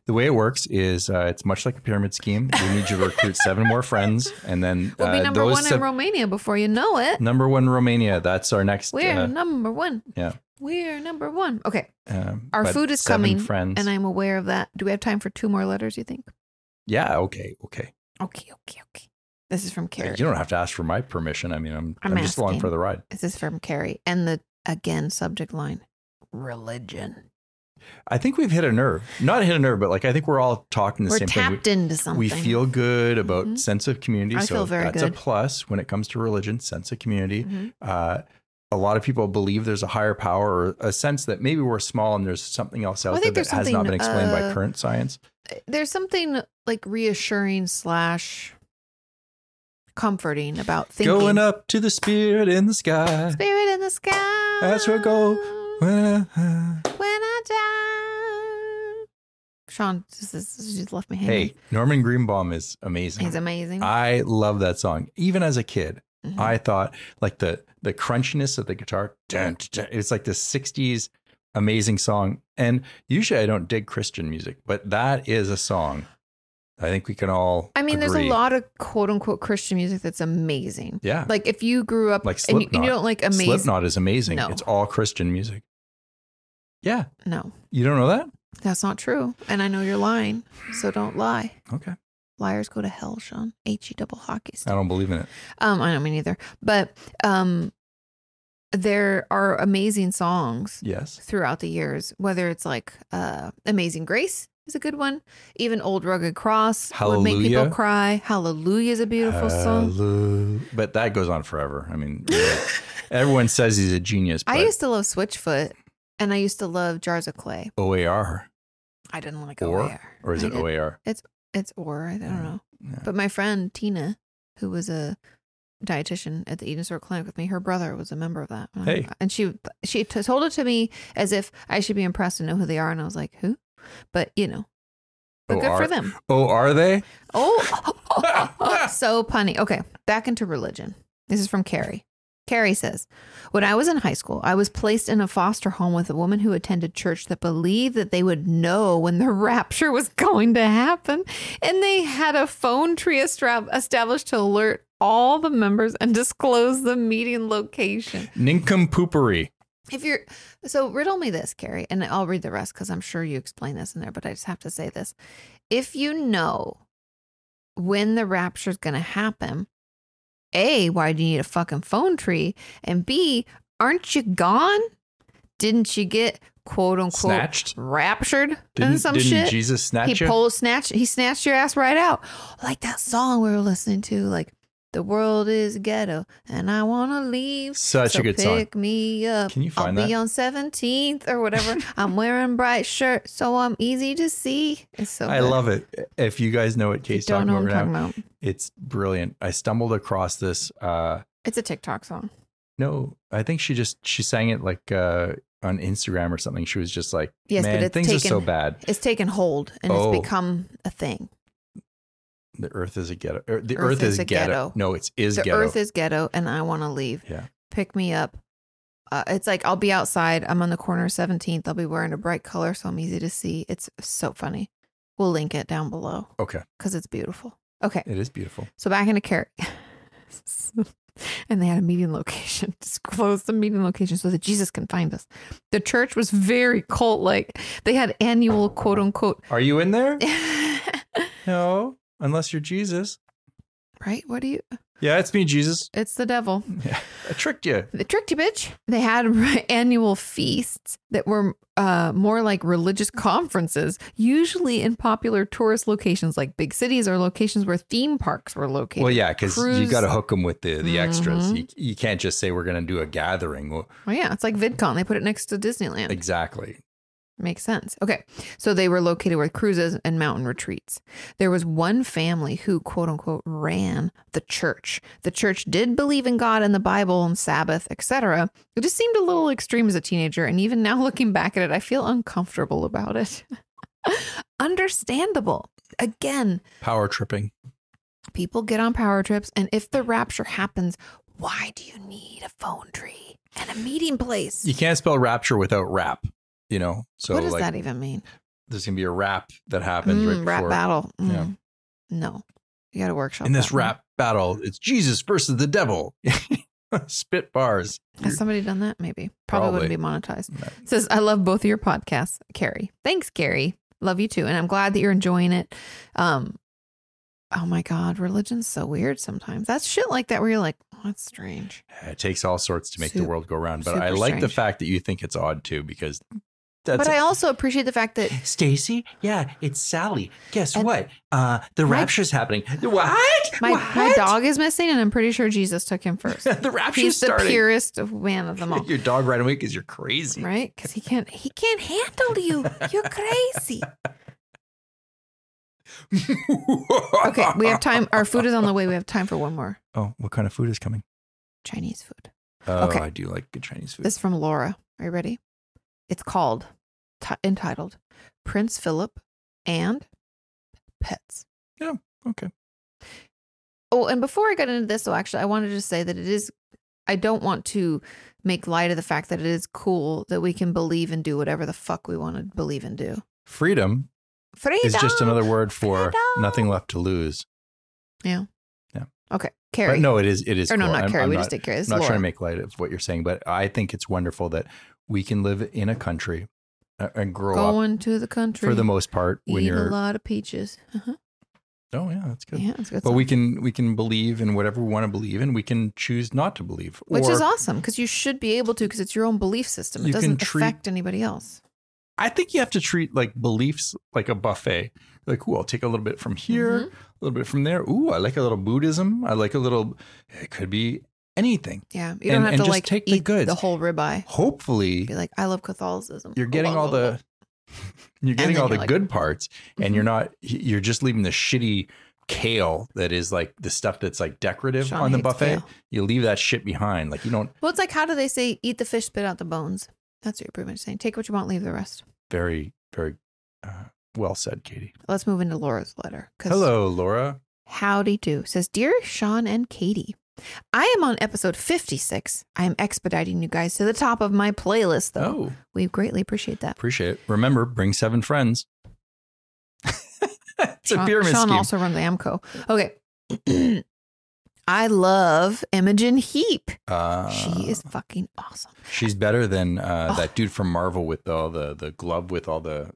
[SPEAKER 1] the way it works is uh, it's much like a pyramid scheme. We need you to recruit seven more friends, and then
[SPEAKER 2] We'll be
[SPEAKER 1] uh,
[SPEAKER 2] number
[SPEAKER 1] those
[SPEAKER 2] one in
[SPEAKER 1] sep-
[SPEAKER 2] Romania before you know it.
[SPEAKER 1] number one Romania. That's our next.
[SPEAKER 2] We're
[SPEAKER 1] uh,
[SPEAKER 2] number one.
[SPEAKER 1] yeah.
[SPEAKER 2] We're number one. Okay.
[SPEAKER 1] um,
[SPEAKER 2] Our
[SPEAKER 1] but
[SPEAKER 2] food is
[SPEAKER 1] seven
[SPEAKER 2] coming,
[SPEAKER 1] Friends.
[SPEAKER 2] And I'm aware of that. Do we have time for two more letters, you think?
[SPEAKER 1] yeah. Okay. Okay.
[SPEAKER 2] Okay, okay, okay. This is from Carrie.
[SPEAKER 1] You don't have to ask for my permission. I mean, I'm
[SPEAKER 2] I'm
[SPEAKER 1] I'm, just along
[SPEAKER 2] asking.
[SPEAKER 1] for the ride.
[SPEAKER 2] This is from Carrie. And the, again, subject line religion.
[SPEAKER 1] I think we've hit a nerve. Not hit a nerve, but like I think we're all talking the
[SPEAKER 2] We're
[SPEAKER 1] same
[SPEAKER 2] tapped
[SPEAKER 1] thing.
[SPEAKER 2] into something.
[SPEAKER 1] We, we feel good about
[SPEAKER 2] Mhm.
[SPEAKER 1] sense of community.
[SPEAKER 2] I
[SPEAKER 1] so
[SPEAKER 2] feel very
[SPEAKER 1] that's
[SPEAKER 2] good.
[SPEAKER 1] a plus when it comes to religion, sense of community.
[SPEAKER 2] Mhm.
[SPEAKER 1] Uh, a lot of people believe there's a higher power or a sense that maybe we're small and there's something else out
[SPEAKER 2] Well, I
[SPEAKER 1] there
[SPEAKER 2] think
[SPEAKER 1] that
[SPEAKER 2] there's
[SPEAKER 1] has not
[SPEAKER 2] something,
[SPEAKER 1] been explained by
[SPEAKER 2] uh,
[SPEAKER 1] current science.
[SPEAKER 2] There's something like reassuring slash comforting about thinking.
[SPEAKER 1] Going up to the spirit in the sky.
[SPEAKER 2] Spirit in the sky.
[SPEAKER 1] That's where go- Well, uh,
[SPEAKER 2] when I die. Sean just, just just left me hanging.
[SPEAKER 1] Hey, Norman Greenbaum is amazing.
[SPEAKER 2] He's amazing.
[SPEAKER 1] I love that song. Even as a kid,
[SPEAKER 2] Mhm.
[SPEAKER 1] I thought like the the crunchiness of the guitar. Dun, dun, it's like the '60s amazing song. And usually I don't dig Christian music, but that is a song I think we can all.
[SPEAKER 2] I mean, there's a
[SPEAKER 1] agree.
[SPEAKER 2] lot of quote unquote Christian music that's amazing.
[SPEAKER 1] Yeah, like,
[SPEAKER 2] Like if you grew up
[SPEAKER 1] Like
[SPEAKER 2] and, you, and you
[SPEAKER 1] Slipknot.
[SPEAKER 2] don't like amazing,
[SPEAKER 1] Slipknot is amazing.
[SPEAKER 2] No.
[SPEAKER 1] It's all Christian music. Yeah,
[SPEAKER 2] no,
[SPEAKER 1] you don't know that?
[SPEAKER 2] that's not true. And I know you're lying, so don't lie.
[SPEAKER 1] Okay,
[SPEAKER 2] Liars go to hell, Sean. H E double hockey stick.
[SPEAKER 1] I don't believe in it.
[SPEAKER 2] Um, I don't mean either, but um, there are amazing songs
[SPEAKER 1] Yes.
[SPEAKER 2] throughout the years. Whether it's like uh, "Amazing Grace" is a good one, even "Old Rugged Cross" would make people
[SPEAKER 1] Hallelujah.
[SPEAKER 2] cry. "Hallelujah" is a beautiful song.
[SPEAKER 1] Hello. But that goes on forever. I mean, really. everyone says he's a genius, but
[SPEAKER 2] I used to love Switchfoot, and I used to love Jars of Clay.
[SPEAKER 1] OAR
[SPEAKER 2] I didn't like
[SPEAKER 1] Or?
[SPEAKER 2] OAR.
[SPEAKER 1] or is
[SPEAKER 2] I
[SPEAKER 1] it
[SPEAKER 2] did-
[SPEAKER 1] OAR?
[SPEAKER 2] It's or I don't
[SPEAKER 1] Yeah.
[SPEAKER 2] know.
[SPEAKER 1] Yeah.
[SPEAKER 2] But my friend Tina, who was a dietitian at the Eden Circle Clinic with me, her brother was a member of that. And I-
[SPEAKER 1] Hey.
[SPEAKER 2] and she she t- told it to me as if I should be impressed and know who they are, and I was like, who? But you know, but good
[SPEAKER 1] OR?
[SPEAKER 2] for them.
[SPEAKER 1] Oh, are they?
[SPEAKER 2] Oh, so punny. Okay, back into religion. This is from Carrie. Carrie says, When I was in high school, I was placed in a foster home with a woman who attended church that believed that they would know when the rapture was going to happen. And they had a phone tree estra- established to alert all the members and disclose the meeting location.
[SPEAKER 1] Nincompoopery.
[SPEAKER 2] If you're so riddle me this, Carrie, and I'll read the rest because I'm sure you explain this in there, but I just have to say this. If you know when the rapture is going to happen, A, why do you need a fucking phone tree? And B, aren't you gone? Didn't you get quote unquote
[SPEAKER 1] Snatched?
[SPEAKER 2] raptured
[SPEAKER 1] Didn't,
[SPEAKER 2] and some
[SPEAKER 1] didn't
[SPEAKER 2] shit?
[SPEAKER 1] Jesus snatch
[SPEAKER 2] he
[SPEAKER 1] you?
[SPEAKER 2] pulled snatch he snatched your ass right out like that song we were listening to like the world is ghetto and i want to leave
[SPEAKER 1] Such
[SPEAKER 2] so
[SPEAKER 1] a good
[SPEAKER 2] pick
[SPEAKER 1] song.
[SPEAKER 2] me up
[SPEAKER 1] Can you find
[SPEAKER 2] I'll
[SPEAKER 1] that?
[SPEAKER 2] be on 17th or whatever i'm wearing bright shirt so i'm easy to see it's so
[SPEAKER 1] I
[SPEAKER 2] good.
[SPEAKER 1] love it. If you guys know what
[SPEAKER 2] If you
[SPEAKER 1] Kay's
[SPEAKER 2] don't
[SPEAKER 1] talking
[SPEAKER 2] know what
[SPEAKER 1] about right
[SPEAKER 2] i'm
[SPEAKER 1] now,
[SPEAKER 2] talking about
[SPEAKER 1] it's brilliant. I stumbled across this. Uh,
[SPEAKER 2] it's a tiktok song
[SPEAKER 1] no, I think she just she sang it like uh, on Instagram or something. She was just like,
[SPEAKER 2] Yes, but
[SPEAKER 1] "Man,
[SPEAKER 2] it's
[SPEAKER 1] things are
[SPEAKER 2] taken-
[SPEAKER 1] so bad.
[SPEAKER 2] it's taken hold and
[SPEAKER 1] Oh.
[SPEAKER 2] it's become a thing
[SPEAKER 1] The Earth is a ghetto. or the Earth, is, ghetto. No, it's is
[SPEAKER 2] the
[SPEAKER 1] ghetto.
[SPEAKER 2] earth is ghetto and i want to leave
[SPEAKER 1] Yeah.
[SPEAKER 2] pick me up uh, it's like i'll be outside i'm on the corner of 17th i'll be wearing a bright color so i'm easy to see it's so funny we'll link it down below
[SPEAKER 1] okay,
[SPEAKER 2] because it's beautiful okay
[SPEAKER 1] it is beautiful.
[SPEAKER 2] so back into carrot and they had a meeting location disclose the meeting location so that jesus can find us the church was very cult like they had annual quote unquote
[SPEAKER 1] Are you in there? no, unless you're Jesus.
[SPEAKER 2] right what do you
[SPEAKER 1] Yeah, it's me, Jesus.
[SPEAKER 2] it's the devil
[SPEAKER 1] Yeah, I tricked you.
[SPEAKER 2] They tricked you, bitch. They had annual feasts that were uh, more like religious conferences, usually in popular tourist locations like big cities or locations where theme parks were located.
[SPEAKER 1] Well, yeah, because you
[SPEAKER 2] Cruise-
[SPEAKER 1] got to hook them with the the extras.
[SPEAKER 2] Mhm.
[SPEAKER 1] You, you can't just say we're going to do a gathering. Well,
[SPEAKER 2] Well, Oh, yeah, it's like VidCon. They put it next to Disneyland.
[SPEAKER 1] exactly.
[SPEAKER 2] Makes sense. Okay. So they were located with cruises and mountain retreats. There was one family who, quote unquote, ran the church. The church did believe in God and the Bible and Sabbath, etc. It just seemed a little extreme as a teenager. And even now looking back at it, I feel uncomfortable about it. Understandable. Again,
[SPEAKER 1] Power tripping.
[SPEAKER 2] people get on power trips. And if the rapture happens, why do you need a phone tree and a meeting place?
[SPEAKER 1] You can't spell rapture without rap. You know, so
[SPEAKER 2] what does
[SPEAKER 1] like
[SPEAKER 2] that even mean?
[SPEAKER 1] there's gonna be a rap that happens
[SPEAKER 2] Mm,
[SPEAKER 1] right
[SPEAKER 2] rap
[SPEAKER 1] before.
[SPEAKER 2] battle. Mm.
[SPEAKER 1] Yeah.
[SPEAKER 2] No, you got to workshop
[SPEAKER 1] In this
[SPEAKER 2] that one.
[SPEAKER 1] rap battle, it's Jesus versus the devil. Spit bars.
[SPEAKER 2] Has somebody done that? Maybe probably, wouldn't be monetized.
[SPEAKER 1] No.
[SPEAKER 2] Says I love both of your podcasts, Carrie. Thanks, Carrie. Love you too, and I'm glad that you're enjoying it. Um, oh my God, religion's so weird sometimes. That's shit like that where you're like, oh, that's strange.
[SPEAKER 1] It takes all sorts to make the
[SPEAKER 2] Sup-
[SPEAKER 1] world go round, but
[SPEAKER 2] super
[SPEAKER 1] I like the
[SPEAKER 2] strange.
[SPEAKER 1] fact that you think it's odd too, because that's.
[SPEAKER 2] but I also appreciate the fact that
[SPEAKER 1] Stacy, yeah, it's Sally. Guess
[SPEAKER 2] And-
[SPEAKER 1] what? Uh, the
[SPEAKER 2] My-
[SPEAKER 1] rapture's happening. What?
[SPEAKER 2] my
[SPEAKER 1] what?
[SPEAKER 2] my dog is missing, and I'm pretty sure Jesus took him first.
[SPEAKER 1] the rapture's
[SPEAKER 2] He's the
[SPEAKER 1] starting.
[SPEAKER 2] purest of man of them all.
[SPEAKER 1] Your dog ran away because you're crazy.
[SPEAKER 2] right? Because he can't he can't handle you. You're crazy. Okay, we have time. Our food is on the way. We have time for one more
[SPEAKER 1] Oh, what kind of food is coming?
[SPEAKER 2] Chinese food.
[SPEAKER 1] Oh,
[SPEAKER 2] Okay.
[SPEAKER 1] I do like good Chinese food.
[SPEAKER 2] This is from Laura. Are you ready? It's called t- entitled Prince Philip and Pets.
[SPEAKER 1] okay.
[SPEAKER 2] Oh, and before I got into this, though, actually, I wanted to say that it is. I don't want to make light of the fact that it is cool that we can believe and do whatever the fuck we want to believe and do.
[SPEAKER 1] Freedom
[SPEAKER 2] Freedom.
[SPEAKER 1] is just another word for
[SPEAKER 2] Freedom.
[SPEAKER 1] nothing left to lose.
[SPEAKER 2] Okay,
[SPEAKER 1] But
[SPEAKER 2] Carrie.
[SPEAKER 1] no, it is. It is.
[SPEAKER 2] or no,
[SPEAKER 1] cool.
[SPEAKER 2] not
[SPEAKER 1] I'm-
[SPEAKER 2] Carrie.
[SPEAKER 1] I'm
[SPEAKER 2] we
[SPEAKER 1] not-
[SPEAKER 2] just did Carrie. This
[SPEAKER 1] I'm not
[SPEAKER 2] is Laura.
[SPEAKER 1] trying to make light of what you're saying, but I think it's wonderful that we can live in a country uh, and grow up
[SPEAKER 2] Going to the country
[SPEAKER 1] for the most part when
[SPEAKER 2] eat
[SPEAKER 1] you're.
[SPEAKER 2] a lot of peaches. Uh-huh.
[SPEAKER 1] Oh yeah, that's good.
[SPEAKER 2] Yeah, that's a good.
[SPEAKER 1] But
[SPEAKER 2] song.
[SPEAKER 1] we can we can believe in whatever we want to believe in. We can choose not to believe,
[SPEAKER 2] which
[SPEAKER 1] or
[SPEAKER 2] is awesome because you should be able to because it's your own belief system. It
[SPEAKER 1] You can
[SPEAKER 2] doesn't
[SPEAKER 1] treat-
[SPEAKER 2] affect anybody else.
[SPEAKER 1] I think you have to treat like beliefs like a buffet. Like, ooh, I'll take a little bit from here,
[SPEAKER 2] Mhm.
[SPEAKER 1] a little bit from there. Ooh, I like a little Buddhism. I like a little. It could be anything.
[SPEAKER 2] Yeah, you
[SPEAKER 1] And-
[SPEAKER 2] don't have
[SPEAKER 1] and
[SPEAKER 2] to
[SPEAKER 1] just
[SPEAKER 2] like
[SPEAKER 1] take the
[SPEAKER 2] eat
[SPEAKER 1] goods.
[SPEAKER 2] the whole ribeye.
[SPEAKER 1] Hopefully,
[SPEAKER 2] Be like, I love Catholicism. Oh,
[SPEAKER 1] you're getting all the you're getting
[SPEAKER 2] then
[SPEAKER 1] all the
[SPEAKER 2] you're like- Mm-hmm.
[SPEAKER 1] good parts and you're not you're just leaving the shitty kale that is like the stuff that's like decorative
[SPEAKER 2] Sean
[SPEAKER 1] on the
[SPEAKER 2] hates
[SPEAKER 1] buffet
[SPEAKER 2] kale.
[SPEAKER 1] you leave that shit behind like you don't
[SPEAKER 2] Well, it's like how do they say eat the fish, spit out the bones? That's what you're pretty much saying. Take what you want, leave the rest.
[SPEAKER 1] very very uh, well said katie
[SPEAKER 2] Let's move into Laura's letter. 'cause
[SPEAKER 1] hello laura
[SPEAKER 2] Howdy do says, Dear Sean and Katie, I am on episode 56. I am expediting you guys to the top of my playlist, though.
[SPEAKER 1] oh
[SPEAKER 2] We greatly appreciate that.
[SPEAKER 1] appreciate it remember bring seven friends it's a
[SPEAKER 2] Sean,
[SPEAKER 1] pyramid
[SPEAKER 2] Sean
[SPEAKER 1] scheme
[SPEAKER 2] also runs AMCO. Okay. I love Imogen Heap.
[SPEAKER 1] uh,
[SPEAKER 2] she is fucking awesome.
[SPEAKER 1] she's better than uh,
[SPEAKER 2] Oh.
[SPEAKER 1] that dude from marvel with all the the glove with all the,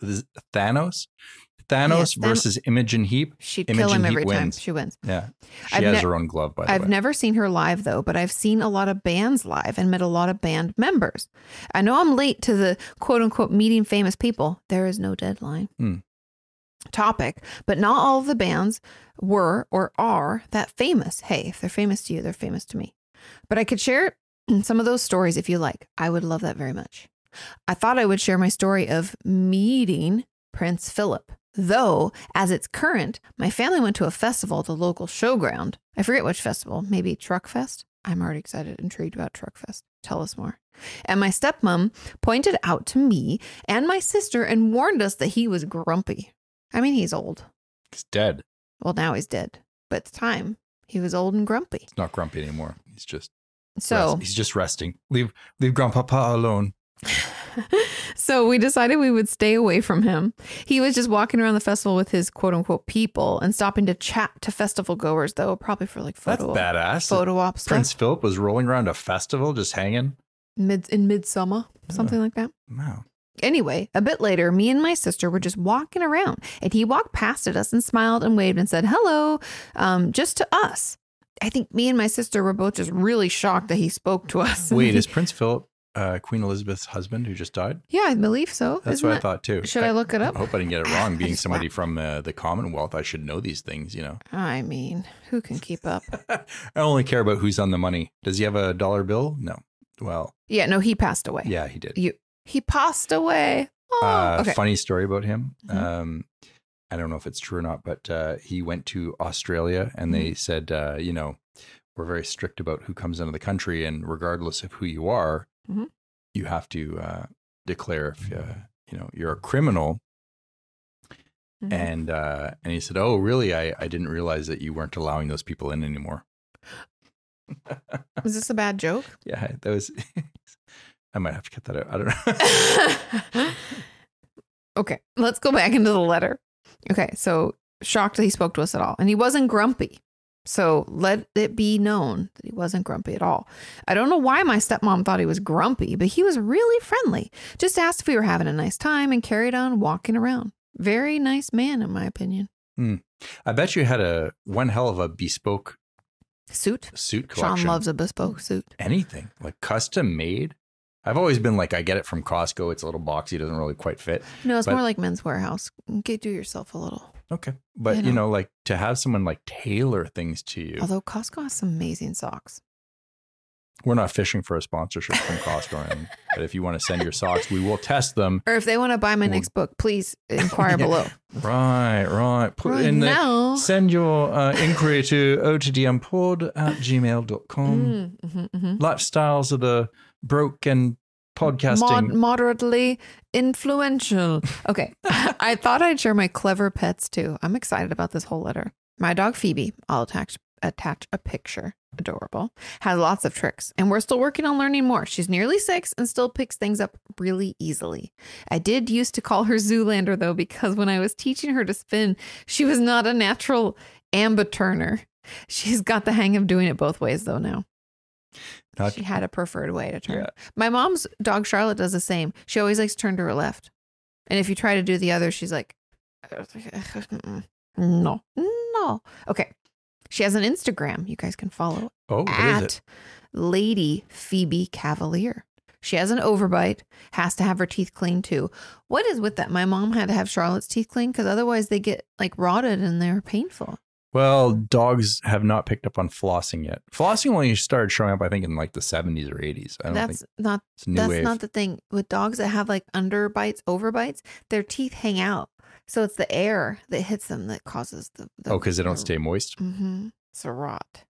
[SPEAKER 1] the thanos thanos
[SPEAKER 2] Yes, Than-
[SPEAKER 1] versus imogen heap
[SPEAKER 2] She'd kill
[SPEAKER 1] Imogen
[SPEAKER 2] him
[SPEAKER 1] Heap
[SPEAKER 2] every time.
[SPEAKER 1] wins.
[SPEAKER 2] She wins.
[SPEAKER 1] Yeah. She
[SPEAKER 2] I've
[SPEAKER 1] has
[SPEAKER 2] ne-
[SPEAKER 1] her own glove, by the
[SPEAKER 2] I've
[SPEAKER 1] way.
[SPEAKER 2] never seen her live though, but I've seen a lot of bands live and met a lot of band members. I know I'm late to the quote unquote meeting famous people. There is no deadline.
[SPEAKER 1] Hmm.
[SPEAKER 2] Topic, but not all of the bands were or are that famous. Hey, if they're famous to you, they're famous to me. But I could share some of those stories if you like. I would love that very much. I thought I would share my story of meeting Prince Philip. Though, as it's current, my family went to a festival at the local showground. I forget which festival, maybe Truck Fest? I'm already excited, intrigued about Truck Fest. Tell us more. And my stepmom pointed out to me and my sister and warned us that he was grumpy. I mean, he's old.
[SPEAKER 1] He's dead.
[SPEAKER 2] Well, now he's dead, but at the time, he was old and grumpy.
[SPEAKER 1] He's not grumpy anymore. He's just
[SPEAKER 2] So,
[SPEAKER 1] rest- he's just resting. Leave leave grandpapa alone.
[SPEAKER 2] so we decided we would stay away from him. He was just walking around the festival with his quote unquote people and stopping to chat to festival goers, though, probably for like
[SPEAKER 1] That's
[SPEAKER 2] photo op,
[SPEAKER 1] badass.
[SPEAKER 2] photo op stuff
[SPEAKER 1] Prince Philip was rolling around a festival just hanging.
[SPEAKER 2] mid in midsummer, something like that.
[SPEAKER 1] Wow.
[SPEAKER 2] Anyway, a bit later, me and my sister were just walking around, and he walked past at us and smiled and waved and said hello, um, just to us. I think me and my sister were both just really shocked that he spoke to us.
[SPEAKER 1] Wait, is Prince Philip uh, Queen Elizabeth's husband who just died?
[SPEAKER 2] yeah, I believe so.
[SPEAKER 1] That's
[SPEAKER 2] Isn't
[SPEAKER 1] what I
[SPEAKER 2] that-
[SPEAKER 1] thought too.
[SPEAKER 2] Should I look it up?
[SPEAKER 1] I hope I didn't get it
[SPEAKER 2] I
[SPEAKER 1] wrong. Being
[SPEAKER 2] just
[SPEAKER 1] somebody from uh, the Commonwealth, I should know these things, you know.
[SPEAKER 2] I mean, who can keep up?
[SPEAKER 1] I only care about who's on the money. Does he have a dollar bill? No. Well,
[SPEAKER 2] Yeah, no, he passed away.
[SPEAKER 1] yeah, he did.
[SPEAKER 2] you he passed away. Oh,
[SPEAKER 1] uh,
[SPEAKER 2] okay.
[SPEAKER 1] funny story about him.
[SPEAKER 2] Mhm.
[SPEAKER 1] Um, I don't know if it's true or not, but uh, he went to Australia and
[SPEAKER 2] Mm-hmm.
[SPEAKER 1] they said, uh, you know, we're very strict about who comes into the country, and regardless of who you are,
[SPEAKER 2] Mhm.
[SPEAKER 1] you have to uh, declare if uh, you know you're a criminal.
[SPEAKER 2] Mhm.
[SPEAKER 1] And uh, and he said, oh, really? I, I didn't realize that you weren't allowing those people in anymore.
[SPEAKER 2] Is this a bad joke?
[SPEAKER 1] Yeah, that was. I might have to cut that out. I don't know.
[SPEAKER 2] okay, let's go back into the letter. Okay, so shocked that he spoke to us at all. And he wasn't grumpy. So let it be known that he wasn't grumpy at all. I don't know why my stepmom thought he was grumpy, but he was really friendly. Just asked if we were having a nice time and carried on walking around. Very nice man, in my opinion.
[SPEAKER 1] I bet you had a one hell of a bespoke
[SPEAKER 2] Suit.
[SPEAKER 1] suit collection.
[SPEAKER 2] Sean loves a bespoke suit.
[SPEAKER 1] anything like custom made. I've always been like, I get it from Costco. It's a little boxy, doesn't really quite fit.
[SPEAKER 2] No, it's
[SPEAKER 1] But-
[SPEAKER 2] more like men's warehouse. Get do yourself a little.
[SPEAKER 1] Okay, but
[SPEAKER 2] You
[SPEAKER 1] you
[SPEAKER 2] know.
[SPEAKER 1] know, like to have someone like tailor things to you.
[SPEAKER 2] Although Costco has some amazing socks.
[SPEAKER 1] We're not fishing for a sponsorship from Costco, or anything, but if you want to send your socks, we will test them.
[SPEAKER 2] Or if they want to buy my
[SPEAKER 1] Well-
[SPEAKER 2] next book, please inquire
[SPEAKER 1] Yeah.
[SPEAKER 2] below.
[SPEAKER 1] Right, right. Put
[SPEAKER 2] Right
[SPEAKER 1] in the
[SPEAKER 2] now.
[SPEAKER 1] send your uh, inquiry to otdmpod at gmail.com.
[SPEAKER 2] Mm, mhm, mhm.
[SPEAKER 1] Lifestyles of the broke and podcasting.
[SPEAKER 2] Mod- moderately influential. Okay. I thought I'd share my clever pets too. I'm excited about this whole letter. My dog Phoebe, I'll attach attach a picture. adorable, has lots of tricks, and we're still working on learning more. She's nearly six and still picks things up really easily. I did used to call her Zoolander though, because when I was teaching her to spin, she was not a natural ambiturner. She's got the hang of doing it both ways though now.
[SPEAKER 1] Not-
[SPEAKER 2] she had a preferred way to turn.
[SPEAKER 1] Yeah.
[SPEAKER 2] My mom's dog Charlotte does the same. She always likes to turn to her left, and if you try to do the other, she's like, "Mm-mm. no, no. Okay, she has an Instagram. You guys can follow
[SPEAKER 1] Oh, what is it?
[SPEAKER 2] at Lady Phoebe Cavalier. She has an overbite, has to have her teeth cleaned too. What is with that? My mom had to have Charlotte's teeth cleaned because otherwise they get like rotted and they're painful.
[SPEAKER 1] Well, dogs have not picked up on flossing yet. Flossing only started showing up, I think, in like the 70s or 80s. I don't
[SPEAKER 2] That's
[SPEAKER 1] think
[SPEAKER 2] not
[SPEAKER 1] it's new
[SPEAKER 2] That's
[SPEAKER 1] wave.
[SPEAKER 2] not the thing with dogs that have like underbites, overbites. Their teeth hang out, so it's the air that hits them that causes the. the
[SPEAKER 1] oh, because they don't stay moist.
[SPEAKER 2] Mm-hmm. It's the rot,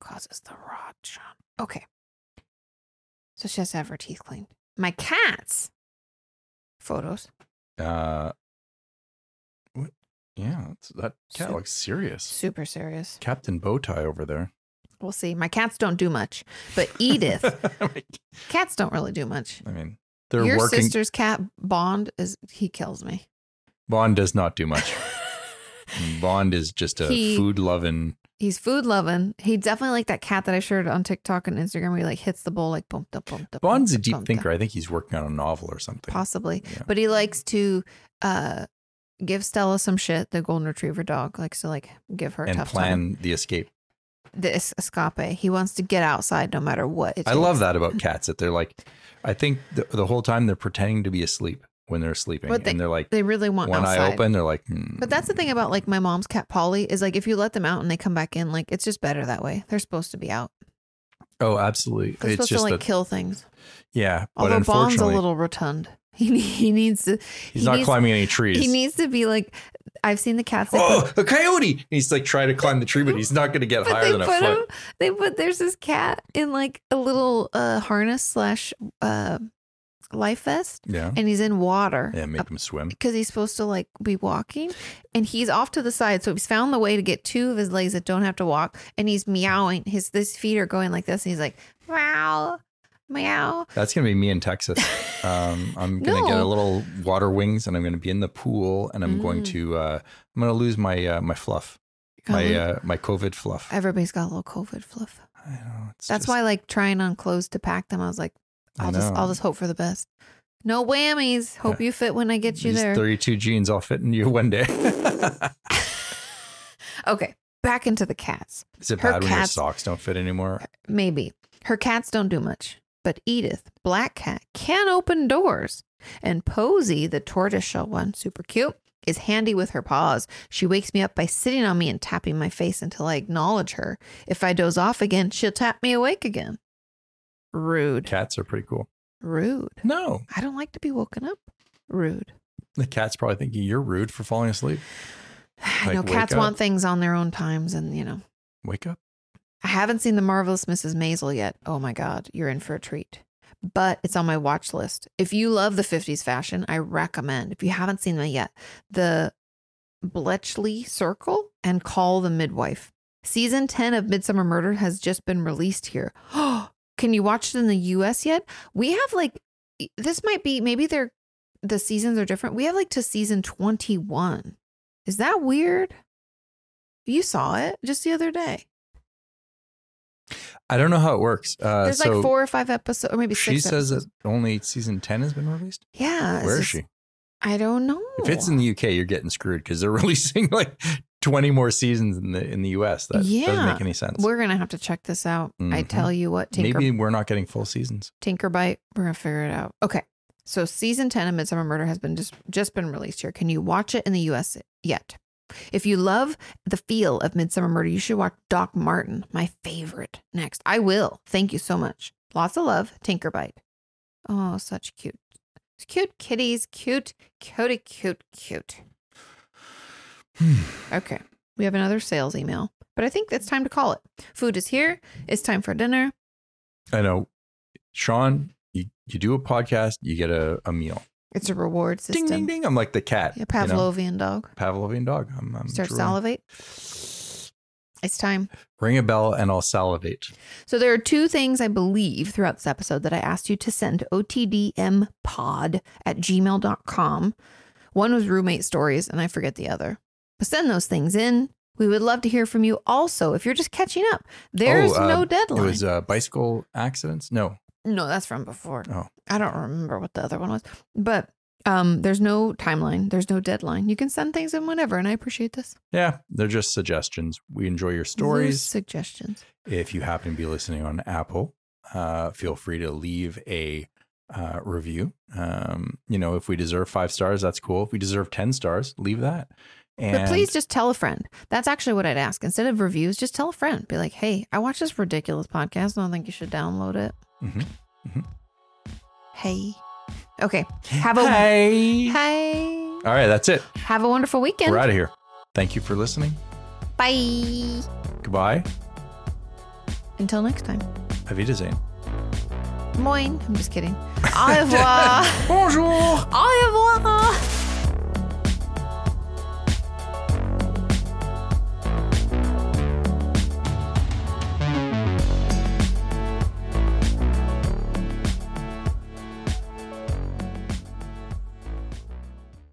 [SPEAKER 2] causes the rot. Sean. Okay, so she has to have her teeth cleaned. My cats. Photos.
[SPEAKER 1] Uh, what? Yeah, that's, that cat
[SPEAKER 2] Sup-
[SPEAKER 1] looks serious.
[SPEAKER 2] Super serious.
[SPEAKER 1] Captain Bowtie over there.
[SPEAKER 2] We'll see. My cats don't do much, but Edith,
[SPEAKER 1] I
[SPEAKER 2] cats don't really do much.
[SPEAKER 1] mean, they're
[SPEAKER 2] Your
[SPEAKER 1] working.
[SPEAKER 2] sister's cat Bond is he kills me.
[SPEAKER 1] Bond does not do much. Bond is just a
[SPEAKER 2] He-
[SPEAKER 1] food loving.
[SPEAKER 2] He's food loving. He definitely like that cat that I shared on TikTok and Instagram where he like hits the bowl like boom da boom da. boom,
[SPEAKER 1] Bond's a
[SPEAKER 2] da, boom,
[SPEAKER 1] deep
[SPEAKER 2] da.
[SPEAKER 1] thinker. I think he's working on a novel or something.
[SPEAKER 2] Possibly.
[SPEAKER 1] Yeah.
[SPEAKER 2] But he likes to uh give Stella some shit, the golden retriever dog. Likes to like give her a
[SPEAKER 1] and
[SPEAKER 2] tough time.
[SPEAKER 1] plan the escape.
[SPEAKER 2] The es- escape. He wants to get outside no matter what. It
[SPEAKER 1] I love
[SPEAKER 2] takes.
[SPEAKER 1] that about cats that they're like, I think the, the whole time they're pretending to be asleep when they're sleeping,
[SPEAKER 2] But
[SPEAKER 1] and they're like,
[SPEAKER 2] They really want
[SPEAKER 1] when
[SPEAKER 2] outside.
[SPEAKER 1] I open, they're like, hmm.
[SPEAKER 2] But that's the thing about like my mom's cat Polly is like if you let them out and they come back in, like it's just better that way. They're supposed to be out.
[SPEAKER 1] oh, absolutely,
[SPEAKER 2] They're
[SPEAKER 1] it's
[SPEAKER 2] supposed to
[SPEAKER 1] just
[SPEAKER 2] like
[SPEAKER 1] that,
[SPEAKER 2] kill things.
[SPEAKER 1] yeah. But
[SPEAKER 2] Although Bond's a
[SPEAKER 1] unfortunately,
[SPEAKER 2] little rotund. He, ne- he needs to
[SPEAKER 1] he's
[SPEAKER 2] he
[SPEAKER 1] not
[SPEAKER 2] needs-
[SPEAKER 1] climbing any trees.
[SPEAKER 2] he needs to be like I've seen the cats that
[SPEAKER 1] oh, a coyote! And he's like trying to climb the tree, but he's not going to get
[SPEAKER 2] but
[SPEAKER 1] higher
[SPEAKER 2] they
[SPEAKER 1] than a
[SPEAKER 2] put him.
[SPEAKER 1] foot.
[SPEAKER 2] They put there's this cat in like a little uh, harness slash uh, life vest,
[SPEAKER 1] Yeah,
[SPEAKER 2] and he's in water.
[SPEAKER 1] yeah, make him swim.
[SPEAKER 2] because he's supposed to like be walking and he's off to the side so he's found the way to get two of his legs that don't have to walk and he's meowing his his feet are going like this and he's like meow meow
[SPEAKER 1] That's going to be me in Texas. Um, I'm going to get a
[SPEAKER 2] No.
[SPEAKER 1] little water wings, and I'm going to be in the pool, and I'm going
[SPEAKER 2] Mm.
[SPEAKER 1] to uh, I'm going to lose my uh, my fluff, my
[SPEAKER 2] Golly.
[SPEAKER 1] uh, my COVID fluff.
[SPEAKER 2] everybody's got a little covid fluff
[SPEAKER 1] I know, it's
[SPEAKER 2] that's
[SPEAKER 1] just-
[SPEAKER 2] why like trying on clothes to pack them i was like
[SPEAKER 1] I
[SPEAKER 2] i'll just
[SPEAKER 1] know. Uh,
[SPEAKER 2] i'll just hope for the best no whammies hope you fit when i get you
[SPEAKER 1] These
[SPEAKER 2] there
[SPEAKER 1] 32 jeans all fit in you one day.
[SPEAKER 2] okay back into the cats
[SPEAKER 1] Is it
[SPEAKER 2] Her
[SPEAKER 1] bad when your
[SPEAKER 2] cats-
[SPEAKER 1] socks don't fit anymore?
[SPEAKER 2] Maybe. Her cats don't do much, but Edith, black cat, can open doors. And Posy, the tortoiseshell one, super cute, is handy with her paws. She wakes me up by sitting on me and tapping my face until I acknowledge her. If I doze off again, she'll tap me awake again. Rude.
[SPEAKER 1] Cats are pretty cool.
[SPEAKER 2] Rude.
[SPEAKER 1] No,
[SPEAKER 2] I don't like to be woken up. Rude.
[SPEAKER 1] the cat's probably thinking you're rude for falling asleep.
[SPEAKER 2] I
[SPEAKER 1] Like,
[SPEAKER 2] know
[SPEAKER 1] wake
[SPEAKER 2] cats
[SPEAKER 1] up.
[SPEAKER 2] want things on their own times, and you know.
[SPEAKER 1] Wake up.
[SPEAKER 2] I haven't seen The Marvelous Mrs. Maisel yet. Oh my God, you're in for a treat. But it's on my watch list. If you love the 50s fashion, I recommend. If you haven't seen them yet, The Bletchley Circle and Call the Midwife. Season 10 of Midsummer Murder has just been released here. Can you watch it in the US yet? We have like, this might be, maybe they're, the seasons are different. We have like to season 21. Is that weird? You saw it just the other day.
[SPEAKER 1] I don't know how it works. Uh,
[SPEAKER 2] There's
[SPEAKER 1] so
[SPEAKER 2] like four or five episodes, or maybe six.
[SPEAKER 1] She says that
[SPEAKER 2] episodes.
[SPEAKER 1] only season 10 has been released.
[SPEAKER 2] Yeah. it's
[SPEAKER 1] Where is
[SPEAKER 2] just-
[SPEAKER 1] she?
[SPEAKER 2] I don't know.
[SPEAKER 1] If it's in the UK, you're getting screwed because they're releasing like 20 more seasons in the in the US. That doesn't
[SPEAKER 2] Yeah.
[SPEAKER 1] make any sense.
[SPEAKER 2] we're gonna have to check this out. I
[SPEAKER 1] Mhm.
[SPEAKER 2] tell you what, Tinker
[SPEAKER 1] Maybe we're not getting full seasons.
[SPEAKER 2] Tinkerbite. We're gonna figure it out. Okay. So season ten of Midsummer Murder has been just just been released here. Can you watch it in the US yet? If you love the feel of Midsummer Murder, you should watch Doc Martin, my favorite, next. I will. Thank you so much. Lots of love, Tinkerbite. Oh, such cute. Cute kitties, cute, cutie, cute, cute. Okay. We have another sales email, but I think it's time to call it. Food is here. It's time for dinner.
[SPEAKER 1] I know. Sean, you, you do a podcast, you get a, a meal.
[SPEAKER 2] It's a reward system.
[SPEAKER 1] Ding, ding, ding. I'm like the cat.
[SPEAKER 2] Yeah,
[SPEAKER 1] you know?
[SPEAKER 2] Pavlovian dog.
[SPEAKER 1] Pavlovian dog. I'm, I'm
[SPEAKER 2] Start
[SPEAKER 1] drooling.
[SPEAKER 2] salivate. It's time.
[SPEAKER 1] Ring a bell and I'll salivate.
[SPEAKER 2] So there are two things I believe throughout this episode that I asked you to send otdmpod at gmail.com. One was roommate stories, and I forget the other. But send those things in. We would love to hear from you. Also, if you're just catching up, there's
[SPEAKER 1] Oh, uh,
[SPEAKER 2] no
[SPEAKER 1] It
[SPEAKER 2] deadline.
[SPEAKER 1] was uh, bicycle accidents. No,
[SPEAKER 2] no, that's from before.
[SPEAKER 1] Oh.
[SPEAKER 2] I don't remember what the other one was. But um, there's no timeline. There's no deadline. You can send things in whenever, and I appreciate this.
[SPEAKER 1] yeah, they're just suggestions. We enjoy your
[SPEAKER 2] Loose
[SPEAKER 1] stories.
[SPEAKER 2] suggestions.
[SPEAKER 1] If you happen to be listening on Apple, uh, feel free to leave a uh, review. Um, you know, if we deserve five stars, that's cool. If we deserve ten stars, leave that. And
[SPEAKER 2] But please just tell a friend. That's actually what I'd ask. Instead of reviews, just tell a friend. Be like, hey, I watched this ridiculous podcast and I think you should download it.
[SPEAKER 1] Mhm. Mhm.
[SPEAKER 2] Hey. Okay. Have a
[SPEAKER 1] Hey.
[SPEAKER 2] hey.
[SPEAKER 1] All right, that's it.
[SPEAKER 2] Have a wonderful weekend.
[SPEAKER 1] We're out of here. Thank you for listening.
[SPEAKER 2] Bye.
[SPEAKER 1] Goodbye.
[SPEAKER 2] Until next time.
[SPEAKER 1] Avita Zane.
[SPEAKER 2] Moin. I'm just kidding. Au revoir.
[SPEAKER 1] Bonjour.
[SPEAKER 2] Au